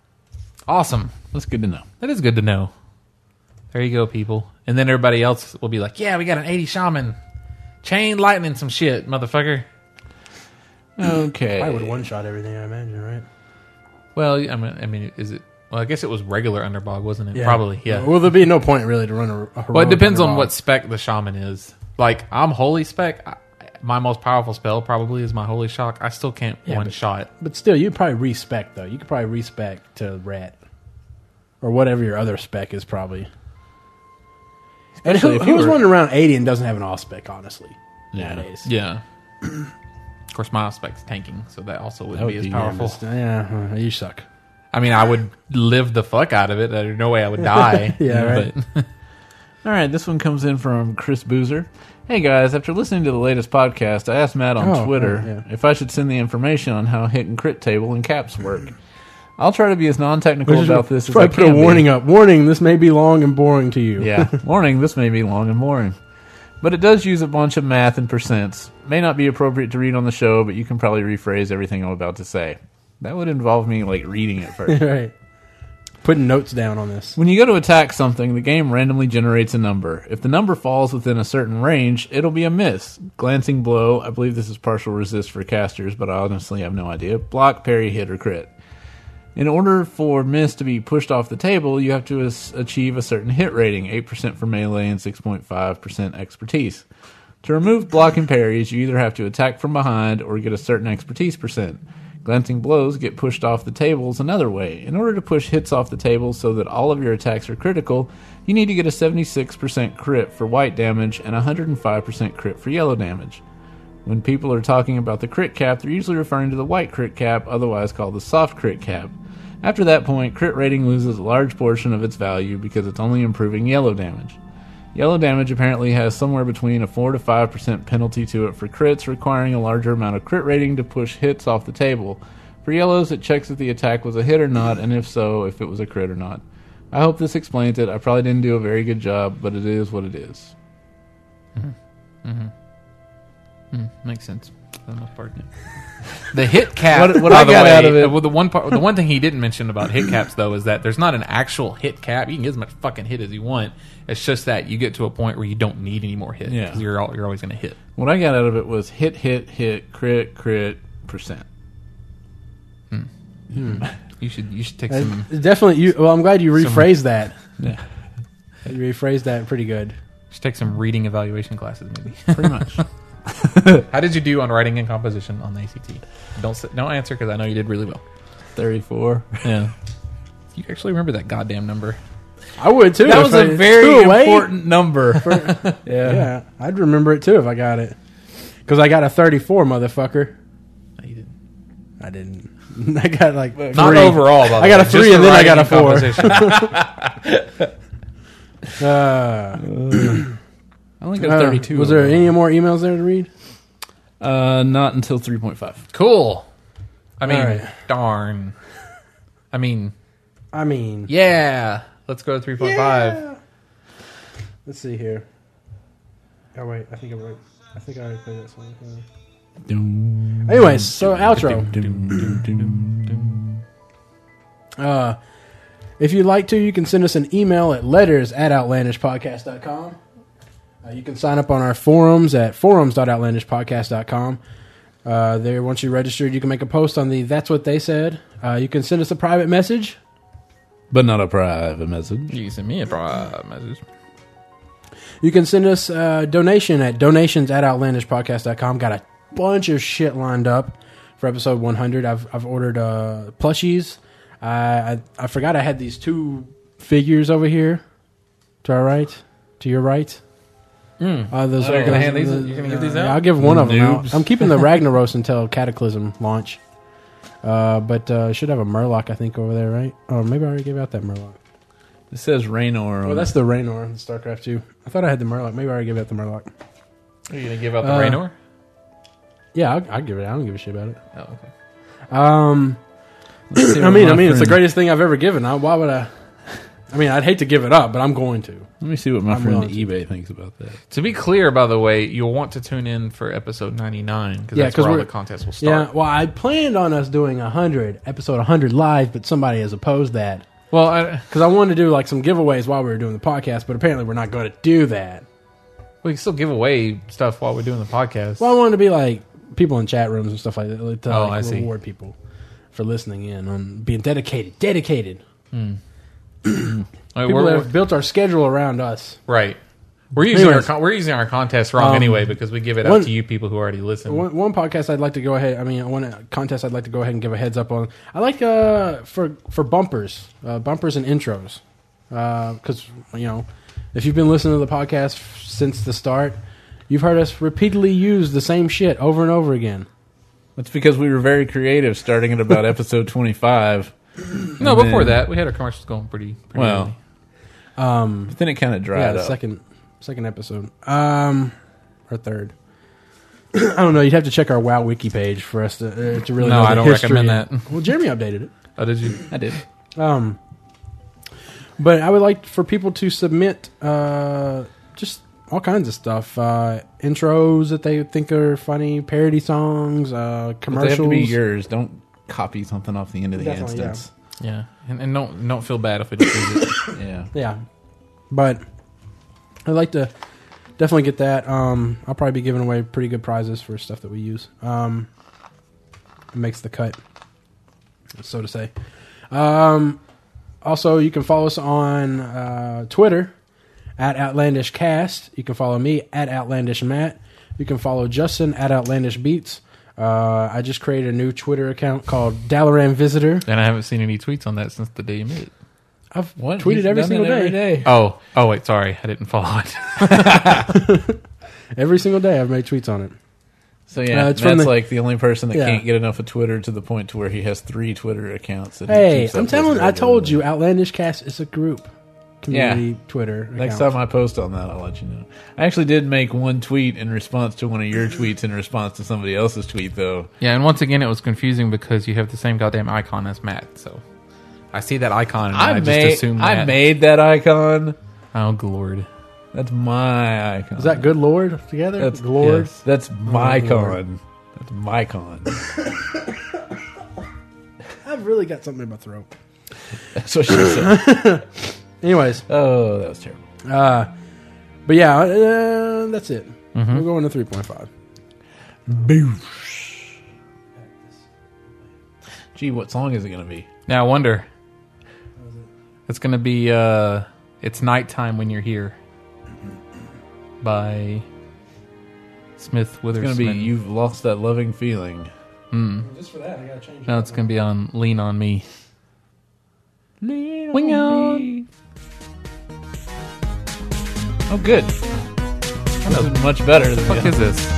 Speaker 3: awesome.
Speaker 4: That's good to know.
Speaker 3: That is good to know. There you go, people. And then everybody else will be like, "Yeah, we got an 80 shaman. Chain lightning some shit, motherfucker.
Speaker 4: Okay.
Speaker 2: I would one shot everything. I imagine, right?
Speaker 3: Well, I mean, I mean, is it? Well, I guess it was regular underbog, wasn't it? Probably, yeah.
Speaker 2: Well, there'd be no point really to run a. a
Speaker 3: Well, it depends on
Speaker 2: heroic
Speaker 3: what spec the shaman is. Like, I'm holy spec. I, my most powerful spell probably is my holy shock. I still can't one shot.
Speaker 2: underdog. But still, you'd probably respec though. You could probably respec to rat, or whatever your other spec is probably. And who,
Speaker 4: Especially if
Speaker 2: who's
Speaker 4: you were-
Speaker 2: running around eighty and doesn't have an all spec? Honestly, nowadays.
Speaker 3: Yeah. of course, my spec's tanking, so that also wouldn't
Speaker 4: That
Speaker 3: be
Speaker 4: would
Speaker 3: as
Speaker 4: be
Speaker 3: powerful.
Speaker 2: Just- yeah, uh, you suck.
Speaker 3: I mean, I would live the fuck out of it. There's no way I would die.
Speaker 2: Yeah, right.
Speaker 3: But
Speaker 4: All right, this one comes in from Chris Boozer. Hey guys, after listening to the latest podcast, I asked Matt on
Speaker 2: Oh,
Speaker 4: Twitter
Speaker 2: right, yeah.
Speaker 4: if I should send the information on how hit and crit table and caps work. I'll try to be as non-technical about this as I
Speaker 2: probably
Speaker 4: can
Speaker 2: put a
Speaker 4: be.
Speaker 2: warning up. Warning: This may be long and boring to you.
Speaker 4: Yeah, warning, this may be long and boring. But it does use a bunch of math and percents. May not be appropriate to read on the show, but you can probably rephrase everything I'm about to say. That would involve me like reading it first.
Speaker 2: right. Putting notes down on this.
Speaker 4: When you go to attack something, the game randomly generates a number. If the number falls within a certain range, it'll be a miss. Glancing blow, I believe this is partial resist for casters, but I honestly have no idea. Block, parry, hit, or crit. In order for miss to be pushed off the table, you have to as- achieve a certain hit rating 8% for melee and 6.5% expertise. To remove block and parries, you either have to attack from behind or get a certain expertise percent. Glancing blows get pushed off the tables another way. In order to push hits off the table so that all of your attacks are critical, you need to get a 76% crit for white damage and 105% crit for yellow damage. When people are talking about the crit cap, they're usually referring to the white crit cap, otherwise called the soft crit cap. After that point, crit rating loses a large portion of its value because it's only improving yellow damage. Yellow damage apparently has somewhere between a 4 to 5% penalty to it for crits, requiring a larger amount of crit rating to push hits off the table. For yellows, it checks if the attack was a hit or not, and if so, if it was a crit or not. I hope this explains it. I probably didn't do a very good job, but it is what it is.
Speaker 3: makes sense for the most part. The hit cap.
Speaker 4: What- what
Speaker 3: by
Speaker 4: I
Speaker 3: the
Speaker 4: got out of it-
Speaker 3: Well, the one part, the one thing he didn't mention about hit caps though is that there's not an actual hit cap. You can get as much fucking hit as you want. It's just that you get to a point where you don't need any more hit
Speaker 4: Yeah.
Speaker 3: because you're all, you're always going to hit.
Speaker 4: What I got out of it was hit, hit, hit, crit, crit, percent.
Speaker 3: You should you should take
Speaker 2: Uh,
Speaker 3: some
Speaker 2: Definitely. You. Well, I'm glad you rephrased that.
Speaker 4: Yeah.
Speaker 2: You rephrased that pretty good.
Speaker 3: should take some reading evaluation classes maybe.
Speaker 4: Pretty much.
Speaker 3: How did you do on writing and composition on the ACT? Don't s- don't answer because I know you did really well.
Speaker 4: 34.
Speaker 3: Yeah. You actually remember that goddamn number.
Speaker 2: I would too.
Speaker 4: That
Speaker 2: if
Speaker 4: was
Speaker 2: I-
Speaker 4: a very
Speaker 2: Two away?
Speaker 4: important number. yeah.
Speaker 2: Yeah, I'd remember it too if I got it. Because I got a 34, motherfucker.
Speaker 3: No, you didn't.
Speaker 2: I didn't. I got like three.
Speaker 3: Not overall. By the
Speaker 2: I got
Speaker 3: way,
Speaker 2: a
Speaker 3: just
Speaker 2: three
Speaker 3: the
Speaker 2: and then I
Speaker 3: writing
Speaker 2: got a
Speaker 3: and
Speaker 2: four.
Speaker 3: composition.
Speaker 2: Uh,
Speaker 4: I only got
Speaker 2: uh,
Speaker 4: 32.
Speaker 2: Was there any more emails there to read?
Speaker 4: Uh, not until 3.5.
Speaker 3: Cool. I mean,
Speaker 2: All right.
Speaker 3: darn. I mean,
Speaker 2: I mean,
Speaker 3: yeah. Let's go to three point five.
Speaker 2: let's see here. Oh wait, I think I'm right. I think I already played this one. Anyways, so outro. Uh, if you'd like to, you can send us an email at letters at outlandishpodcast.com. Uh, you can sign up on our forums at forums.outlandishpodcast.com. Uh, there, once you're registered, you can make a post on the That's What They Said. Uh, you can send us a private message.
Speaker 4: But not a private message.
Speaker 3: You can send me a private message.
Speaker 2: You can send us a donation at donations at outlandishpodcast.com. Got a bunch of shit lined up for episode 100. I've, I've ordered uh, plushies. I, I, I forgot I had these two figures over here to our right, to your right. Uh, those
Speaker 3: Oh,
Speaker 2: are
Speaker 3: gonna
Speaker 2: gonna,
Speaker 3: hand these- you're gonna give these out?
Speaker 2: I'll give one of them out.
Speaker 4: Noobs.
Speaker 2: I'm keeping the Ragnaros until Cataclysm launch. Uh, but uh, should have a Murloc, I think, over there, right? Or maybe I already gave out that Murloc.
Speaker 4: It says Raynor.
Speaker 2: Oh,
Speaker 4: on
Speaker 2: that's the Raynor in StarCraft 2. I thought I had the Murloc. Maybe I already gave out the Murloc.
Speaker 3: Are you gonna give out the
Speaker 2: Uh,
Speaker 3: Raynor?
Speaker 2: Yeah, I'll, I'll give it. I don't give a shit about it.
Speaker 3: Oh, okay.
Speaker 2: Um,
Speaker 4: Let's see
Speaker 2: I
Speaker 4: what
Speaker 2: mean,
Speaker 4: my
Speaker 2: I mean, it's the
Speaker 4: friend-
Speaker 2: greatest thing I've ever given. I, why would I? I mean, I'd hate to give it up, but I'm going to.
Speaker 4: Let me see what my
Speaker 2: I'm
Speaker 4: friend
Speaker 2: willing to-
Speaker 4: eBay thinks about that.
Speaker 3: To be clear, by the way, you'll want to tune in for episode ninety nine because
Speaker 2: Yeah,
Speaker 3: that's
Speaker 2: 'cause
Speaker 3: where all
Speaker 2: we're-
Speaker 3: the contests will start.
Speaker 2: Yeah. Well, I planned on us doing a hundred episode, hundred live, but somebody has opposed that
Speaker 3: Well, I,
Speaker 2: because I wanted to do like some giveaways while we were doing the podcast, but apparently we're not going to do that.
Speaker 3: We can still give away stuff while we're doing the podcast.
Speaker 2: Well, I wanted to be like people in chat rooms and stuff like that. Like, to,
Speaker 3: Oh,
Speaker 2: like,
Speaker 3: I see.
Speaker 2: reward people for listening in on being dedicated. Dedicated.
Speaker 3: I mean,
Speaker 2: People
Speaker 3: we're-
Speaker 2: that have built our schedule around us.
Speaker 3: right. We're using
Speaker 2: Anyways.
Speaker 3: our con- we're using our contest wrong
Speaker 2: Um,
Speaker 3: anyway because we give it
Speaker 2: one-
Speaker 3: out to you people who already listen.
Speaker 2: One, one podcast I'd like to go ahead. I mean, one contest I'd like to go ahead and give a heads up on. I like uh, for for bumpers, uh, bumpers and intros, because you know, if you've been listening to the podcast f- since the start, you've heard us repeatedly use the same shit over and over again.
Speaker 4: That's because we were very creative starting at about episode 25.
Speaker 3: no,
Speaker 4: and
Speaker 3: before
Speaker 4: then-
Speaker 3: that we had our commercials going pretty, pretty
Speaker 4: Well,
Speaker 3: early.
Speaker 4: but then it kind of
Speaker 2: Um, yeah,
Speaker 4: dried
Speaker 2: the
Speaker 4: up.
Speaker 2: second second episode, um, or third. I don't know. You'd have to check our WoW wiki page for us to uh, to really.
Speaker 3: No,
Speaker 2: know the
Speaker 3: I don't
Speaker 2: history.
Speaker 3: recommend that.
Speaker 2: Well, Jeremy updated it.
Speaker 3: Oh, did you? I did.
Speaker 2: Um, but I would like for people to submit uh, just all kinds of stuff, uh, intros that they think are funny, parody songs, uh,
Speaker 4: But they
Speaker 2: commercials.
Speaker 4: have to be yours. Don't copy something off the end of the
Speaker 2: Definitely, yeah.
Speaker 4: instance.
Speaker 3: Yeah, and, and don't don't feel bad if we just use it.
Speaker 4: Yeah.
Speaker 2: yeah, but I'd like to definitely get that. Um, I'll probably be giving away pretty good prizes for stuff that we use. Um, it makes the cut, so to say. Um, also, you can follow us on uh, Twitter at Outlandish Cast. You can follow me at Outlandish Matt. You can follow Justin at Outlandish Beats. Uh, I just created a new Twitter account called Dalaran Visitor.
Speaker 3: And I haven't seen any tweets on that since the day you made it.
Speaker 2: I've
Speaker 4: What?
Speaker 2: tweeted
Speaker 4: He's
Speaker 2: every
Speaker 4: done it
Speaker 2: single
Speaker 4: every day.
Speaker 3: Oh, oh wait, sorry, I didn't follow it.
Speaker 2: Every single day, I've made tweets on it.
Speaker 4: So yeah,
Speaker 2: Uh, it's
Speaker 4: that's
Speaker 2: from the-
Speaker 4: like the only person that
Speaker 2: Yeah.
Speaker 4: can't get enough of Twitter to the point to where he has three Twitter accounts. that he
Speaker 2: Hey,
Speaker 4: keeps up
Speaker 2: I'm
Speaker 4: with
Speaker 2: telling. I told
Speaker 4: regularly.
Speaker 2: you, Outlandish Cast is a group community
Speaker 4: Yeah.
Speaker 2: Twitter.
Speaker 4: Next
Speaker 2: account.
Speaker 4: time I post on that, I'll let you know. I actually did make one tweet in response to one of your tweets in response to somebody else's tweet, though.
Speaker 3: yeah, and once again, it was confusing because you have the same goddamn icon as Matt. So I see that icon, and I,
Speaker 4: I,
Speaker 3: just
Speaker 4: made
Speaker 3: assume
Speaker 4: I
Speaker 3: that.
Speaker 4: made that icon.
Speaker 3: Oh, Lord.
Speaker 4: That's my icon.
Speaker 2: is that good Lord together?
Speaker 4: That's
Speaker 2: Lord. Oh,
Speaker 4: yes. That's my con. That's my con.
Speaker 2: I've really got something in my throat.
Speaker 4: That's what she said.
Speaker 2: Anyways,
Speaker 4: Oh, that was terrible.
Speaker 2: uh, but yeah, uh, that's it.
Speaker 4: Mm-hmm.
Speaker 2: We're going to three point five.
Speaker 4: Gee, what song is it going to be?
Speaker 3: Now I wonder. It's going to be uh It's Nighttime When You're Here by Smith
Speaker 4: It's
Speaker 3: Witherspoon.
Speaker 4: going to be "You've Lost That Loving Feeling."
Speaker 2: Just for that, I gotta change.
Speaker 3: No, it's going to be on Lean On Me. Lean Wing on me.
Speaker 4: Oh, good. That was much better than
Speaker 3: What
Speaker 4: the
Speaker 3: is this?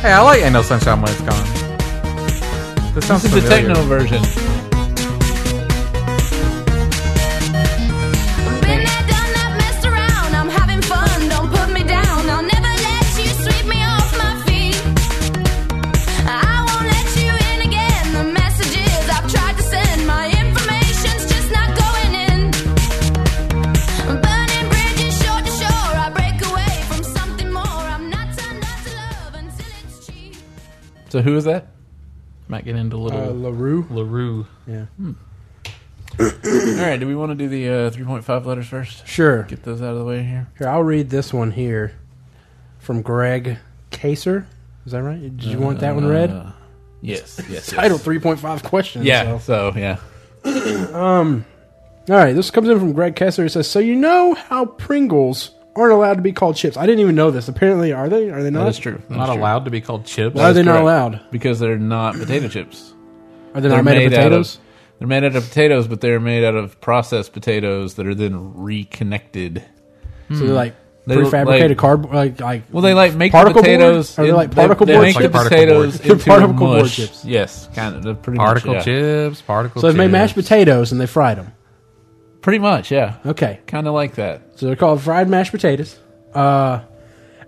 Speaker 3: Hey, I like Ain't No Sunshine When It's Gone. This sounds
Speaker 4: This is the
Speaker 3: familiar.
Speaker 4: techno version.
Speaker 10: Been there, done that, messed around. I'm having fun. Don't put me down. I'll never let you sweep me off my feet. I won't let you in again. The messages I've tried to send, my information's just not going in. Burning bridges, shore to shore. I break away from something more. I'm not turned not to love until it's cheap.
Speaker 4: So who is that?
Speaker 3: Might get into a little
Speaker 2: Uh, Larue.
Speaker 3: LaRue.
Speaker 2: Yeah.
Speaker 4: All right. Do we want to do the uh, 3.5 letters first?
Speaker 2: Sure.
Speaker 4: Get those out of the way here.
Speaker 2: Here, I'll read this one here from Greg Caser. Is that right? Did you want that one read?
Speaker 4: Uh, yes. Yes.
Speaker 2: Title three point five questions.
Speaker 4: Yeah.
Speaker 2: so-
Speaker 4: So yeah.
Speaker 2: All right, this comes in from Greg Kessler. He says, "So you know how Pringles aren't allowed to be called chips? I didn't even know this. Apparently, are they? Are they not?
Speaker 4: That's true.
Speaker 3: Not allowed to be called chips.
Speaker 2: Why are they
Speaker 4: That's
Speaker 2: not
Speaker 4: correct.
Speaker 2: allowed?
Speaker 4: because they're not potato chips.
Speaker 2: Are they not made, of potatoes?
Speaker 4: Out of, they're made out of potatoes, but they're made out of processed potatoes that are then reconnected.
Speaker 2: So they're like
Speaker 4: Hmm. They look
Speaker 2: prefabricated
Speaker 4: like-
Speaker 2: cardboard, like like
Speaker 4: Well, they like make
Speaker 2: Particle
Speaker 4: the potatoes.
Speaker 2: board? Are they
Speaker 4: in-
Speaker 2: like particle
Speaker 4: they,
Speaker 2: board
Speaker 4: They make
Speaker 3: chips?
Speaker 4: the
Speaker 3: Like
Speaker 4: potatoes
Speaker 2: particle board.
Speaker 4: into
Speaker 2: Particle board
Speaker 4: mush.
Speaker 2: chips.
Speaker 4: Yes, kind of. They're pretty
Speaker 3: particle
Speaker 4: much, yeah.
Speaker 3: chips, particle
Speaker 2: so they've
Speaker 3: chips.
Speaker 2: made mashed potatoes and they fried them.
Speaker 4: Pretty much, yeah.
Speaker 2: Okay,
Speaker 4: Kind of like that.
Speaker 2: so they're called fried mashed potatoes, uh,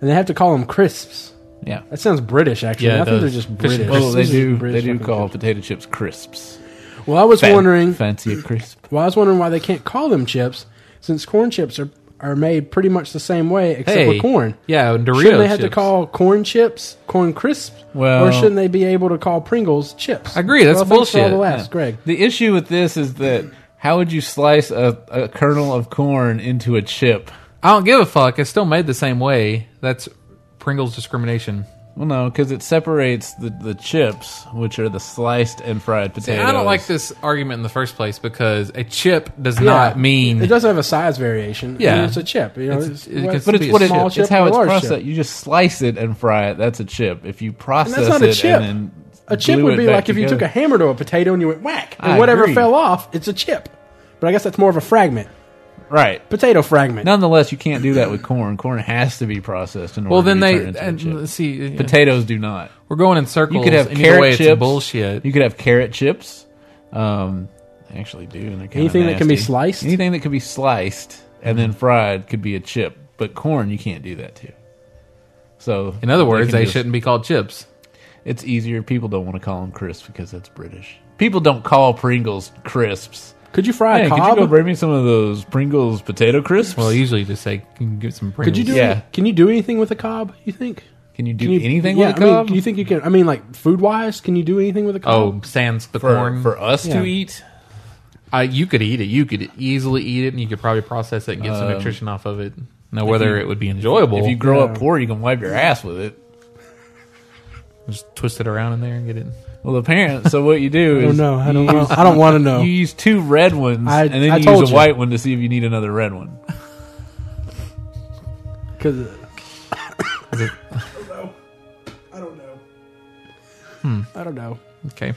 Speaker 2: and they have to call them crisps.
Speaker 4: Yeah.
Speaker 2: That sounds British, actually.
Speaker 3: Yeah, it
Speaker 2: I think they're
Speaker 3: does.
Speaker 2: just
Speaker 3: Fish
Speaker 2: British.
Speaker 4: Well, they
Speaker 2: These are
Speaker 4: do. They
Speaker 2: British
Speaker 4: do
Speaker 2: fucking
Speaker 4: call
Speaker 2: chips.
Speaker 4: potato chips crisps.
Speaker 2: Well, I was
Speaker 4: Fan-
Speaker 2: wondering.
Speaker 4: fancy a crisp.
Speaker 2: Well, I was wondering why they can't call them chips since corn chips are are made pretty much the same way except
Speaker 3: Hey,
Speaker 2: with corn.
Speaker 3: Yeah, Doritos.
Speaker 2: Shouldn't they have to
Speaker 3: chips.
Speaker 2: call corn chips corn crisps?
Speaker 4: Well-
Speaker 2: or shouldn't they be able to call Pringles chips?
Speaker 3: I agree, that's
Speaker 2: well, thanks for all the
Speaker 3: bullshit.
Speaker 2: laughs,
Speaker 4: Yeah.
Speaker 2: Greg.
Speaker 4: The issue with this is that how would you slice a, a kernel of corn into a chip?
Speaker 3: I don't give a fuck. It's still made the same way. That's Pringles discrimination.
Speaker 4: Well, no, because it separates the, the chips, which are the sliced and fried
Speaker 3: See,
Speaker 4: potatoes.
Speaker 3: I don't like this argument in the first place because a chip does not
Speaker 2: Yeah.
Speaker 3: mean
Speaker 2: It doesn't have a size variation.
Speaker 3: Yeah.
Speaker 2: it's a chip. You know,
Speaker 3: It's-
Speaker 2: it's,
Speaker 3: it
Speaker 2: what-
Speaker 3: can
Speaker 4: But
Speaker 3: be
Speaker 4: it's
Speaker 3: a
Speaker 4: what it,
Speaker 3: chip.
Speaker 4: it's how
Speaker 2: or a
Speaker 4: it's
Speaker 2: large
Speaker 4: processed.
Speaker 2: chip.
Speaker 4: You just slice it and fry it. That's a chip. If you process
Speaker 2: not a
Speaker 4: it
Speaker 2: chip.
Speaker 4: and then
Speaker 2: A chip
Speaker 4: glue
Speaker 2: would
Speaker 4: it
Speaker 2: be
Speaker 4: back
Speaker 2: like if you took
Speaker 4: together-
Speaker 2: a hammer to a potato and you went whack, and
Speaker 4: I
Speaker 2: whatever
Speaker 4: agree.
Speaker 2: fell off, it's a chip. But I guess that's more of a fragment,
Speaker 4: right.
Speaker 2: potato fragment.
Speaker 4: Nonetheless, you can't do that with corn. Corn has to be processed in order.
Speaker 3: Well, then
Speaker 4: to be
Speaker 3: they
Speaker 4: turned into a
Speaker 3: and,
Speaker 4: chip.
Speaker 3: let's see. yeah.
Speaker 4: potatoes do not.
Speaker 3: We're going in circles.
Speaker 4: You could have
Speaker 3: and either
Speaker 4: carrot
Speaker 3: way,
Speaker 4: chips.
Speaker 3: It's bullshit.
Speaker 4: You could have carrot chips. Um, I actually, do and they're kinda
Speaker 2: Anything that can be
Speaker 4: nasty.
Speaker 2: sliced?
Speaker 4: Anything that can be sliced and then fried could be a chip. But corn, you can't do that to. So,
Speaker 3: in other words,
Speaker 4: can
Speaker 3: they,
Speaker 4: just-
Speaker 3: shouldn't be called chips.
Speaker 4: It's easier. People don't want to call them crisps because that's British. People don't call Pringles crisps.
Speaker 2: Could you fry
Speaker 4: Hey,
Speaker 2: a
Speaker 4: could you
Speaker 2: cob?
Speaker 4: go bring me some of those Pringles potato crisps?
Speaker 3: Well, usually just say, "Can you get some Pringles?"
Speaker 2: could you do?
Speaker 4: Yeah.
Speaker 2: any- can you do anything with a cob? You think?
Speaker 4: can you do
Speaker 2: Can you,
Speaker 4: anything
Speaker 2: yeah,
Speaker 4: with a
Speaker 2: I mean,
Speaker 4: cob?
Speaker 2: do you think you can? I mean, like food wise, can you do anything with a cob?
Speaker 3: Oh, sans the
Speaker 4: for,
Speaker 3: corn.
Speaker 4: for us
Speaker 2: Yeah.
Speaker 4: to eat?
Speaker 3: I, you could eat it. You could easily eat it, and you could probably process it and get some nutrition off of it. Now, whether
Speaker 4: Um, you-
Speaker 3: it would be enjoyable,
Speaker 4: If you grow up
Speaker 2: Yeah.
Speaker 4: poor, you can wipe your ass with it.
Speaker 3: just twist it around in there and get it.
Speaker 4: Well, the parents. So what you do
Speaker 2: I
Speaker 4: is
Speaker 2: don't know. I don't.
Speaker 4: you
Speaker 2: Want, I don't want to know.
Speaker 4: You use two red ones,
Speaker 2: Oh. I-
Speaker 4: and then
Speaker 2: I
Speaker 4: you
Speaker 2: told
Speaker 4: use a
Speaker 2: you.
Speaker 4: white one to see if you need another red one.
Speaker 2: 'Cause- I don't know. I don't know.
Speaker 3: Okay,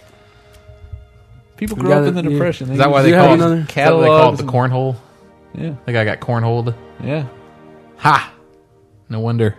Speaker 4: People
Speaker 2: You
Speaker 4: grew up
Speaker 2: gotta-
Speaker 4: in the
Speaker 2: yeah.
Speaker 4: depression.
Speaker 3: is that why
Speaker 2: Do
Speaker 3: they
Speaker 2: you have
Speaker 3: call it,
Speaker 2: another-
Speaker 3: is that why they call it the
Speaker 4: Catalogs.
Speaker 3: cornhole?
Speaker 4: Yeah,
Speaker 3: The guy got cornholed.
Speaker 4: yeah.
Speaker 3: Ha! No wonder.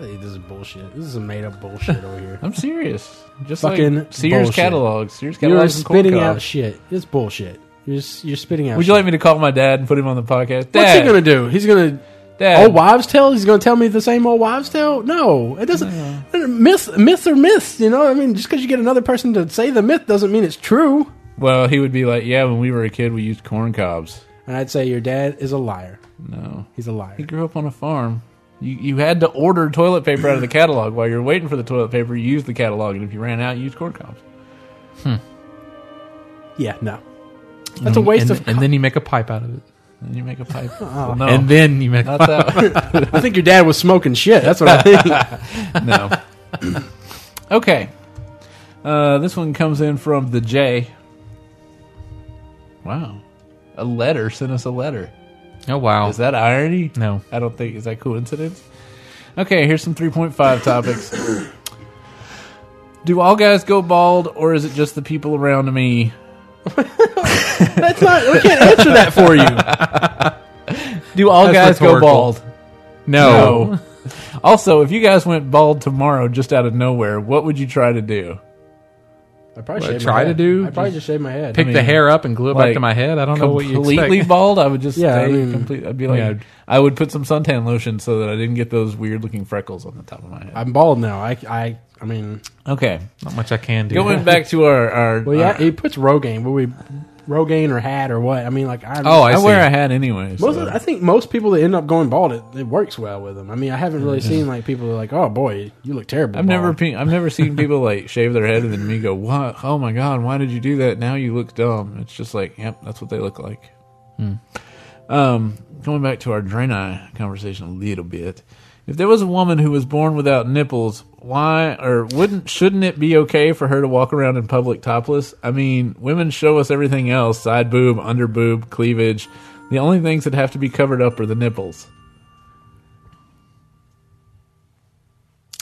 Speaker 2: Hey, this is bullshit. This is a made up bullshit over here.
Speaker 4: I'm serious. Just
Speaker 2: Fucking
Speaker 4: like Sears
Speaker 2: bullshit.
Speaker 4: catalogs. Sears
Speaker 2: You're
Speaker 4: catalogs. and corn
Speaker 2: spitting
Speaker 4: cobs.
Speaker 2: out shit. It's bullshit. You're, s- you're spitting out.
Speaker 4: Would you like me to call my dad and put him on the podcast? Dad,
Speaker 2: What's he gonna Oh, do? He's gonna
Speaker 4: Dad,
Speaker 2: old wives' tale? He's gonna tell me the same old wives' tale? No, it doesn't. Myths, myths are myths. You know, I mean, just because you get another person to say the myth doesn't mean it's true.
Speaker 4: Well, he would be like, "Yeah, when we were a kid, we used corn cobs."
Speaker 2: And I'd say your dad is a liar.
Speaker 4: No,
Speaker 2: He's a liar.
Speaker 4: he grew up on a farm. You you had to order toilet paper out of the catalog. While you're waiting for the toilet paper, you use the catalog, and if you ran out, you used corn cobs.
Speaker 2: Yeah, no, that's a waste
Speaker 3: and,
Speaker 2: of.
Speaker 3: And then you make a pipe out of it.
Speaker 4: And you make a pipe.
Speaker 2: Oh.
Speaker 4: Well, no,
Speaker 3: And then you make.
Speaker 4: not Oh. that.
Speaker 2: I think your dad was smoking shit. That's what I think.
Speaker 4: no. okay. Uh, this one comes in from the J. Wow, a letter sent us a letter.
Speaker 3: Oh wow!
Speaker 4: Is that irony?
Speaker 3: No.
Speaker 4: I don't think. Is that coincidence? Okay, here's some 3.5 topics. Do all guys go bald, or is it just the people around me?
Speaker 2: That's not. We can't answer that for you.
Speaker 4: Do all
Speaker 3: That's
Speaker 4: guys go
Speaker 3: rhetorical. Oh.
Speaker 4: bald?
Speaker 3: no.
Speaker 4: also, if you guys went bald tomorrow, just out of nowhere, what would you try to do?
Speaker 2: I probably
Speaker 3: What,
Speaker 2: shaved
Speaker 3: try
Speaker 2: my
Speaker 3: to
Speaker 2: head.
Speaker 3: do?
Speaker 2: I probably just shaved my head.
Speaker 3: Pick the
Speaker 4: mean,
Speaker 3: hair up and glue it back
Speaker 4: like,
Speaker 3: to my head. I don't know what you
Speaker 4: completely
Speaker 3: expect.
Speaker 4: bald? I would just
Speaker 2: Yeah,
Speaker 4: stay
Speaker 2: I mean-
Speaker 4: complete. I'd be like,
Speaker 3: Yeah.
Speaker 4: I would put some suntan lotion so that I didn't get those weird looking freckles on the top of my head.
Speaker 2: I'm bald now. I, I, I mean,
Speaker 4: Okay,
Speaker 3: Not much I can do.
Speaker 4: going back to our our.
Speaker 2: well, yeah,
Speaker 4: our-
Speaker 2: he puts Rogaine. Will we Rogaine or hat or what? I mean, like, I,
Speaker 3: Oh,
Speaker 4: I,
Speaker 3: I,
Speaker 4: wear a
Speaker 3: see.
Speaker 4: hat anyway.
Speaker 2: Most
Speaker 4: so-
Speaker 2: of, I think most people that end up going bald, it, it works well with them. I mean, I haven't
Speaker 3: Mm-hmm.
Speaker 2: really seen like people that are like, "Oh boy, you look terrible."
Speaker 4: I've never
Speaker 2: bald."
Speaker 4: pe- I've never seen people like shave their head and then me go, "What? Oh my god, why did you do that? Now you look dumb." It's just like, yep, that's what they look like.
Speaker 3: Hmm.
Speaker 4: Um, going back to our Draenei conversation a little bit, if there was a woman who was born without nipples, why or wouldn't shouldn't it be okay for her to walk around in public topless? I mean, women show us everything else: side boob, under boob, cleavage. The only things that have to be covered up are the nipples.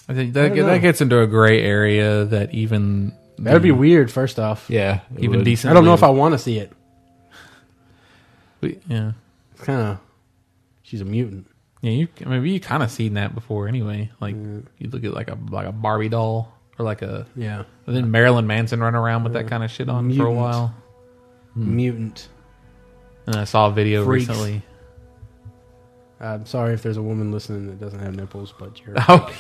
Speaker 3: I think that, that gets into a gray area that even
Speaker 2: That'd be weird. First off,
Speaker 4: Yeah, it
Speaker 3: even
Speaker 4: would.
Speaker 3: decent.
Speaker 2: I don't know if I want to see it.
Speaker 3: Yeah,
Speaker 2: It's kind of she's a mutant.
Speaker 3: yeah. You I mean, you kind of seen that before anyway. Like you look at like a like a Barbie doll or like a.
Speaker 2: Yeah,
Speaker 3: But then Marilyn Manson run around with that kind of shit on for a
Speaker 2: Mutant.
Speaker 3: while. Hmm.
Speaker 2: mutant.
Speaker 3: And I saw a video
Speaker 2: Freaks.
Speaker 3: recently.
Speaker 2: I'm sorry if there's a woman listening that doesn't have nipples, but you're
Speaker 3: Oh,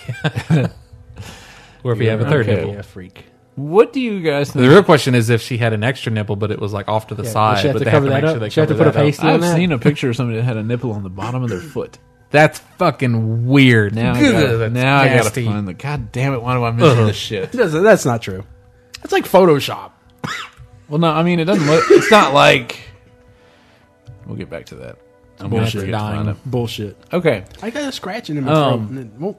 Speaker 3: yeah. or if you have a third
Speaker 4: okay.
Speaker 3: nipple.
Speaker 2: yeah, freak.
Speaker 4: What do you guys think?
Speaker 3: The real question is if she had an extra nipple, but it was like off to the
Speaker 2: Yeah,
Speaker 3: side.
Speaker 2: she had
Speaker 3: but
Speaker 2: to
Speaker 3: they have
Speaker 2: cover
Speaker 3: to
Speaker 2: that
Speaker 3: make
Speaker 2: up.
Speaker 3: sure they
Speaker 2: She had to
Speaker 3: cover
Speaker 2: put a
Speaker 3: that up.
Speaker 2: pasty
Speaker 4: I've
Speaker 2: on that.
Speaker 4: seen a picture of somebody that had a nipple on the bottom of their foot.
Speaker 3: That's fucking weird.
Speaker 4: Now I
Speaker 3: Ugh,
Speaker 4: gotta,
Speaker 3: that's
Speaker 4: now I gotta
Speaker 3: nasty. Uh-huh.
Speaker 4: find the. God damn it! Why do I miss
Speaker 3: Ugh.
Speaker 4: this shit?
Speaker 2: That's, that's not true. It's like Photoshop.
Speaker 4: Well, no, I mean it doesn't look. It's not like. We'll get back to that. I'm gonna have to
Speaker 2: bullshit.
Speaker 4: go find
Speaker 2: Dying.
Speaker 4: him.
Speaker 2: Bullshit. Okay. I got a scratching in my
Speaker 4: Um,
Speaker 2: throat. And it won't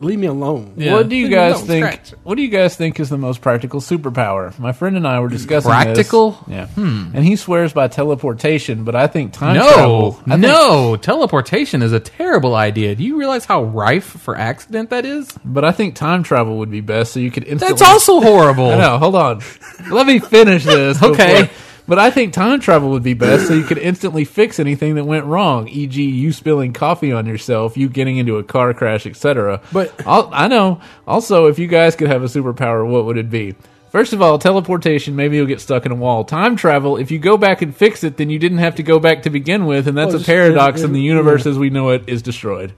Speaker 2: leave me alone.
Speaker 4: What do you
Speaker 2: Leave me
Speaker 4: guys
Speaker 2: alone.
Speaker 4: think?
Speaker 2: Scratch.
Speaker 4: What do you guys think is the most practical superpower? My friend and I were discussing this.
Speaker 3: Practical? Hmm.
Speaker 4: Yeah. And he swears by teleportation, but I think time
Speaker 3: No,
Speaker 4: travel. I think-
Speaker 3: no, teleportation is a terrible idea. Do you realize how rife for accident that is?
Speaker 4: but I think time travel would be best, so you could instantly.
Speaker 3: That's also horrible.
Speaker 4: I know. Hold on. Let me finish this.
Speaker 3: Okay.
Speaker 4: before- But I think time travel would be best, so you could instantly fix anything that went wrong, e.g., you spilling coffee on yourself, you getting into a car crash, etc.
Speaker 2: But-
Speaker 4: Al- I know. Also, if you guys could have a superpower, what would it be? First of all, teleportation. Maybe you'll get stuck in a wall. Time travel. If you go back and fix it, then you didn't have to go back to begin with, and that's
Speaker 2: Well,
Speaker 4: a
Speaker 2: just-
Speaker 4: paradox.
Speaker 2: it-
Speaker 4: and the
Speaker 2: it-
Speaker 4: universe as we know it is destroyed.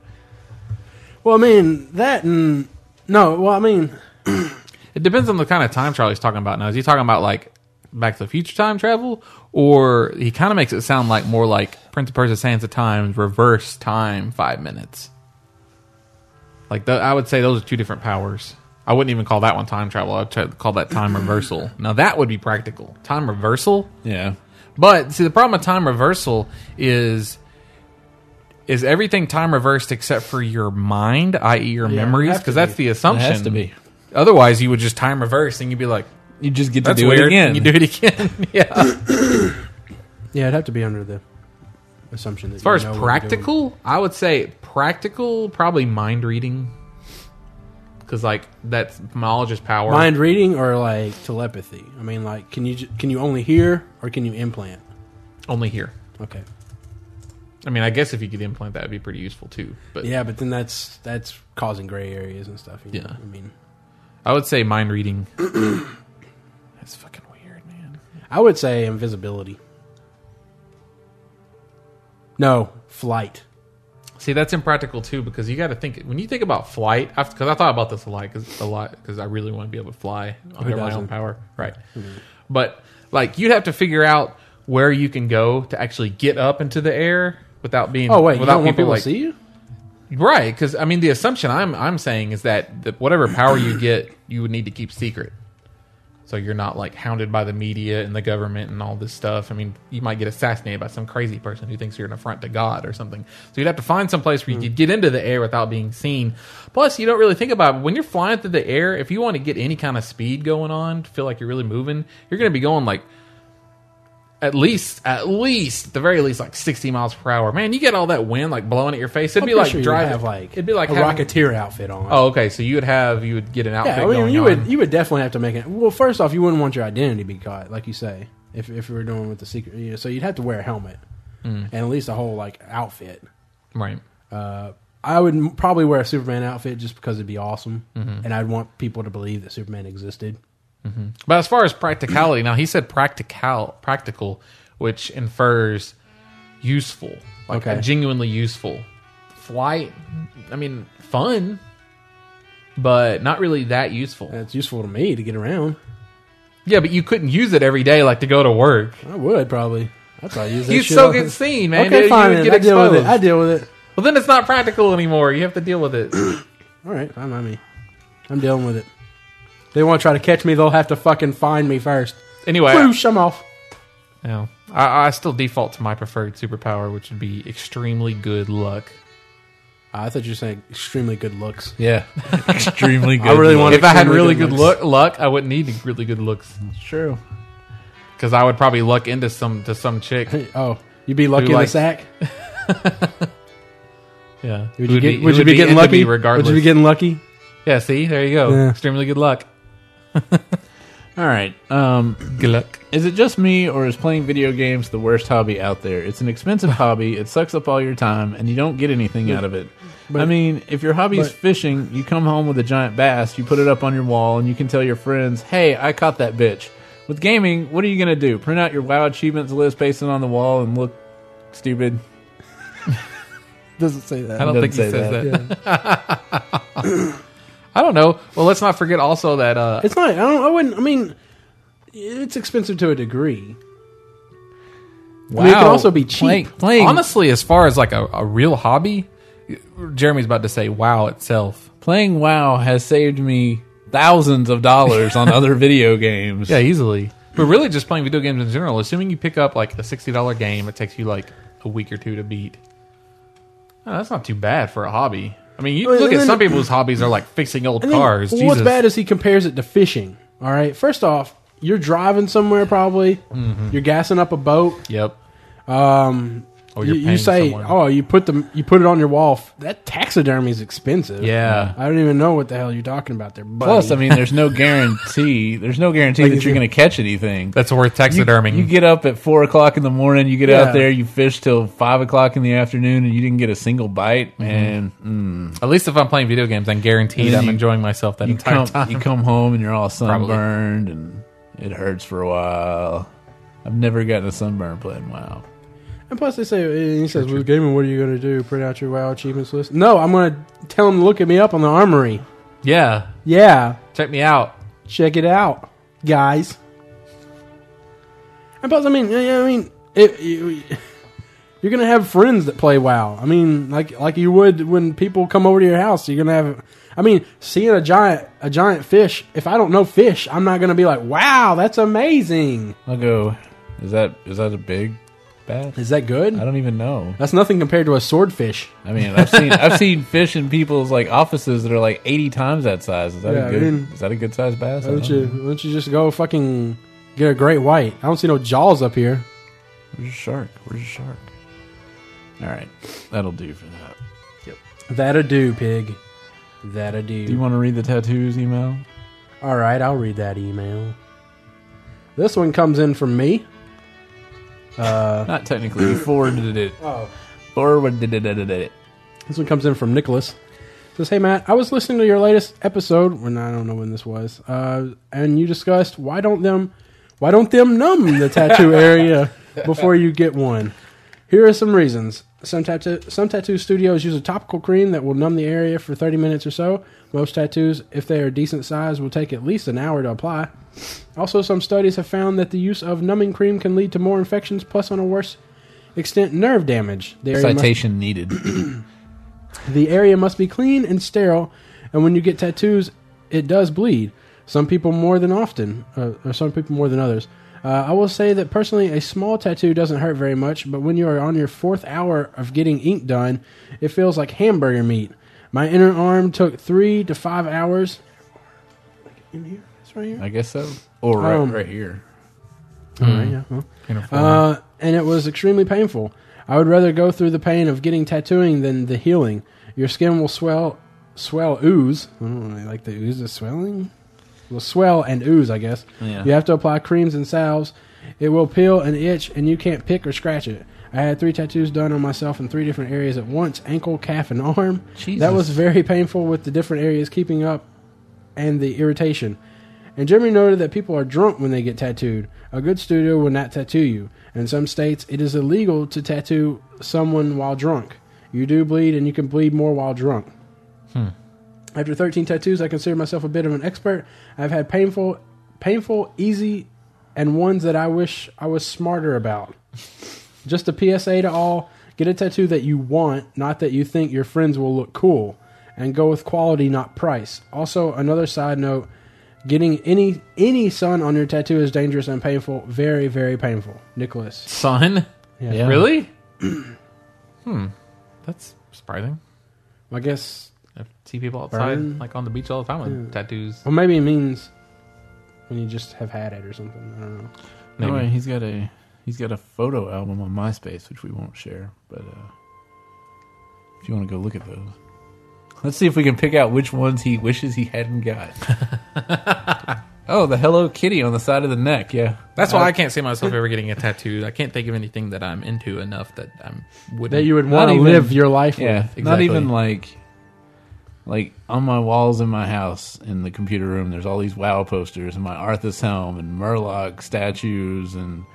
Speaker 2: Well, I mean that and no. Well, I mean
Speaker 3: It depends on the kind of time travel he's talking about now. Is he talking about like Back to the Future time travel, or he kind of makes it sound like more like Prince of Persia: Sands of Time, reverse time five minutes. Like tho- I would say, those are two different powers. I wouldn't even call that one time travel. I'd try call that time reversal. Now that would be practical. Time reversal.
Speaker 4: Yeah.
Speaker 3: But see, the problem with time reversal is is everything time reversed except for your mind, i.e., your memories,
Speaker 2: has to
Speaker 3: because that's the assumption.
Speaker 4: It has to be.
Speaker 3: Otherwise, you would just time reverse and you'd be like,
Speaker 4: You just get to
Speaker 3: "That's
Speaker 4: do
Speaker 3: weird."
Speaker 4: it again.
Speaker 3: You do it again. yeah. As
Speaker 2: yeah, it'd have to be under the assumption that as
Speaker 3: far as practical, I would say practical probably mind reading, because like that's myologist power.
Speaker 2: mind reading or like telepathy. I mean, like can you ju- can you only hear or can you implant?
Speaker 3: only here.
Speaker 2: Okay.
Speaker 3: I mean, I guess if you could implant that, would be pretty useful too. But
Speaker 2: Yeah, but then that's that's causing gray areas and stuff. you know?
Speaker 3: Yeah.
Speaker 2: I mean,
Speaker 3: I would say mind reading. that's fucking weird, man.
Speaker 2: I would say invisibility. No, flight.
Speaker 3: See, that's impractical too because you got to think when you think about flight. Because I thought about this a lot, cause, a lot because I really want to be able to fly under my own
Speaker 2: doesn't? Mm-hmm.
Speaker 3: power, right? But like you'd have to figure out where you can go to actually get up into the air without being
Speaker 2: Oh wait, you
Speaker 3: without
Speaker 2: don't want people
Speaker 3: like
Speaker 2: to see you?
Speaker 3: right? Because I mean, the assumption I'm I'm saying is that the, whatever power you get, you would need to keep secret. So you're not like hounded by the media and the government and all this stuff. I mean, you might get assassinated by some crazy person who thinks you're an affront to God or something. So you'd have to find some place where
Speaker 2: Hmm.
Speaker 3: you could get into the air without being seen. Plus, you don't really think about it. when you're flying through the air. If you want to get any kind of speed going on, feel like you're really moving, you're going to be going like at least, at least, at the very least, like 60 miles per hour. Man, you get all that wind like blowing at your face. It'd
Speaker 2: I'm
Speaker 3: be
Speaker 2: pretty
Speaker 3: like
Speaker 2: sure you'd
Speaker 3: driving.
Speaker 2: have, like
Speaker 3: it'd be like
Speaker 2: a
Speaker 3: having-
Speaker 2: rocketeer outfit on.
Speaker 3: Oh, okay. So you would have you would get an outfit
Speaker 2: yeah. I mean,
Speaker 3: going
Speaker 2: you
Speaker 3: on.
Speaker 2: would you would definitely have to make it. Well, first off, you wouldn't want your identity to be caught, like you say, if if you were doing with the secret. You know, so you'd have to wear a helmet
Speaker 3: Mm.
Speaker 2: and at least a whole like outfit.
Speaker 3: right.
Speaker 2: I would m- probably wear a Superman outfit just because it'd be awesome,
Speaker 3: Mm-hmm.
Speaker 2: and I'd want people to believe that Superman existed.
Speaker 3: But as far as practicality, now he said practical, practical, which infers useful, like
Speaker 2: Okay.
Speaker 3: genuinely useful. Flight, I mean, fun, but not really that useful.
Speaker 2: That's useful to me to get around.
Speaker 3: yeah, but you couldn't use it every day, like to go to work.
Speaker 2: I would probably. I'd probably use that
Speaker 3: You
Speaker 2: shit
Speaker 3: so
Speaker 2: all-
Speaker 3: get seen, man.
Speaker 2: Okay,
Speaker 3: You- you
Speaker 2: fine.
Speaker 3: would
Speaker 2: then.
Speaker 3: get
Speaker 2: I deal with it.
Speaker 3: exposed.
Speaker 2: I deal with it.
Speaker 3: Well, then it's not practical anymore. You have to deal with it.
Speaker 2: All right, fine by me. I'm dealing with it. They want to try to catch me. They'll have to fucking find me first.
Speaker 3: Anyway, I-
Speaker 2: Whoosh, I'm off.
Speaker 3: Yeah. I, I still default to my preferred superpower, which would be extremely good luck.
Speaker 2: I thought you were saying extremely good looks.
Speaker 4: Yeah. Extremely good.
Speaker 2: really
Speaker 4: look.
Speaker 2: wanna-
Speaker 3: if I had
Speaker 2: Extremely
Speaker 3: really
Speaker 2: good
Speaker 3: good
Speaker 2: looks.
Speaker 3: luck, luck, I wouldn't need really good looks
Speaker 4: True.
Speaker 3: because I would probably luck into some to some chick.
Speaker 2: Oh, you'd be lucky
Speaker 3: Who
Speaker 2: in the
Speaker 3: likes-
Speaker 2: sack.
Speaker 3: Yeah,
Speaker 2: Would
Speaker 3: Who
Speaker 2: you get?
Speaker 3: who
Speaker 2: Would you be getting
Speaker 3: into me
Speaker 2: lucky?
Speaker 3: Regardless,
Speaker 2: Would you be getting lucky?
Speaker 3: yeah. See, there you go.
Speaker 2: Yeah.
Speaker 3: Extremely good luck.
Speaker 4: All right. Um,
Speaker 3: Good luck.
Speaker 4: is it just me, or is playing video games the worst hobby out there? It's an expensive hobby. It sucks up all your time, and you don't get anything out of it. I mean, if your hobby is
Speaker 2: but-
Speaker 4: fishing, you come home with a giant bass, you put it up on your wall, and you can tell your friends, "Hey, I caught that bitch." With gaming, what are you gonna do? Print out your WoW achievements list, paste it on the wall, and look stupid?
Speaker 2: Doesn't say that.
Speaker 3: I don't
Speaker 4: Doesn't
Speaker 3: think he
Speaker 4: say
Speaker 3: says that. I don't know. Well, let's not forget also that uh,
Speaker 2: It's not. I don't. I wouldn't. I mean, it's expensive to a degree. I mean, it can also be cheap.
Speaker 4: Playing, playing,
Speaker 3: honestly, as far as like a, a real hobby, Jeremy's about to say "Wow" itself.
Speaker 4: playing WoW has saved me thousands of dollars on other video games.
Speaker 3: Yeah, easily. But really, just playing video games in general. Assuming you pick up like a sixty dollar game, it takes you like a week or two to beat. Oh, that's not too bad for a hobby. I mean, you
Speaker 2: Well,
Speaker 3: look at
Speaker 2: then-
Speaker 3: some people's hobbies are like fixing old
Speaker 2: And then
Speaker 3: cars.
Speaker 2: What's
Speaker 3: Jesus.
Speaker 2: bad is he compares it to fishing. All right. First off, you're driving somewhere probably. You're gassing up a boat.
Speaker 3: Yep.
Speaker 2: Um,
Speaker 3: Or
Speaker 2: you,
Speaker 3: you're
Speaker 2: you
Speaker 3: paying
Speaker 2: say,
Speaker 3: someone.
Speaker 2: oh, you put the you put it on your wall. F- That taxidermy is expensive.
Speaker 3: Yeah.
Speaker 2: I don't even know what the hell you're talking about there. Buddy.
Speaker 4: Plus, I mean, there's no guarantee. There's no guarantee
Speaker 2: Like,
Speaker 4: that
Speaker 2: is
Speaker 4: you're
Speaker 2: it-
Speaker 4: going to catch anything.
Speaker 3: That's worth
Speaker 4: You,
Speaker 3: taxiderming.
Speaker 4: you get up at four o'clock in the morning. You get
Speaker 2: Yeah.
Speaker 4: out there. You fish till five o'clock in the afternoon, and you didn't get a single
Speaker 2: Mm-hmm.
Speaker 4: bite. Man, mm,
Speaker 3: At least if I'm playing video games, I'm guaranteed I'm
Speaker 4: You-
Speaker 3: enjoying myself that
Speaker 4: you
Speaker 3: entire
Speaker 4: come
Speaker 3: time.
Speaker 4: you come home and you're all sunburned, and it hurts for a while. I've never gotten a sunburn playing WoW.
Speaker 2: and plus they say and he says, "Well, gaming, what are you going to do? Print out your WoW achievements list?" No, I'm going to tell him to look at me up on the armory.
Speaker 3: Yeah,
Speaker 2: Yeah,
Speaker 3: check me out.
Speaker 2: check it out, guys. And plus, I mean, I I mean, it, you, you're gonna have friends that play WoW. I mean, like like you would when people come over to your house. You're gonna have. I mean, seeing a giant a giant fish. If I don't know fish, I'm not gonna be like, "Wow, that's amazing."
Speaker 4: I'll go. Is that is that a big bass?
Speaker 2: Is that good?
Speaker 4: I don't even know.
Speaker 2: That's nothing compared to a swordfish.
Speaker 4: I mean, I've seen I've seen fish in people's like offices that are like eighty times that size. Is that
Speaker 2: Yeah, I
Speaker 4: a good?
Speaker 2: mean-
Speaker 4: is that a good size bass? I
Speaker 2: Why don't
Speaker 4: don't
Speaker 2: you
Speaker 4: know.
Speaker 2: Why don't you just go fucking get a great white? I don't see no jaws up here.
Speaker 4: Where's your shark? Where's your shark? All right, that'll do for that.
Speaker 2: That'll do, pig. That'll
Speaker 4: Do you want to read the tattoos email?
Speaker 2: All right, I'll read that email. This one comes in from me.
Speaker 4: Not technically. You forwarded it.
Speaker 2: Oh.
Speaker 4: Forwarded it- it. it- it.
Speaker 2: This one comes in from Nicholas. Says, "Hey Matt, I was listening to your latest episode. When I don't know when this was, uh, and you discussed why don't them, why don't them numb the tattoo area before you get one. Here are some reasons. Some tattoo some tattoo studios use a topical cream that will numb the area for 30 minutes or so. Most tattoos, if they are decent size, will take at least an hour to apply. Also, some studies have found that the use of numbing cream can lead to more infections, plus on a worse extent, nerve damage. The area must-
Speaker 4: Citation needed.
Speaker 2: the area must be clean and sterile, and when you get tattoos, it does bleed. Some people more than often, uh, or some people more than others. Uh, I will say that personally, a small tattoo doesn't hurt very much, but when you are on your fourth hour of getting ink done, it feels like hamburger meat. My inner arm took three to five hours. In here, it's right here.
Speaker 4: I guess so. Or right,
Speaker 2: Um,
Speaker 4: right here. Mm.
Speaker 2: All right, yeah. well. Uh, and it was extremely painful. I would rather go through the pain of getting tattooing than the healing. Your skin will swell, swell, ooze. I don't really like the ooze is swelling. Will swell and ooze, I guess.
Speaker 4: Yeah.
Speaker 2: You have to apply creams and salves. It will peel and itch, and you can't pick or scratch it. I had three tattoos done on myself in three different areas at once ankle, calf, and arm. That
Speaker 4: Jesus.
Speaker 2: was very painful with the different areas keeping up and the irritation. And Jeremy noted that people are drunk when they get tattooed. A good studio will not tattoo you. In some states, it is illegal to tattoo someone while drunk. You do bleed, and you can bleed more while drunk. After 13 tattoos, I consider myself a bit of an expert. I've had painful, painful, easy, and ones that I wish I was smarter about. Just a PSA to all get a tattoo that you want, not that you think your friends will look cool, and go with quality, not price. Also, another side note getting any any sun on your tattoo is dangerous and painful. Very, very painful. Nicholas.
Speaker 3: Son,
Speaker 2: Yeah.
Speaker 3: really? hmm, that's surprising.
Speaker 2: I guess,
Speaker 3: I see people outside,
Speaker 2: Burn.
Speaker 3: like on the beach all the time with tattoos.
Speaker 2: well, maybe it means when you just have had it or something. I don't know.
Speaker 3: Maybe.
Speaker 4: Anyway, he's got a he's got a photo album on MySpace, which we won't share. But uh, if you want to go look at those, let's see if we can pick out which ones he wishes he hadn't got. oh, the Hello Kitty on the side of the neck. Yeah,
Speaker 3: That's why I can't see myself ever getting a tattoo. I can't think of anything that I'm into enough that I'm wouldn't.
Speaker 2: That you would
Speaker 4: Not
Speaker 2: want to
Speaker 4: even-
Speaker 2: live your life
Speaker 4: yeah.
Speaker 2: with.
Speaker 4: Not
Speaker 3: exactly.
Speaker 4: even like like on my walls in my house in the computer room. There's all these WoW posters and my Arthas helm and Murloc statues and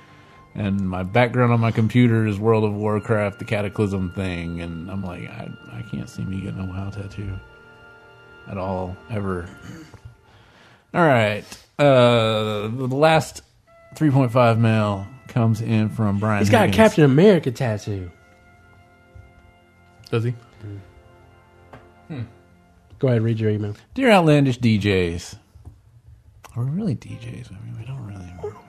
Speaker 4: and my background on my computer is World of Warcraft, the Cataclysm thing, and I'm like, I I can't see me getting a WoW tattoo at all ever. All right, uh, the last 3.5 mail comes in from Brian.
Speaker 2: He's got a
Speaker 4: Higgins.
Speaker 2: Captain America tattoo.
Speaker 3: does he?
Speaker 2: Go ahead, read your email.
Speaker 4: Dear Outlandish DJs. Are we really DJs? I mean, we don't really. Mortal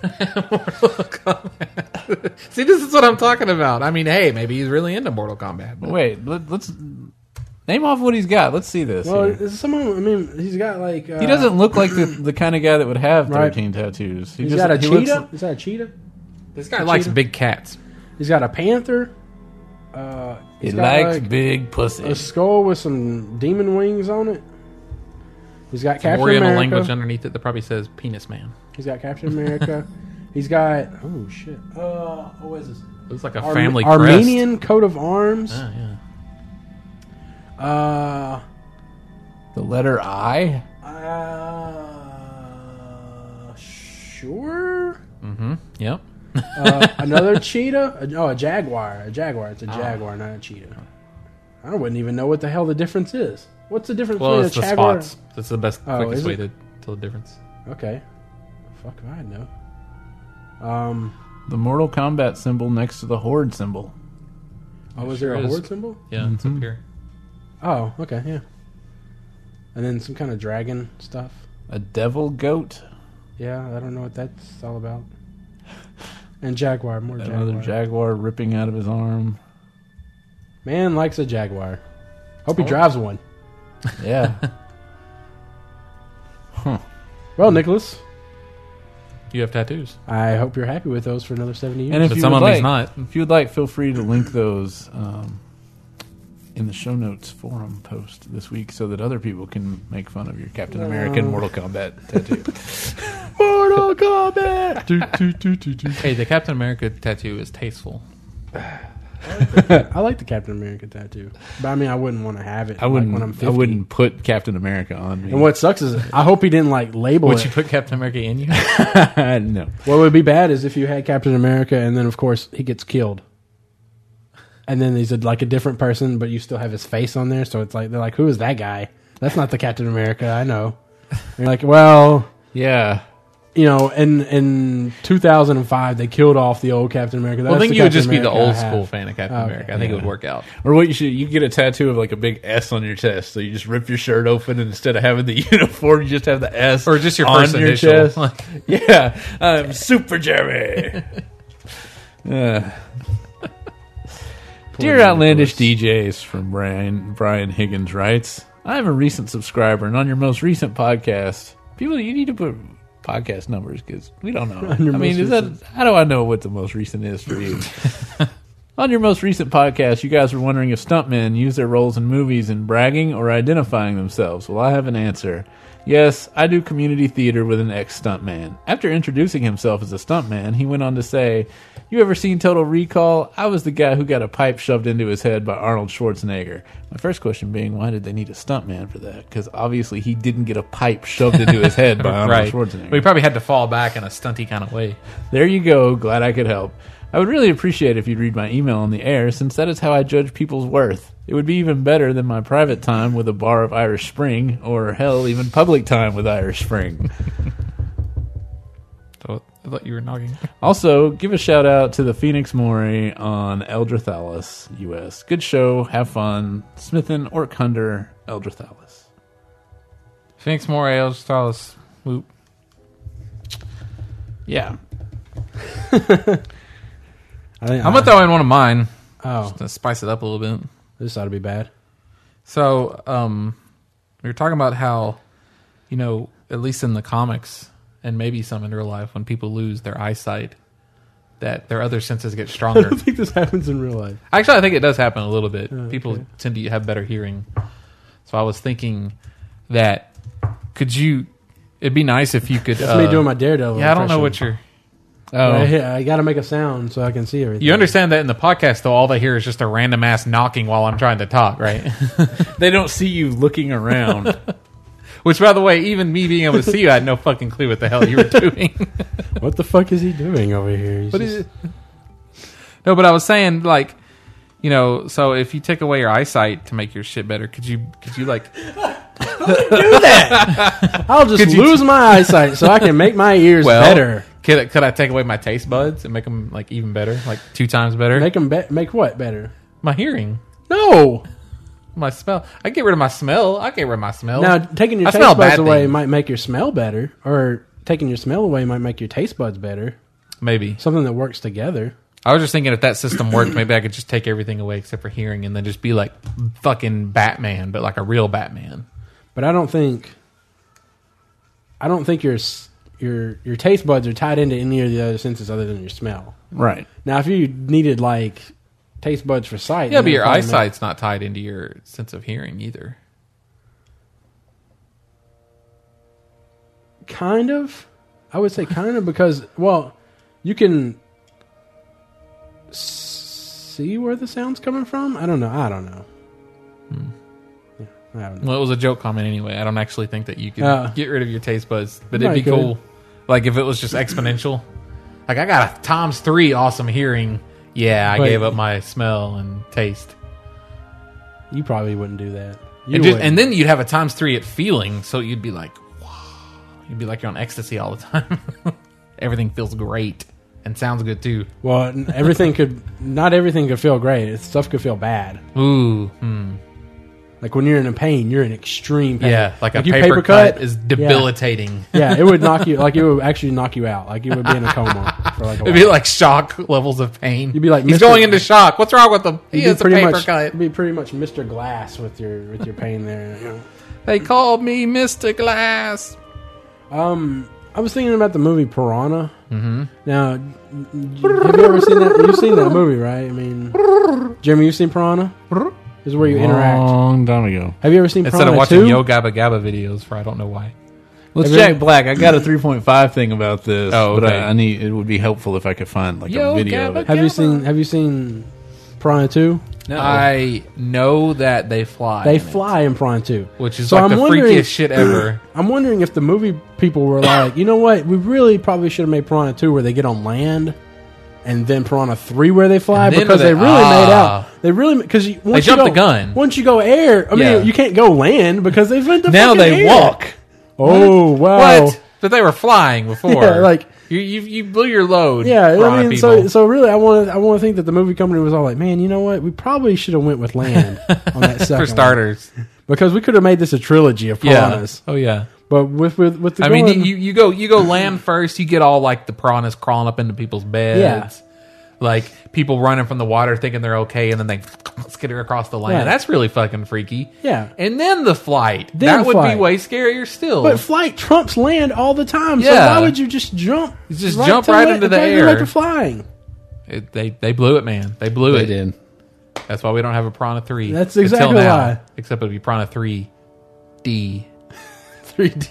Speaker 4: Kombat. Mortal
Speaker 1: See, this is what I'm talking about. I mean, hey, maybe he's really into Mortal Kombat. but-
Speaker 4: Wait, let, let's name off what he's got. Let's see this.
Speaker 2: Well, uh,
Speaker 4: here.
Speaker 2: is someone. I mean, he's got like. Uh,
Speaker 4: He doesn't look like the, the kind of guy that would have
Speaker 2: Right.
Speaker 4: 13 tattoos. He
Speaker 2: He's
Speaker 4: just,
Speaker 2: got a
Speaker 4: he
Speaker 2: cheetah.
Speaker 4: looks-
Speaker 2: Is that a cheetah?
Speaker 1: This guy likes
Speaker 2: cheetah.
Speaker 1: big cats.
Speaker 2: He's got a panther. Uh,
Speaker 4: he
Speaker 2: he's got,
Speaker 4: likes
Speaker 2: like,
Speaker 4: big pussy.
Speaker 2: a skull with some demon wings on it. He's got Captain
Speaker 3: Oriental
Speaker 2: America.
Speaker 3: language underneath it that probably says penis man.
Speaker 2: He's got Captain America. He's got oh shit. Uh, what is this?
Speaker 3: Looks like a
Speaker 2: Arme-
Speaker 3: family crest.
Speaker 2: Armenian coat of arms.
Speaker 3: Oh, yeah.
Speaker 2: Uh,
Speaker 4: the letter I?
Speaker 2: uh, sure.
Speaker 3: Yep.
Speaker 2: Uh, another cheetah? Uh, Oh, a jaguar. A jaguar. It's a
Speaker 3: Oh.
Speaker 2: jaguar, not a cheetah. I wouldn't even know what the hell the difference is. What's the difference
Speaker 3: Well,
Speaker 2: between
Speaker 3: it's
Speaker 2: a
Speaker 3: the
Speaker 2: jaguar?
Speaker 3: spots. That's the best,
Speaker 2: Oh,
Speaker 3: quickest
Speaker 2: is
Speaker 3: way
Speaker 2: it?
Speaker 3: to tell the difference.
Speaker 2: Okay. Fuck if I know. Um.
Speaker 4: The Mortal Kombat symbol next to the Horde symbol.
Speaker 2: Oh, was
Speaker 3: sure
Speaker 2: there a
Speaker 3: is.
Speaker 2: horde symbol?
Speaker 3: Yeah, it's up here.
Speaker 2: Oh, okay, yeah. And then some kind of dragon stuff.
Speaker 4: A devil goat.
Speaker 2: Yeah, I don't know what that's all about. And jaguar, more
Speaker 4: Another
Speaker 2: jaguar.
Speaker 4: jaguar ripping out of his arm.
Speaker 2: Man likes a jaguar. Hope
Speaker 4: Oh.
Speaker 2: he drives one.
Speaker 4: Yeah.
Speaker 2: Well, Nicholas,
Speaker 3: You have tattoos.
Speaker 2: I hope you're happy with those for another seventy years.
Speaker 4: and if
Speaker 3: But
Speaker 4: you
Speaker 3: some of
Speaker 4: would like,
Speaker 3: them's not.
Speaker 4: If you would like, feel free to link those um, in the show notes forum post this week so that other people can make fun of your Captain
Speaker 2: Uh.
Speaker 4: American Mortal Kombat tattoo.
Speaker 2: Mortal Kombat.
Speaker 3: Hey, the Captain America tattoo is tasteful.
Speaker 2: I like the Captain America tattoo, but I mean, I wouldn't want to have it.
Speaker 4: I wouldn't.
Speaker 2: Like when I'm 50.
Speaker 4: I wouldn't put Captain America on me.
Speaker 2: And what sucks is, I hope he didn't like label
Speaker 3: Would
Speaker 2: it.
Speaker 3: you put Captain America in you?
Speaker 4: no.
Speaker 2: What would be bad is if you had Captain America, and then of course he gets killed, and then he's a, like a different person, but you still have his face on there. So it's like they're like, "Who is that guy? That's not the Captain America I know." And you're like, well,
Speaker 4: Yeah.
Speaker 2: you know, in in 2005 they killed off the old Captain America.
Speaker 3: well, I
Speaker 2: That's
Speaker 3: think
Speaker 2: the
Speaker 3: you would
Speaker 2: Captain
Speaker 3: just be the
Speaker 2: America I
Speaker 3: old
Speaker 2: have.
Speaker 3: school fan of
Speaker 1: Oh,
Speaker 3: Captain
Speaker 2: Okay,
Speaker 3: America. I think it would work out.
Speaker 4: Or what you should you could get a tattoo of like a big S on your chest, so you just rip your shirt open and instead of having the uniform, you just have the S
Speaker 3: Or just your
Speaker 4: on
Speaker 3: first
Speaker 4: your
Speaker 3: initial.
Speaker 4: chest. yeah, I'm Super Jerry. Uh. Dear Outlandish DJs from Brian Brian Higgins writes, I am a recent subscriber, and on your most recent podcast, people, you need to put podcast numbers because we don't know. I
Speaker 2: your most
Speaker 4: mean, is that how do I know what the most recent is for you? On your most recent podcast, you guys were wondering if stuntmen use their roles in movies in bragging or identifying themselves. Well, I have an answer. Yes, I do community theater with an ex stuntman. After introducing himself as a stuntman, he went on to say, You ever seen Total Recall? I was the guy who got a pipe shoved into his head by Arnold Schwarzenegger. My first question being, why did they need a stuntman for that? Because obviously he didn't get a pipe shoved into his head by Arnold
Speaker 3: right.
Speaker 4: Schwarzenegger.
Speaker 3: We probably had to fall back in a stunty kind of way.
Speaker 4: There you go. Glad I could help. I would really appreciate if you'd read my email on the air, since that is how I judge people's worth. It would be even better than my private time with a bar of Irish Spring, or hell, even public time with Irish Spring.
Speaker 3: So I thought you were knocking.
Speaker 4: also, give a shout out to the Phoenix Mori on Eldrathallus, U.S. Good show. Have fun. Smithen, Orc Hunter, Eldrathallus.
Speaker 3: Phoenix Morales, Stylus, Whoop.
Speaker 4: Yeah.
Speaker 2: I think, uh,
Speaker 3: I'm going to throw in one of mine.
Speaker 2: oh,
Speaker 3: to spice it up a little bit.
Speaker 2: this ought to be bad.
Speaker 3: So, um, we were talking about how, you know, at least in the comics and maybe some in real life, when people lose their eyesight, that their other senses get
Speaker 2: I
Speaker 3: stronger.
Speaker 2: don't think this happens in real life.
Speaker 3: Actually, I think it does happen a little bit. People
Speaker 2: Oh, okay.
Speaker 3: tend to have better hearing. So I was thinking that could you? It'd be nice if you could. uh,
Speaker 2: That's me doing my daredevil.
Speaker 3: Yeah, I don't know what
Speaker 2: impression.
Speaker 3: you're.
Speaker 2: Right
Speaker 4: Oh,
Speaker 2: here, I got to make a sound so I can see everything.
Speaker 3: You understand that in the podcast, though, all they hear is just a random ass knocking while I'm trying to talk, right?
Speaker 4: they don't see you looking around.
Speaker 3: Which, by the way, even me being able to see you, I had no fucking clue what the hell you were doing.
Speaker 2: What the fuck is he doing over here? He's
Speaker 3: What
Speaker 2: just-
Speaker 3: is it? No, but I was saying like, you know, so if you take away your eyesight to make your shit better, could you could you like
Speaker 2: I'll just
Speaker 3: Could you-
Speaker 2: lose my eyesight so I can make my ears
Speaker 3: well
Speaker 2: better.
Speaker 3: Could I, could I take away my taste buds and make them like even better, like two times better?
Speaker 2: Make them be- make what better?
Speaker 3: my hearing,
Speaker 2: No.
Speaker 3: my smell. I get rid of my smell. I get rid of my smell.
Speaker 2: Now taking your
Speaker 3: I smell
Speaker 2: taste buds
Speaker 3: bad
Speaker 2: away
Speaker 3: things.
Speaker 2: might make your smell better, or taking your smell away might make your taste buds better.
Speaker 3: Maybe.
Speaker 2: something that works together.
Speaker 3: I was just thinking if that system worked, maybe I could just take everything away except for hearing and then just be like fucking Batman, but like a real Batman.
Speaker 2: But I don't think, I don't think your s- your your taste buds are tied into any of the other senses other than your smell.
Speaker 4: Right.
Speaker 2: Now, if you needed like taste buds for sight,
Speaker 3: Yeah,
Speaker 2: then
Speaker 3: but your
Speaker 2: it probably ma-
Speaker 3: eyesight's not tied into your sense of hearing either.
Speaker 2: kind of. I would say kind of because well, you can s- see where the sound's coming from. I don't know. I don't know.
Speaker 3: Hmm.
Speaker 2: Yeah, I don't know.
Speaker 3: Well, it was a joke comment anyway. I don't actually think that you could
Speaker 2: Uh.
Speaker 3: get rid of your taste buds, but
Speaker 2: No,
Speaker 3: it'd be
Speaker 2: you couldn't.
Speaker 3: cool. Like if it was just exponential. Like I got a times three awesome hearing. Yeah, I
Speaker 2: But-
Speaker 3: gave up my smell and taste.
Speaker 2: You probably wouldn't do that. You
Speaker 3: And, just,
Speaker 2: wouldn't.
Speaker 3: and then you'd have a times three at feeling, so you'd be like, wow. You'd be like you're on ecstasy all the time. Everything feels great and sounds good too.
Speaker 2: well, n- everything could not everything could feel great. It's- Stuff could feel bad.
Speaker 3: Ooh, hmm.
Speaker 2: Like when you're in a pain, you're in extreme pain.
Speaker 3: yeah, like, a
Speaker 2: you
Speaker 3: paper, cut, is debilitating.
Speaker 2: Yeah, it would knock you. Like it would actually knock you out. Like you would be in a coma for like a
Speaker 3: It'd
Speaker 2: while.
Speaker 3: be like shock levels of pain.
Speaker 2: You'd be like,
Speaker 3: he's
Speaker 2: "Mr.
Speaker 3: going into shock. What's wrong with him?
Speaker 2: You'd
Speaker 3: He
Speaker 2: be
Speaker 3: has a
Speaker 2: pretty
Speaker 3: paper
Speaker 2: much,
Speaker 3: cut.
Speaker 2: it'd be pretty much Mr. Glass with your with your pain there. you know.
Speaker 3: They called me Mr. Glass.
Speaker 2: Um, I was thinking about the movie Piranha. Mm-hmm. Now, y- have you ever seen that? You've seen that movie, right? I mean, Jeremy, you've seen Piranha. This is where you interact.
Speaker 4: Long time ago.
Speaker 2: Have you ever seen
Speaker 3: Uh, Instead
Speaker 2: Piranha
Speaker 3: of watching
Speaker 2: 2?
Speaker 3: Yo Gabba Gabba videos for I don't know why.
Speaker 4: Let's
Speaker 2: Have you
Speaker 4: check
Speaker 2: ever-
Speaker 4: Black. I got a 3.5 thing about this,
Speaker 3: Oh,
Speaker 4: but
Speaker 3: okay.
Speaker 4: I, I need it would be helpful if I could find like
Speaker 3: Yo,
Speaker 4: a video of
Speaker 3: Gabba
Speaker 4: it.
Speaker 2: Have you seen Have you seen Piranha Two?
Speaker 4: No.
Speaker 3: I know that they fly.
Speaker 2: They
Speaker 3: in it,
Speaker 2: fly in Piranha Two,
Speaker 3: which is
Speaker 2: So
Speaker 3: like
Speaker 2: I'm
Speaker 3: the
Speaker 2: wondering-
Speaker 3: freakiest shit ever.
Speaker 2: I'm wondering if the movie people were like, you know what, we really probably should have made Piranha 2 where they get on land, and then Piranha 3 where they fly
Speaker 3: And then
Speaker 2: because
Speaker 3: they-
Speaker 2: they, really made
Speaker 3: ah.
Speaker 2: out. They really because once you
Speaker 3: jumped
Speaker 2: go,
Speaker 3: the gun.
Speaker 2: Once you go air, I mean,
Speaker 3: Yeah.
Speaker 2: you can't go land because they've went to
Speaker 4: now
Speaker 2: fucking
Speaker 4: they
Speaker 2: air.
Speaker 4: walk.
Speaker 2: Oh wow!
Speaker 3: What? But they were flying before.
Speaker 2: Yeah, like-
Speaker 3: you, you, you blew your load.
Speaker 2: Yeah,
Speaker 3: piranha
Speaker 2: I mean, so
Speaker 3: people.
Speaker 2: so really, I want to I want to think that the movie company was all like, man, you know what, we probably should have went with land on that second
Speaker 3: for
Speaker 2: one."
Speaker 3: starters,
Speaker 2: because we could have made this a trilogy of
Speaker 3: yeah.
Speaker 2: piranhas.
Speaker 3: Oh yeah.
Speaker 2: But with with with the
Speaker 3: I
Speaker 2: gun,
Speaker 3: mean, you, you go you go land first. You get all like the piranhas crawling up into people's beds, like people running from the water thinking they're okay, and then they skitter across the land.
Speaker 2: Right.
Speaker 3: That's really fucking freaky.
Speaker 2: Yeah.
Speaker 3: and then the flight
Speaker 2: Then
Speaker 3: that would
Speaker 2: flight.
Speaker 3: be way scarier still.
Speaker 2: But flight trumps land all the time.
Speaker 3: Yeah.
Speaker 2: So why would you just jump?
Speaker 3: Just jump right into the
Speaker 2: right
Speaker 3: air.
Speaker 2: Right to flying.
Speaker 3: It- they they blew it, man. They blew it.
Speaker 4: did.
Speaker 3: That's why we don't have a Prana three.
Speaker 2: That's
Speaker 3: until
Speaker 2: exactly
Speaker 3: now.
Speaker 2: why.
Speaker 3: Except it'll be Prana three D.
Speaker 2: 3D.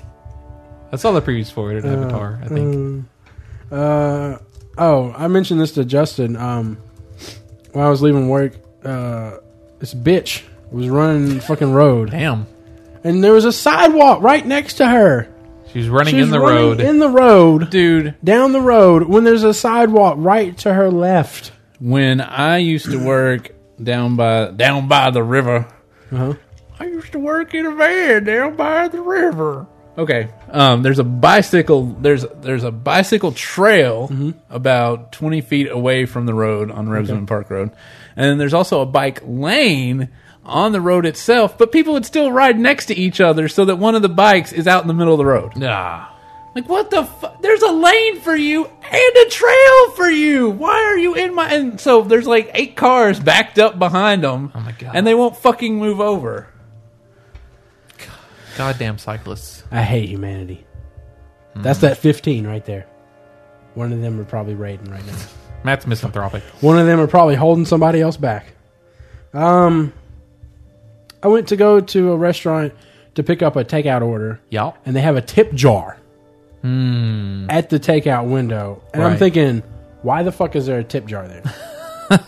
Speaker 3: I saw the previews for it in Avatar. I think
Speaker 2: Uh, oh, I mentioned this to Justin. Um, when I was leaving work, uh, this bitch was running the fucking road,
Speaker 3: damn,
Speaker 2: and there was a sidewalk right next to her.
Speaker 3: she's running
Speaker 2: She's
Speaker 3: in the
Speaker 2: running
Speaker 3: road,
Speaker 2: in the road,
Speaker 3: dude.
Speaker 2: down the road. When there's a sidewalk right to her left.
Speaker 4: When I used to work down by down by the river,
Speaker 3: Uh-huh.
Speaker 4: I used to work in a van down by the river. Okay. Um, there's a bicycle. There's there's a bicycle trail
Speaker 3: Mm-hmm.
Speaker 4: about 20 feet away from the road on Roseman Park Road, and then there's also a bike lane on the road itself. But people would still ride next to each other so that one of the bikes is out in the middle of the road.
Speaker 3: Nah.
Speaker 4: Like what the fuck? There's a lane for you and a trail for you. Why are you in my? And so there's like eight cars backed up behind them. Oh
Speaker 3: my God.
Speaker 4: And they won't fucking move over.
Speaker 3: Goddamn cyclists.
Speaker 2: I hate humanity. That's
Speaker 3: Hmm.
Speaker 2: that 15 right there. One of them are probably raiding right now.
Speaker 3: Matt's misanthropic.
Speaker 2: One of them are probably holding somebody else back. Um, I went to go to a restaurant to pick up a takeout order,
Speaker 3: Y'all.
Speaker 2: and they have a tip jar at the takeout window. And I'm
Speaker 3: Hmm. Right.
Speaker 2: thinking, why the fuck is there a tip jar there?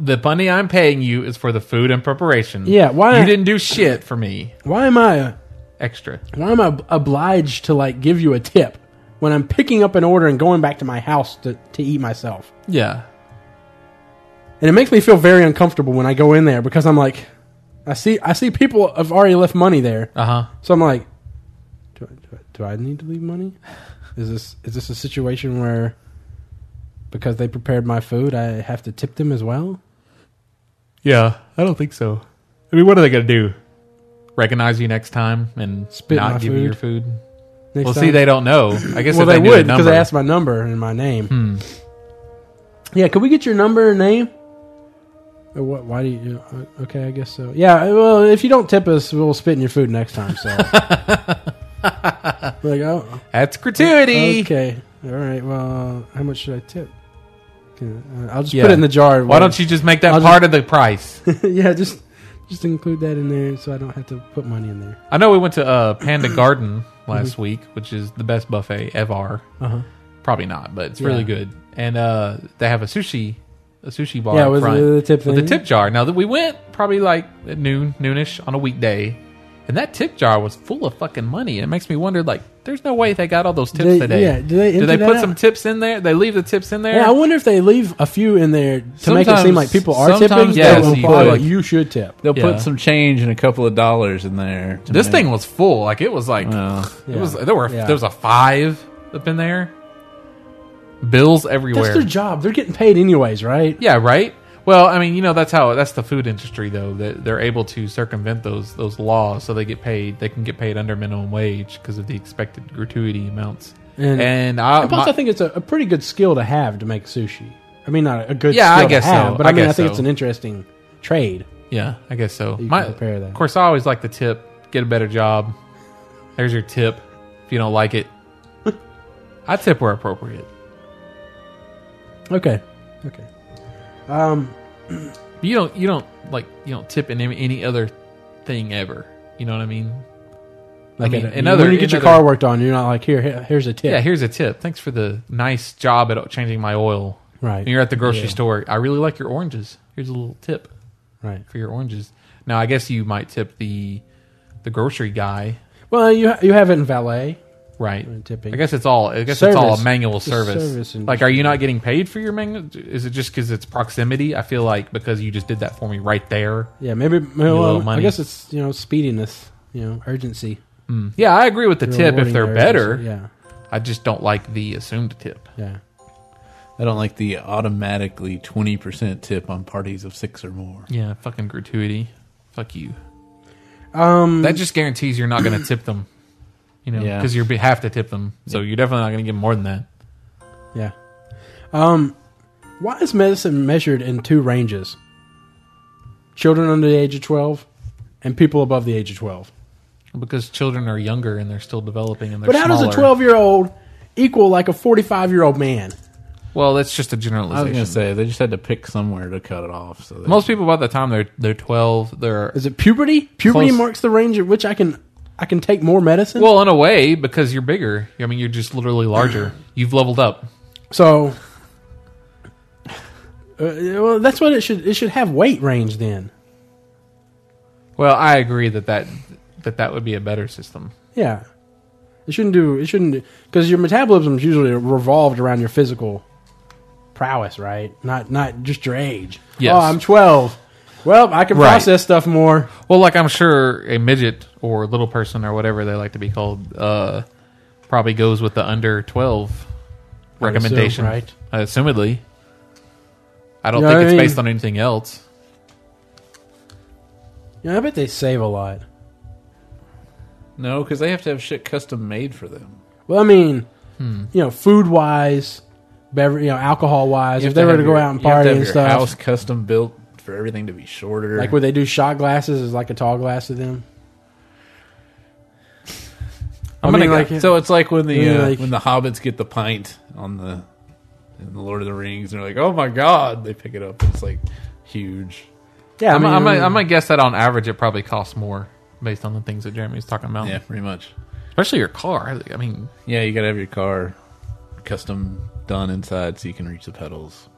Speaker 3: The money I'm paying you is for the food and preparation.
Speaker 2: Yeah, why-
Speaker 3: You didn't do shit for me.
Speaker 2: Why am I
Speaker 3: Extra.
Speaker 2: why am I ob- obliged to like give you a tip when I'm picking up an order and going back to my house to, to eat myself?
Speaker 3: Yeah.
Speaker 2: And it makes me feel very uncomfortable when I go in there because I'm like, I see I see people have already left money there.
Speaker 3: Uh huh.
Speaker 2: So I'm like, do I, do I, do I need to leave money? Is this is this a situation where because they prepared my food, I have to tip them as well?
Speaker 3: Yeah, I don't think so. I mean, what are they gonna do? Recognize you next time and
Speaker 2: Spit in
Speaker 3: not
Speaker 2: my
Speaker 3: give you
Speaker 2: food?
Speaker 3: your food?
Speaker 2: Next
Speaker 3: Well,
Speaker 2: time.
Speaker 3: see, they don't know. I guess
Speaker 2: well,
Speaker 3: if
Speaker 2: they,
Speaker 3: they, knew the
Speaker 2: would because
Speaker 3: number- Hmm.
Speaker 2: they asked my number and my name. Yeah, could we get your number and name? Or what? Why do you? uh, Okay, I guess so. Yeah. uh, Well, if you don't tip us, we'll spit in your food next time. So, like, oh,
Speaker 3: That's gratuity.
Speaker 2: okay, all right. Well, how much should I tip? Can- uh, I'll just
Speaker 3: Yeah.
Speaker 2: put it in the jar.
Speaker 3: Why don't you just make that
Speaker 2: I'll
Speaker 3: part of the price?
Speaker 2: yeah, just just include that in there, so I don't have to put money in there.
Speaker 3: I know we went to uh, Panda Garden last week, which is the best buffet ever.
Speaker 2: Mm-hmm. Uh-huh.
Speaker 3: Probably not, but it's really
Speaker 2: Yeah.
Speaker 3: good. And uh, they have a sushi, a sushi bar.
Speaker 2: Yeah,
Speaker 3: up
Speaker 2: with
Speaker 3: front
Speaker 2: the tip
Speaker 3: with the
Speaker 2: thing.
Speaker 3: tip jar. Now that we went, probably like at noon, noonish on a weekday, and that tip jar was full of fucking money. And it makes me wonder, like, there's no way they got all those tips
Speaker 2: They-
Speaker 3: today.
Speaker 2: yeah, do they
Speaker 3: do
Speaker 2: empty
Speaker 3: they
Speaker 2: that
Speaker 3: put
Speaker 2: out?
Speaker 3: some tips in there? They leave the tips in there.
Speaker 2: Yeah, I wonder if they leave a few in there to make it
Speaker 3: Sometimes-
Speaker 2: seem like people are tipping.
Speaker 3: sometimes, yes,
Speaker 2: they'll
Speaker 3: you
Speaker 2: imply
Speaker 3: could.
Speaker 2: that you should tip.
Speaker 4: They'll
Speaker 3: Yeah.
Speaker 4: put some change and a couple of dollars in there. to
Speaker 3: this
Speaker 4: make-
Speaker 3: thing was full. Like it was like
Speaker 4: Well,
Speaker 3: it was. There were
Speaker 2: Yeah.
Speaker 3: there was a five up in there. Bills everywhere.
Speaker 2: That's their job. They're getting paid anyways, right?
Speaker 3: Yeah, right. Well, I mean, you know, that's how that's the food industry, though. That they're able to circumvent those those laws, so they get paid. They can get paid under minimum wage because of the expected gratuity amounts.
Speaker 2: And-
Speaker 3: And, I,
Speaker 2: And plus,
Speaker 3: my-
Speaker 2: I think it's a, a pretty good skill to have to make sushi. I mean, not a good
Speaker 3: Yeah,
Speaker 2: skill
Speaker 3: I guess
Speaker 2: to have,
Speaker 3: so.
Speaker 2: but I,
Speaker 3: I
Speaker 2: mean, I
Speaker 3: guess
Speaker 2: think
Speaker 3: so.
Speaker 2: it's an interesting trade.
Speaker 3: yeah, I guess so.
Speaker 2: You
Speaker 3: My,
Speaker 2: can prepare that.
Speaker 3: Of course, I always like the tip. Get a better job. There's your tip. If you don't like it, I tip where appropriate.
Speaker 2: Okay. Okay. Um,
Speaker 3: But you don't you don't like you don't tip in any, any other thing ever. You know what I mean?
Speaker 2: like
Speaker 3: mean,
Speaker 2: at a-
Speaker 3: another-
Speaker 2: when you get your
Speaker 3: another-
Speaker 2: car worked on, you're not like here. here here's a tip.
Speaker 3: Yeah, here's a tip. Thanks for the nice job at changing my oil.
Speaker 2: Right.
Speaker 3: When you're at the grocery
Speaker 2: Yeah.
Speaker 3: store, I really like your oranges. Here's a little tip
Speaker 2: right.
Speaker 3: for your oranges. Now, I guess you might tip the the grocery guy,
Speaker 2: Well, you ha- you have it in valet.
Speaker 3: right?
Speaker 2: Or tipping.
Speaker 3: I guess it's all. I guess it's all
Speaker 2: Service.
Speaker 3: a manual
Speaker 2: It's a
Speaker 3: service.
Speaker 2: service
Speaker 3: like, are you not getting paid for your manual? Is it just because it's proximity? I feel like because you just did that for me right there.
Speaker 2: Yeah, maybe.
Speaker 3: little
Speaker 2: Well, I
Speaker 3: money.
Speaker 2: guess it's you know speediness, you know urgency.
Speaker 3: Yeah, I agree with the tip if
Speaker 2: Rewarding
Speaker 3: they're
Speaker 2: urgency.
Speaker 3: better.
Speaker 2: Yeah.
Speaker 3: I just don't like the assumed tip.
Speaker 2: Yeah.
Speaker 4: I don't like the automatically twenty percent tip on parties of six or more.
Speaker 3: Yeah, fucking gratuity. Fuck you.
Speaker 2: Um.
Speaker 3: That just guarantees you're not going to tip them. You know,
Speaker 4: Yeah.
Speaker 3: because you have to tip them, so you're definitely not going to get more than that.
Speaker 2: Yeah. Um, why is medicine measured in two ranges? Children under the age of 12 and people above the age of 12.
Speaker 3: Because children are younger and they're still developing and they're
Speaker 2: But how does a
Speaker 3: smaller.
Speaker 2: 12 year old equal like a 45 year old man?
Speaker 3: Well, that's just a
Speaker 4: I was
Speaker 3: generalization.
Speaker 4: gonna say they just had to pick somewhere to cut it off. So they-
Speaker 3: Most people by the time they're they're 12, they're
Speaker 2: Is it puberty? Puberty
Speaker 3: Close.
Speaker 2: marks the range at which I can I can take more medicine.
Speaker 3: well, in a way because you're bigger. I mean, you're just literally larger. You've leveled up.
Speaker 2: so uh, well, that's what it should it should have weight range then.
Speaker 3: Well, I agree that that that that would be a better system.
Speaker 2: Yeah. It shouldn't do it shouldn't because your metabolism's usually revolved around your physical prowess, right? Not not just your age.
Speaker 3: Yes.
Speaker 2: Oh, I'm 12. Well, I can
Speaker 3: Right.
Speaker 2: process stuff more.
Speaker 3: Well, like I'm sure a midget or little person or whatever they like to be called uh, probably goes with the under 12
Speaker 2: would assume,
Speaker 3: recommendation,
Speaker 2: right?
Speaker 3: Uh, assumedly, I don't
Speaker 2: You know
Speaker 3: think
Speaker 2: what
Speaker 3: it's
Speaker 2: I mean?
Speaker 3: based on anything else.
Speaker 2: Yeah, I bet they save a lot.
Speaker 4: no, because they have to have shit custom made for them.
Speaker 2: Well, I mean, you know, food wise, bever- you know, alcohol wise,
Speaker 4: You
Speaker 2: if
Speaker 4: have
Speaker 2: they were
Speaker 4: have
Speaker 2: to go
Speaker 4: your-
Speaker 2: out and
Speaker 4: you have
Speaker 2: party
Speaker 4: to have
Speaker 2: and
Speaker 4: your
Speaker 2: stuff,
Speaker 4: house custom built for everything to be shorter.
Speaker 2: like where they do shot glasses is like a tall glass to them.
Speaker 4: I'm
Speaker 2: I
Speaker 4: gonna
Speaker 2: mean,
Speaker 4: go-
Speaker 2: like-
Speaker 4: so it's like when the
Speaker 2: Yeah,
Speaker 4: uh,
Speaker 2: like-
Speaker 4: when the hobbits get the pint on the in the Lord of the Rings, and they're like, "Oh my god!" They pick it up. It's like huge.
Speaker 2: Yeah,
Speaker 3: I'm, I'm,
Speaker 2: mean,
Speaker 3: I'm gonna guess that on average it probably costs more based on the things that Jeremy was talking about.
Speaker 4: Yeah, pretty much.
Speaker 3: Especially your car. I mean,
Speaker 4: Yeah, you gotta have your car custom done inside so you can reach the pedals.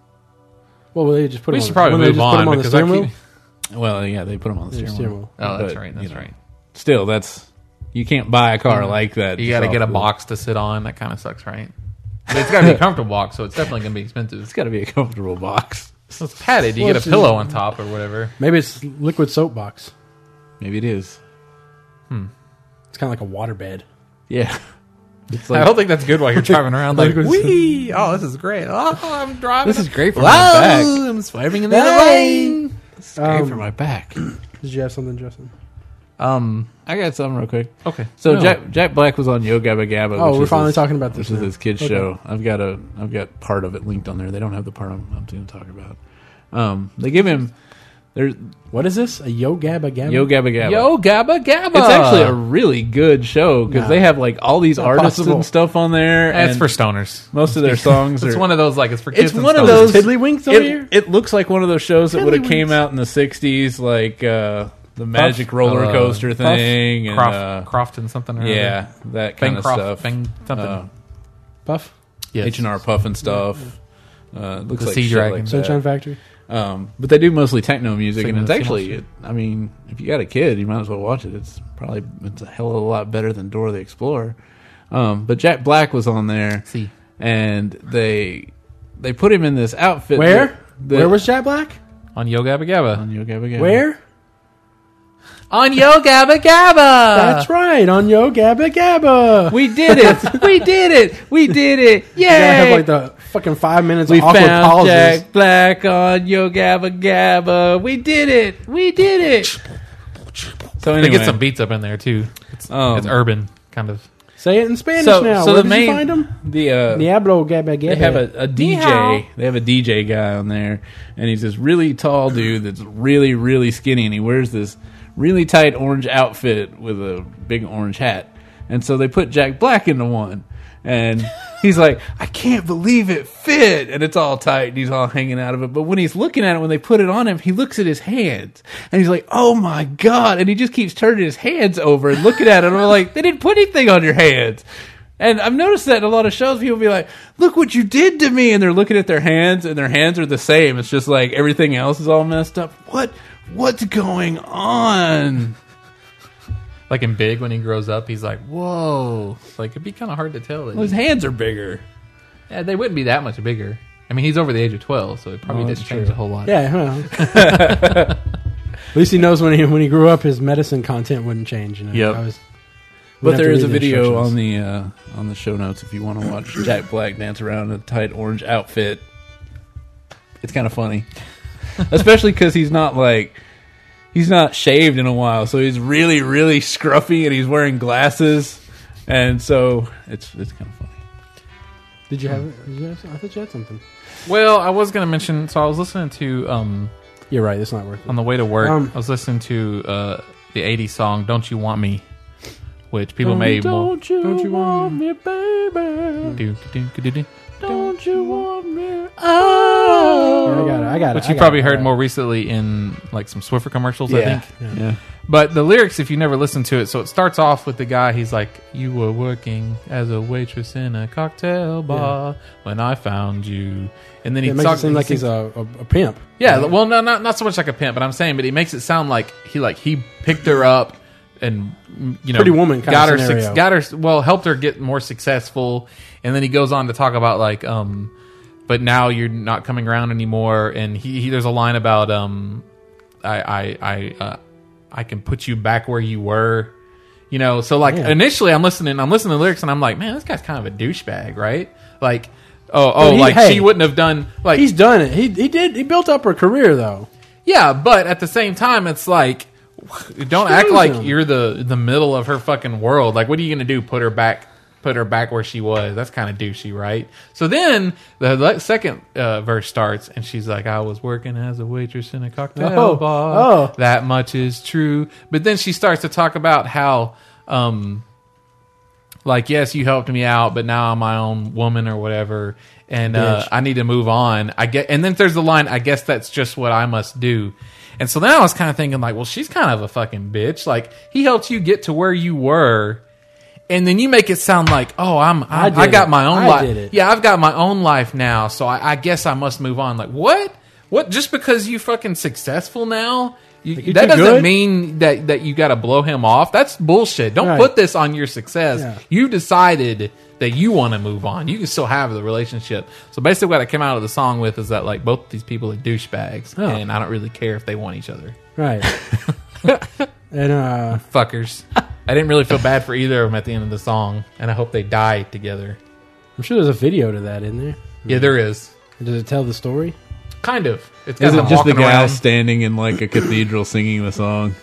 Speaker 2: well, they just put
Speaker 3: we
Speaker 2: them
Speaker 3: should
Speaker 2: on,
Speaker 3: probably
Speaker 2: wouldn't they
Speaker 3: move
Speaker 2: just put
Speaker 3: on,
Speaker 2: them on the
Speaker 3: because I
Speaker 2: steering wheel.
Speaker 3: keep.
Speaker 4: Well, yeah, they put them on the
Speaker 2: Yeah,
Speaker 4: steering,
Speaker 2: steering
Speaker 4: wheel.
Speaker 2: wheel.
Speaker 3: Oh, that's
Speaker 4: But,
Speaker 3: right.
Speaker 4: you
Speaker 3: That's
Speaker 4: know,
Speaker 3: right.
Speaker 4: Still, that's you can't buy a car like that.
Speaker 3: You
Speaker 4: just
Speaker 3: got to
Speaker 4: off
Speaker 3: get a
Speaker 4: the-
Speaker 3: box to sit on. That kind of sucks, right? But it's got to be a comfortable box, so it's definitely gonna be expensive.
Speaker 4: It's got to be a comfortable box.
Speaker 3: So it's padded. You
Speaker 2: Well,
Speaker 3: get
Speaker 2: it's
Speaker 3: a
Speaker 2: just-
Speaker 3: pillow on top or whatever.
Speaker 2: Maybe it's liquid soapbox.
Speaker 4: Maybe it is.
Speaker 2: It's kind of like a waterbed.
Speaker 4: Yeah. It's
Speaker 3: I
Speaker 4: like
Speaker 3: don't think that's good while you're driving around like
Speaker 2: Like,
Speaker 3: wee. Oh, this is great. Oh, I'm driving.
Speaker 4: this is great for my back.
Speaker 3: Wow, I'm swerving in the other
Speaker 2: Hey!
Speaker 3: lane.
Speaker 2: Um,
Speaker 4: It's great for my back.
Speaker 2: Did you have something, Justin?
Speaker 4: Um, I got something real quick.
Speaker 3: Okay.
Speaker 4: So
Speaker 2: No.
Speaker 4: Jack Jack Black was on Yo Gabba Gabba.
Speaker 2: Oh,
Speaker 4: which
Speaker 2: we're
Speaker 4: is
Speaker 2: finally
Speaker 4: his-
Speaker 2: talking about this
Speaker 4: Which is
Speaker 2: now.
Speaker 4: his kids
Speaker 2: Okay.
Speaker 4: show. I've got a I've got part of it linked on there. They don't have the part I'm, I'm going to talk about. Um, they give him there's
Speaker 2: What is this? A Yo Gabba Gabba?
Speaker 4: Yo Gabba Gabba.
Speaker 3: Yo, Gabba Gabba.
Speaker 4: it's actually a really good show because they have like all these artists
Speaker 2: possible.
Speaker 4: and stuff on there.
Speaker 3: That's
Speaker 4: and
Speaker 3: for stoners.
Speaker 4: most of their songs.
Speaker 3: It's
Speaker 4: are,
Speaker 3: one of those like it's for kids.
Speaker 4: it's
Speaker 3: and
Speaker 4: one of
Speaker 3: stoners.
Speaker 4: those
Speaker 2: Tiddlywinks over here?
Speaker 4: It, it looks like one of those shows that would have came out in the '60s, like uh, the Magic Roller
Speaker 3: Uh,
Speaker 4: Coaster
Speaker 3: Puff?
Speaker 4: thing, and
Speaker 3: Croft,
Speaker 4: uh,
Speaker 3: Crofton something. Or other.
Speaker 4: yeah, that
Speaker 3: Bang
Speaker 4: kind of
Speaker 3: Croft,
Speaker 4: stuff.
Speaker 3: Bang something.
Speaker 4: Uh,
Speaker 2: Puff?
Speaker 3: Yes.
Speaker 4: H and R Puff and stuff. Uh, it looks
Speaker 3: The
Speaker 4: like
Speaker 3: Sea
Speaker 4: shit
Speaker 3: Dragon.
Speaker 4: like that.
Speaker 2: Sunshine Factory?
Speaker 4: Um, but they do mostly techno music,
Speaker 3: Singing
Speaker 4: and it's
Speaker 3: the
Speaker 4: actually,
Speaker 3: Seahawks.
Speaker 4: it, I mean, if you got a kid, you might as well watch it. It's probably it's a hell of a lot better than Dora the Explorer. Um, but Jack Black was on there,
Speaker 3: See.
Speaker 4: and they they put him in this outfit.
Speaker 2: Where?
Speaker 4: that- that-
Speaker 2: Where was Jack Black?
Speaker 3: on Yo Gabba Gabba.
Speaker 4: on Yo Gabba Gabba?
Speaker 2: Where?
Speaker 3: On Yo Gabba Gabba.
Speaker 2: That's right, on Yo Gabba Gabba.
Speaker 4: We did it! we did it! We did it!
Speaker 2: You gotta
Speaker 4: Yeah!
Speaker 2: have like the fucking five minutes
Speaker 4: we
Speaker 2: of awkward
Speaker 4: found
Speaker 2: pauses.
Speaker 4: Jack Black on Yo Gabba Gabba. We did it! We did it! So
Speaker 3: They
Speaker 4: anyway,
Speaker 3: get some beats up in there too. It's,
Speaker 4: Um,
Speaker 3: it's urban kind of.
Speaker 2: Say it in Spanish
Speaker 4: so,
Speaker 2: now.
Speaker 4: so
Speaker 2: Where
Speaker 4: the
Speaker 2: did
Speaker 4: main
Speaker 2: you find him?
Speaker 4: the uh,
Speaker 2: Diablo Gabba Gabba.
Speaker 4: They have a, a DJ. They have a DJ guy on there, and he's this really tall dude that's really, really skinny, and he wears this really tight orange outfit with a big orange hat. And so they put Jack Black into one, and he's like, "I can't believe it fit," and it's all tight, and he's all hanging out of it. But when he's looking at it, when they put it on him, he looks at his hands, and he's like, "Oh my god!" And he just keeps turning his hands over and looking at it. And I'm like, "They didn't put anything on your hands." And I've noticed that in a lot of shows, people be like, "Look what you did to me," and they're looking at their hands, and their hands are the same. It's just like everything else is all messed up. What? What's going on?
Speaker 3: Like in Big, when he grows up, he's like, "Whoa!" Like it'd be kind of hard to tell. that
Speaker 4: Well, his
Speaker 3: he-
Speaker 4: hands are bigger.
Speaker 3: yeah, they wouldn't be that much bigger. I mean, he's over the age of twelve, so it probably didn't change a whole lot.
Speaker 2: Oh, Yeah. Well. At least he knows when he when he grew up, his medicine content wouldn't change. You know?
Speaker 4: Yep.
Speaker 2: I was-
Speaker 4: But
Speaker 2: wouldn't have
Speaker 4: there
Speaker 2: to
Speaker 4: is a
Speaker 2: read the
Speaker 4: video
Speaker 2: instructions.
Speaker 4: on the uh, on the show notes if you want to watch Jack Black dance around in a tight orange outfit. It's kind of funny, especially because he's not like he's not shaved in a while, so he's really really scruffy and he's wearing glasses, and so it's it's kind of funny.
Speaker 2: Did you have? Did you have some- I thought you had something.
Speaker 3: Well, I was gonna mention. So I was listening to um
Speaker 2: You're right. It's not worth it.
Speaker 3: on the way to work.
Speaker 2: Um,
Speaker 3: I was listening to uh the '80s song "Don't You Want Me," which people may more-
Speaker 4: you,
Speaker 2: Don't you want
Speaker 4: me, baby?
Speaker 3: do, do, do, do, do.
Speaker 4: Don't you want me?
Speaker 2: I got it. I got it.
Speaker 3: Oh. Which
Speaker 2: I
Speaker 3: you
Speaker 2: got
Speaker 3: probably
Speaker 2: it, I
Speaker 3: heard
Speaker 2: got
Speaker 3: more recently in like some Swiffer commercials, I
Speaker 4: Yeah.
Speaker 3: think.
Speaker 4: yeah.
Speaker 3: But the lyrics, if you never listen to it, so it starts off with the guy. He's like, "You were working as a waitress in a cocktail bar when I found you," and then
Speaker 2: It,
Speaker 3: he
Speaker 2: it makes it
Speaker 3: talks.
Speaker 2: seem
Speaker 3: he
Speaker 2: like he's
Speaker 3: sings-
Speaker 2: a, a, a pimp.
Speaker 3: yeah. Well, no, not not so much like a pimp, but I'm saying, but he makes it sound like he like he picked her up and mm, you know,
Speaker 2: Pretty woman kinda
Speaker 3: got her
Speaker 2: scenario.
Speaker 3: suc- got her well helped her get more successful, and then he goes on to talk about like um, but now you're not coming around anymore, and he, he there's a line about um, I I I uh, I can put you back where you were. You know, so like initially, I'm listening. I'm listening to the lyrics, and I'm like, man, this guy's kind of a douchebag, right? Like, oh, oh,
Speaker 2: he-
Speaker 3: like
Speaker 2: hey.
Speaker 3: she wouldn't have done. Like,
Speaker 2: He's done it. He he did. He built up her career though.
Speaker 3: yeah, but at the same time, it's like don't act
Speaker 2: knows
Speaker 3: like
Speaker 2: him.
Speaker 3: you're the the middle of her fucking world. Like, what are you gonna do? Put her back, put her back where she was. That's kind of douchey, right? So then the le- second uh, verse starts, and she's like, "I was working as a waitress in a cocktail
Speaker 2: Oh,
Speaker 3: bar.
Speaker 2: oh.
Speaker 3: That much is true." But then she starts to talk about how. Um, like yes you helped me out but now i'm my own woman or whatever and uh,
Speaker 2: Bitch.
Speaker 3: i need to move on i get and then there's the line i guess that's just what i must do and so then i was kind of thinking like well she's kind of a fucking bitch like he helped you get to where you were and then you make it sound like oh i'm i,
Speaker 2: I
Speaker 3: I,
Speaker 2: did
Speaker 3: got
Speaker 2: it.
Speaker 3: my own
Speaker 2: I
Speaker 3: life
Speaker 2: did it.
Speaker 3: yeah i've got my own life now so I, I guess i must move on like what what just because you fucking successful now you,
Speaker 2: you're
Speaker 3: that
Speaker 2: too
Speaker 3: doesn't
Speaker 2: good?
Speaker 3: mean that that you got to blow him off that's bullshit don't
Speaker 2: Right.
Speaker 3: put this on your success
Speaker 2: Yeah.
Speaker 3: you decided that you want to move on. You can still have the relationship. So basically, what I came out of the song with is that like both these people are douchebags,
Speaker 2: Oh.
Speaker 3: and I don't really care if they want each other.
Speaker 2: Right. and uh,
Speaker 3: Fuckers. I didn't really feel bad for either of them at the end of the song, and I hope they die together.
Speaker 2: I'm sure there's a video to that in there.
Speaker 3: Yeah,
Speaker 4: Hmm.
Speaker 3: there is
Speaker 2: Does it tell the story?
Speaker 3: kind of. It's got
Speaker 4: Is
Speaker 3: them
Speaker 4: it just the
Speaker 3: walking
Speaker 4: guy
Speaker 3: around.
Speaker 4: standing in like a cathedral singing the song?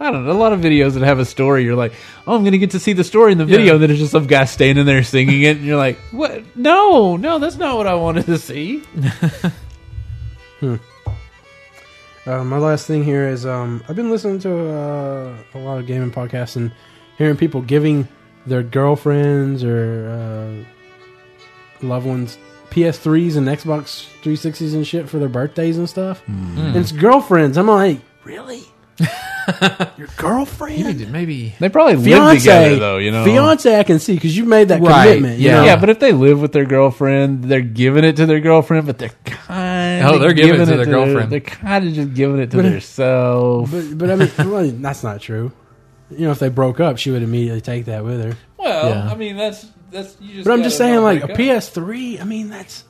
Speaker 4: I don't know. A lot of videos that have a story, you're like, oh, I'm going to get to see the story in the video. And then it's just some guy standing there singing it. And you're like, what? No, no, that's not what I wanted to see.
Speaker 2: Uh, my last thing here is um, I've been listening to uh, a lot of gaming podcasts and hearing people giving their girlfriends or uh, loved ones PS3s and Xbox 360s and shit for their birthdays and stuff.
Speaker 4: Hmm.
Speaker 2: And it's girlfriends. I'm like, really? Your girlfriend?
Speaker 3: Maybe
Speaker 4: They probably live together, though, you know?
Speaker 2: Fiance, I can see because you made that
Speaker 3: Right,
Speaker 2: commitment. you
Speaker 3: yeah.
Speaker 2: know?
Speaker 4: Yeah, but if they live with their girlfriend, they're giving it to their girlfriend, but they're kind
Speaker 3: Oh, they're giving it to their girlfriend.
Speaker 4: They're kind of just giving it to
Speaker 2: But-
Speaker 4: themselves.
Speaker 2: but, but I mean, well, that's not true. You know, if they broke up, she would immediately take that with her.
Speaker 4: Well,
Speaker 3: Yeah. I
Speaker 4: mean, that's that's. You just
Speaker 2: But I'm just saying, like a
Speaker 4: uh,
Speaker 2: PS3. I mean, that's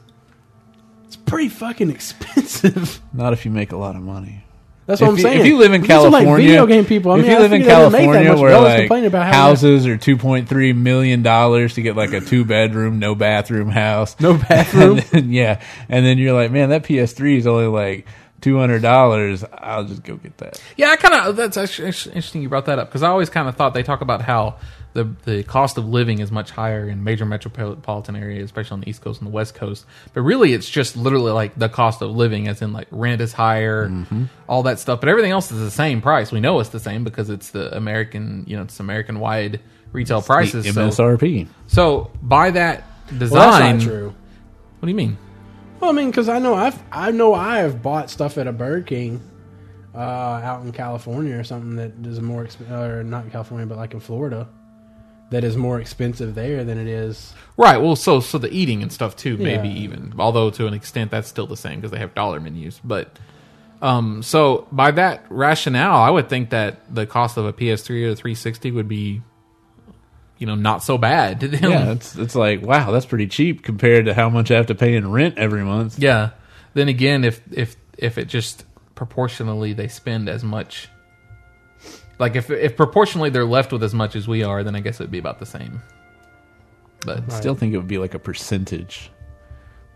Speaker 2: it's pretty fucking expensive.
Speaker 4: Not if you make a lot of money.
Speaker 2: That's
Speaker 4: if
Speaker 2: what I'm
Speaker 4: you,
Speaker 2: saying.
Speaker 4: If you live in
Speaker 2: These are, like,
Speaker 4: California,
Speaker 2: video game people. I mean,
Speaker 4: if you
Speaker 2: I
Speaker 4: live in
Speaker 2: figure they don't make that
Speaker 4: California,
Speaker 2: much,
Speaker 4: where
Speaker 2: they always
Speaker 4: like
Speaker 2: complain about how-
Speaker 4: houses are 2.3 million dollars to get like a two bedroom, no bathroom house,
Speaker 2: No bathroom?
Speaker 4: And then- yeah, and then you're like, man, that PS3 is only like two hundred dollars. I'll just go get that.
Speaker 3: Yeah, I kind of that's actually it's interesting you brought that up because I always kind of thought they talk about how the the cost of living is much higher in major metropolitan areas, especially on the East Coast and the West Coast. But really, it's just literally like the cost of living, as in like rent is higher,
Speaker 2: Mm-hmm.
Speaker 3: all that stuff. But everything else is the same price. We know it's the same because it's the American, you know, it's American wide retail prices. So,
Speaker 4: The MSRP.
Speaker 3: so by that design,
Speaker 2: Well, that's not true.
Speaker 3: what do you mean?
Speaker 2: Well, I mean, because I know I've I know I have bought stuff at a Burger King uh, out in California or something that is more exp- or not California, but like in Florida, that is more expensive there than it is.
Speaker 3: Right. Well, so so the eating and stuff too, maybe
Speaker 2: Yeah.
Speaker 3: even. Although to an extent that's still the same because they have dollar menus. But um, so by that rationale, I would think that the cost of a PS3 or 360 would be, you know, not so bad to them.
Speaker 4: Yeah, it's it's like wow, that's pretty cheap compared to how much I have to pay in rent every month.
Speaker 3: Yeah. Then again, if if if it just proportionally they spend as much, like if if proportionally they're left with as much as we are, then I guess it'd be about the same. But
Speaker 4: I still think it would be like a percentage.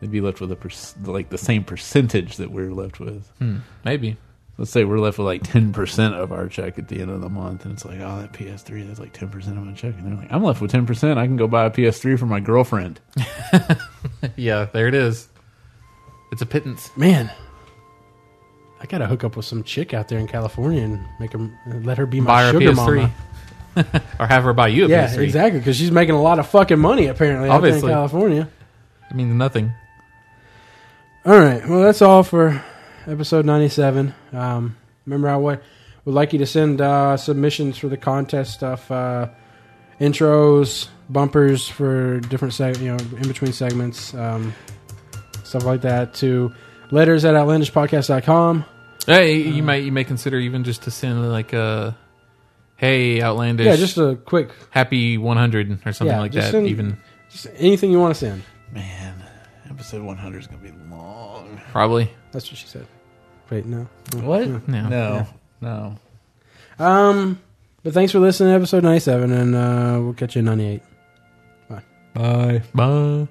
Speaker 4: They'd be left with a perc- like the same percentage that we're left with.
Speaker 3: maybe.
Speaker 4: Let's say we're left with like ten percent of our check at the end of the month, and it's like, oh, that PS3, that's like ten percent of my check, and they're like, I'm left with ten percent. I can go buy a PS3 for my girlfriend.
Speaker 3: Yeah, there it is. It's a pittance.
Speaker 2: Man, I gotta hook up with some chick out there in California and make her let her be my
Speaker 3: buy her a
Speaker 2: sugar
Speaker 3: PS3.
Speaker 2: mama.
Speaker 3: or have her buy you a
Speaker 2: Yeah,
Speaker 3: PS3.
Speaker 2: exactly. Because she's making a lot of fucking money apparently out there
Speaker 3: Obviously.
Speaker 2: in California.
Speaker 3: It means nothing.
Speaker 2: All right. Well, that's all for episode 97. Um, remember, I would, would like you to send uh, submissions for the contest stuff, uh, intros, bumpers for different seg- you know, in between segments, um, stuff like that to letters at outlandishpodcast.com.
Speaker 3: Hey, you might you may consider even just to send like a hey outlandish
Speaker 2: Yeah, just a quick,
Speaker 3: happy 100 or something
Speaker 2: Yeah,
Speaker 3: like
Speaker 2: just
Speaker 3: that
Speaker 2: send-
Speaker 3: even
Speaker 2: just anything you want to send.
Speaker 4: Man, episode 100 is gonna be long.
Speaker 3: probably.
Speaker 2: That's what she said. Wait, no.
Speaker 4: What?
Speaker 3: No.
Speaker 4: no, no.
Speaker 2: Um, but thanks for listening to episode 97, and uh, we'll catch you in 98.
Speaker 4: Bye.
Speaker 3: Bye.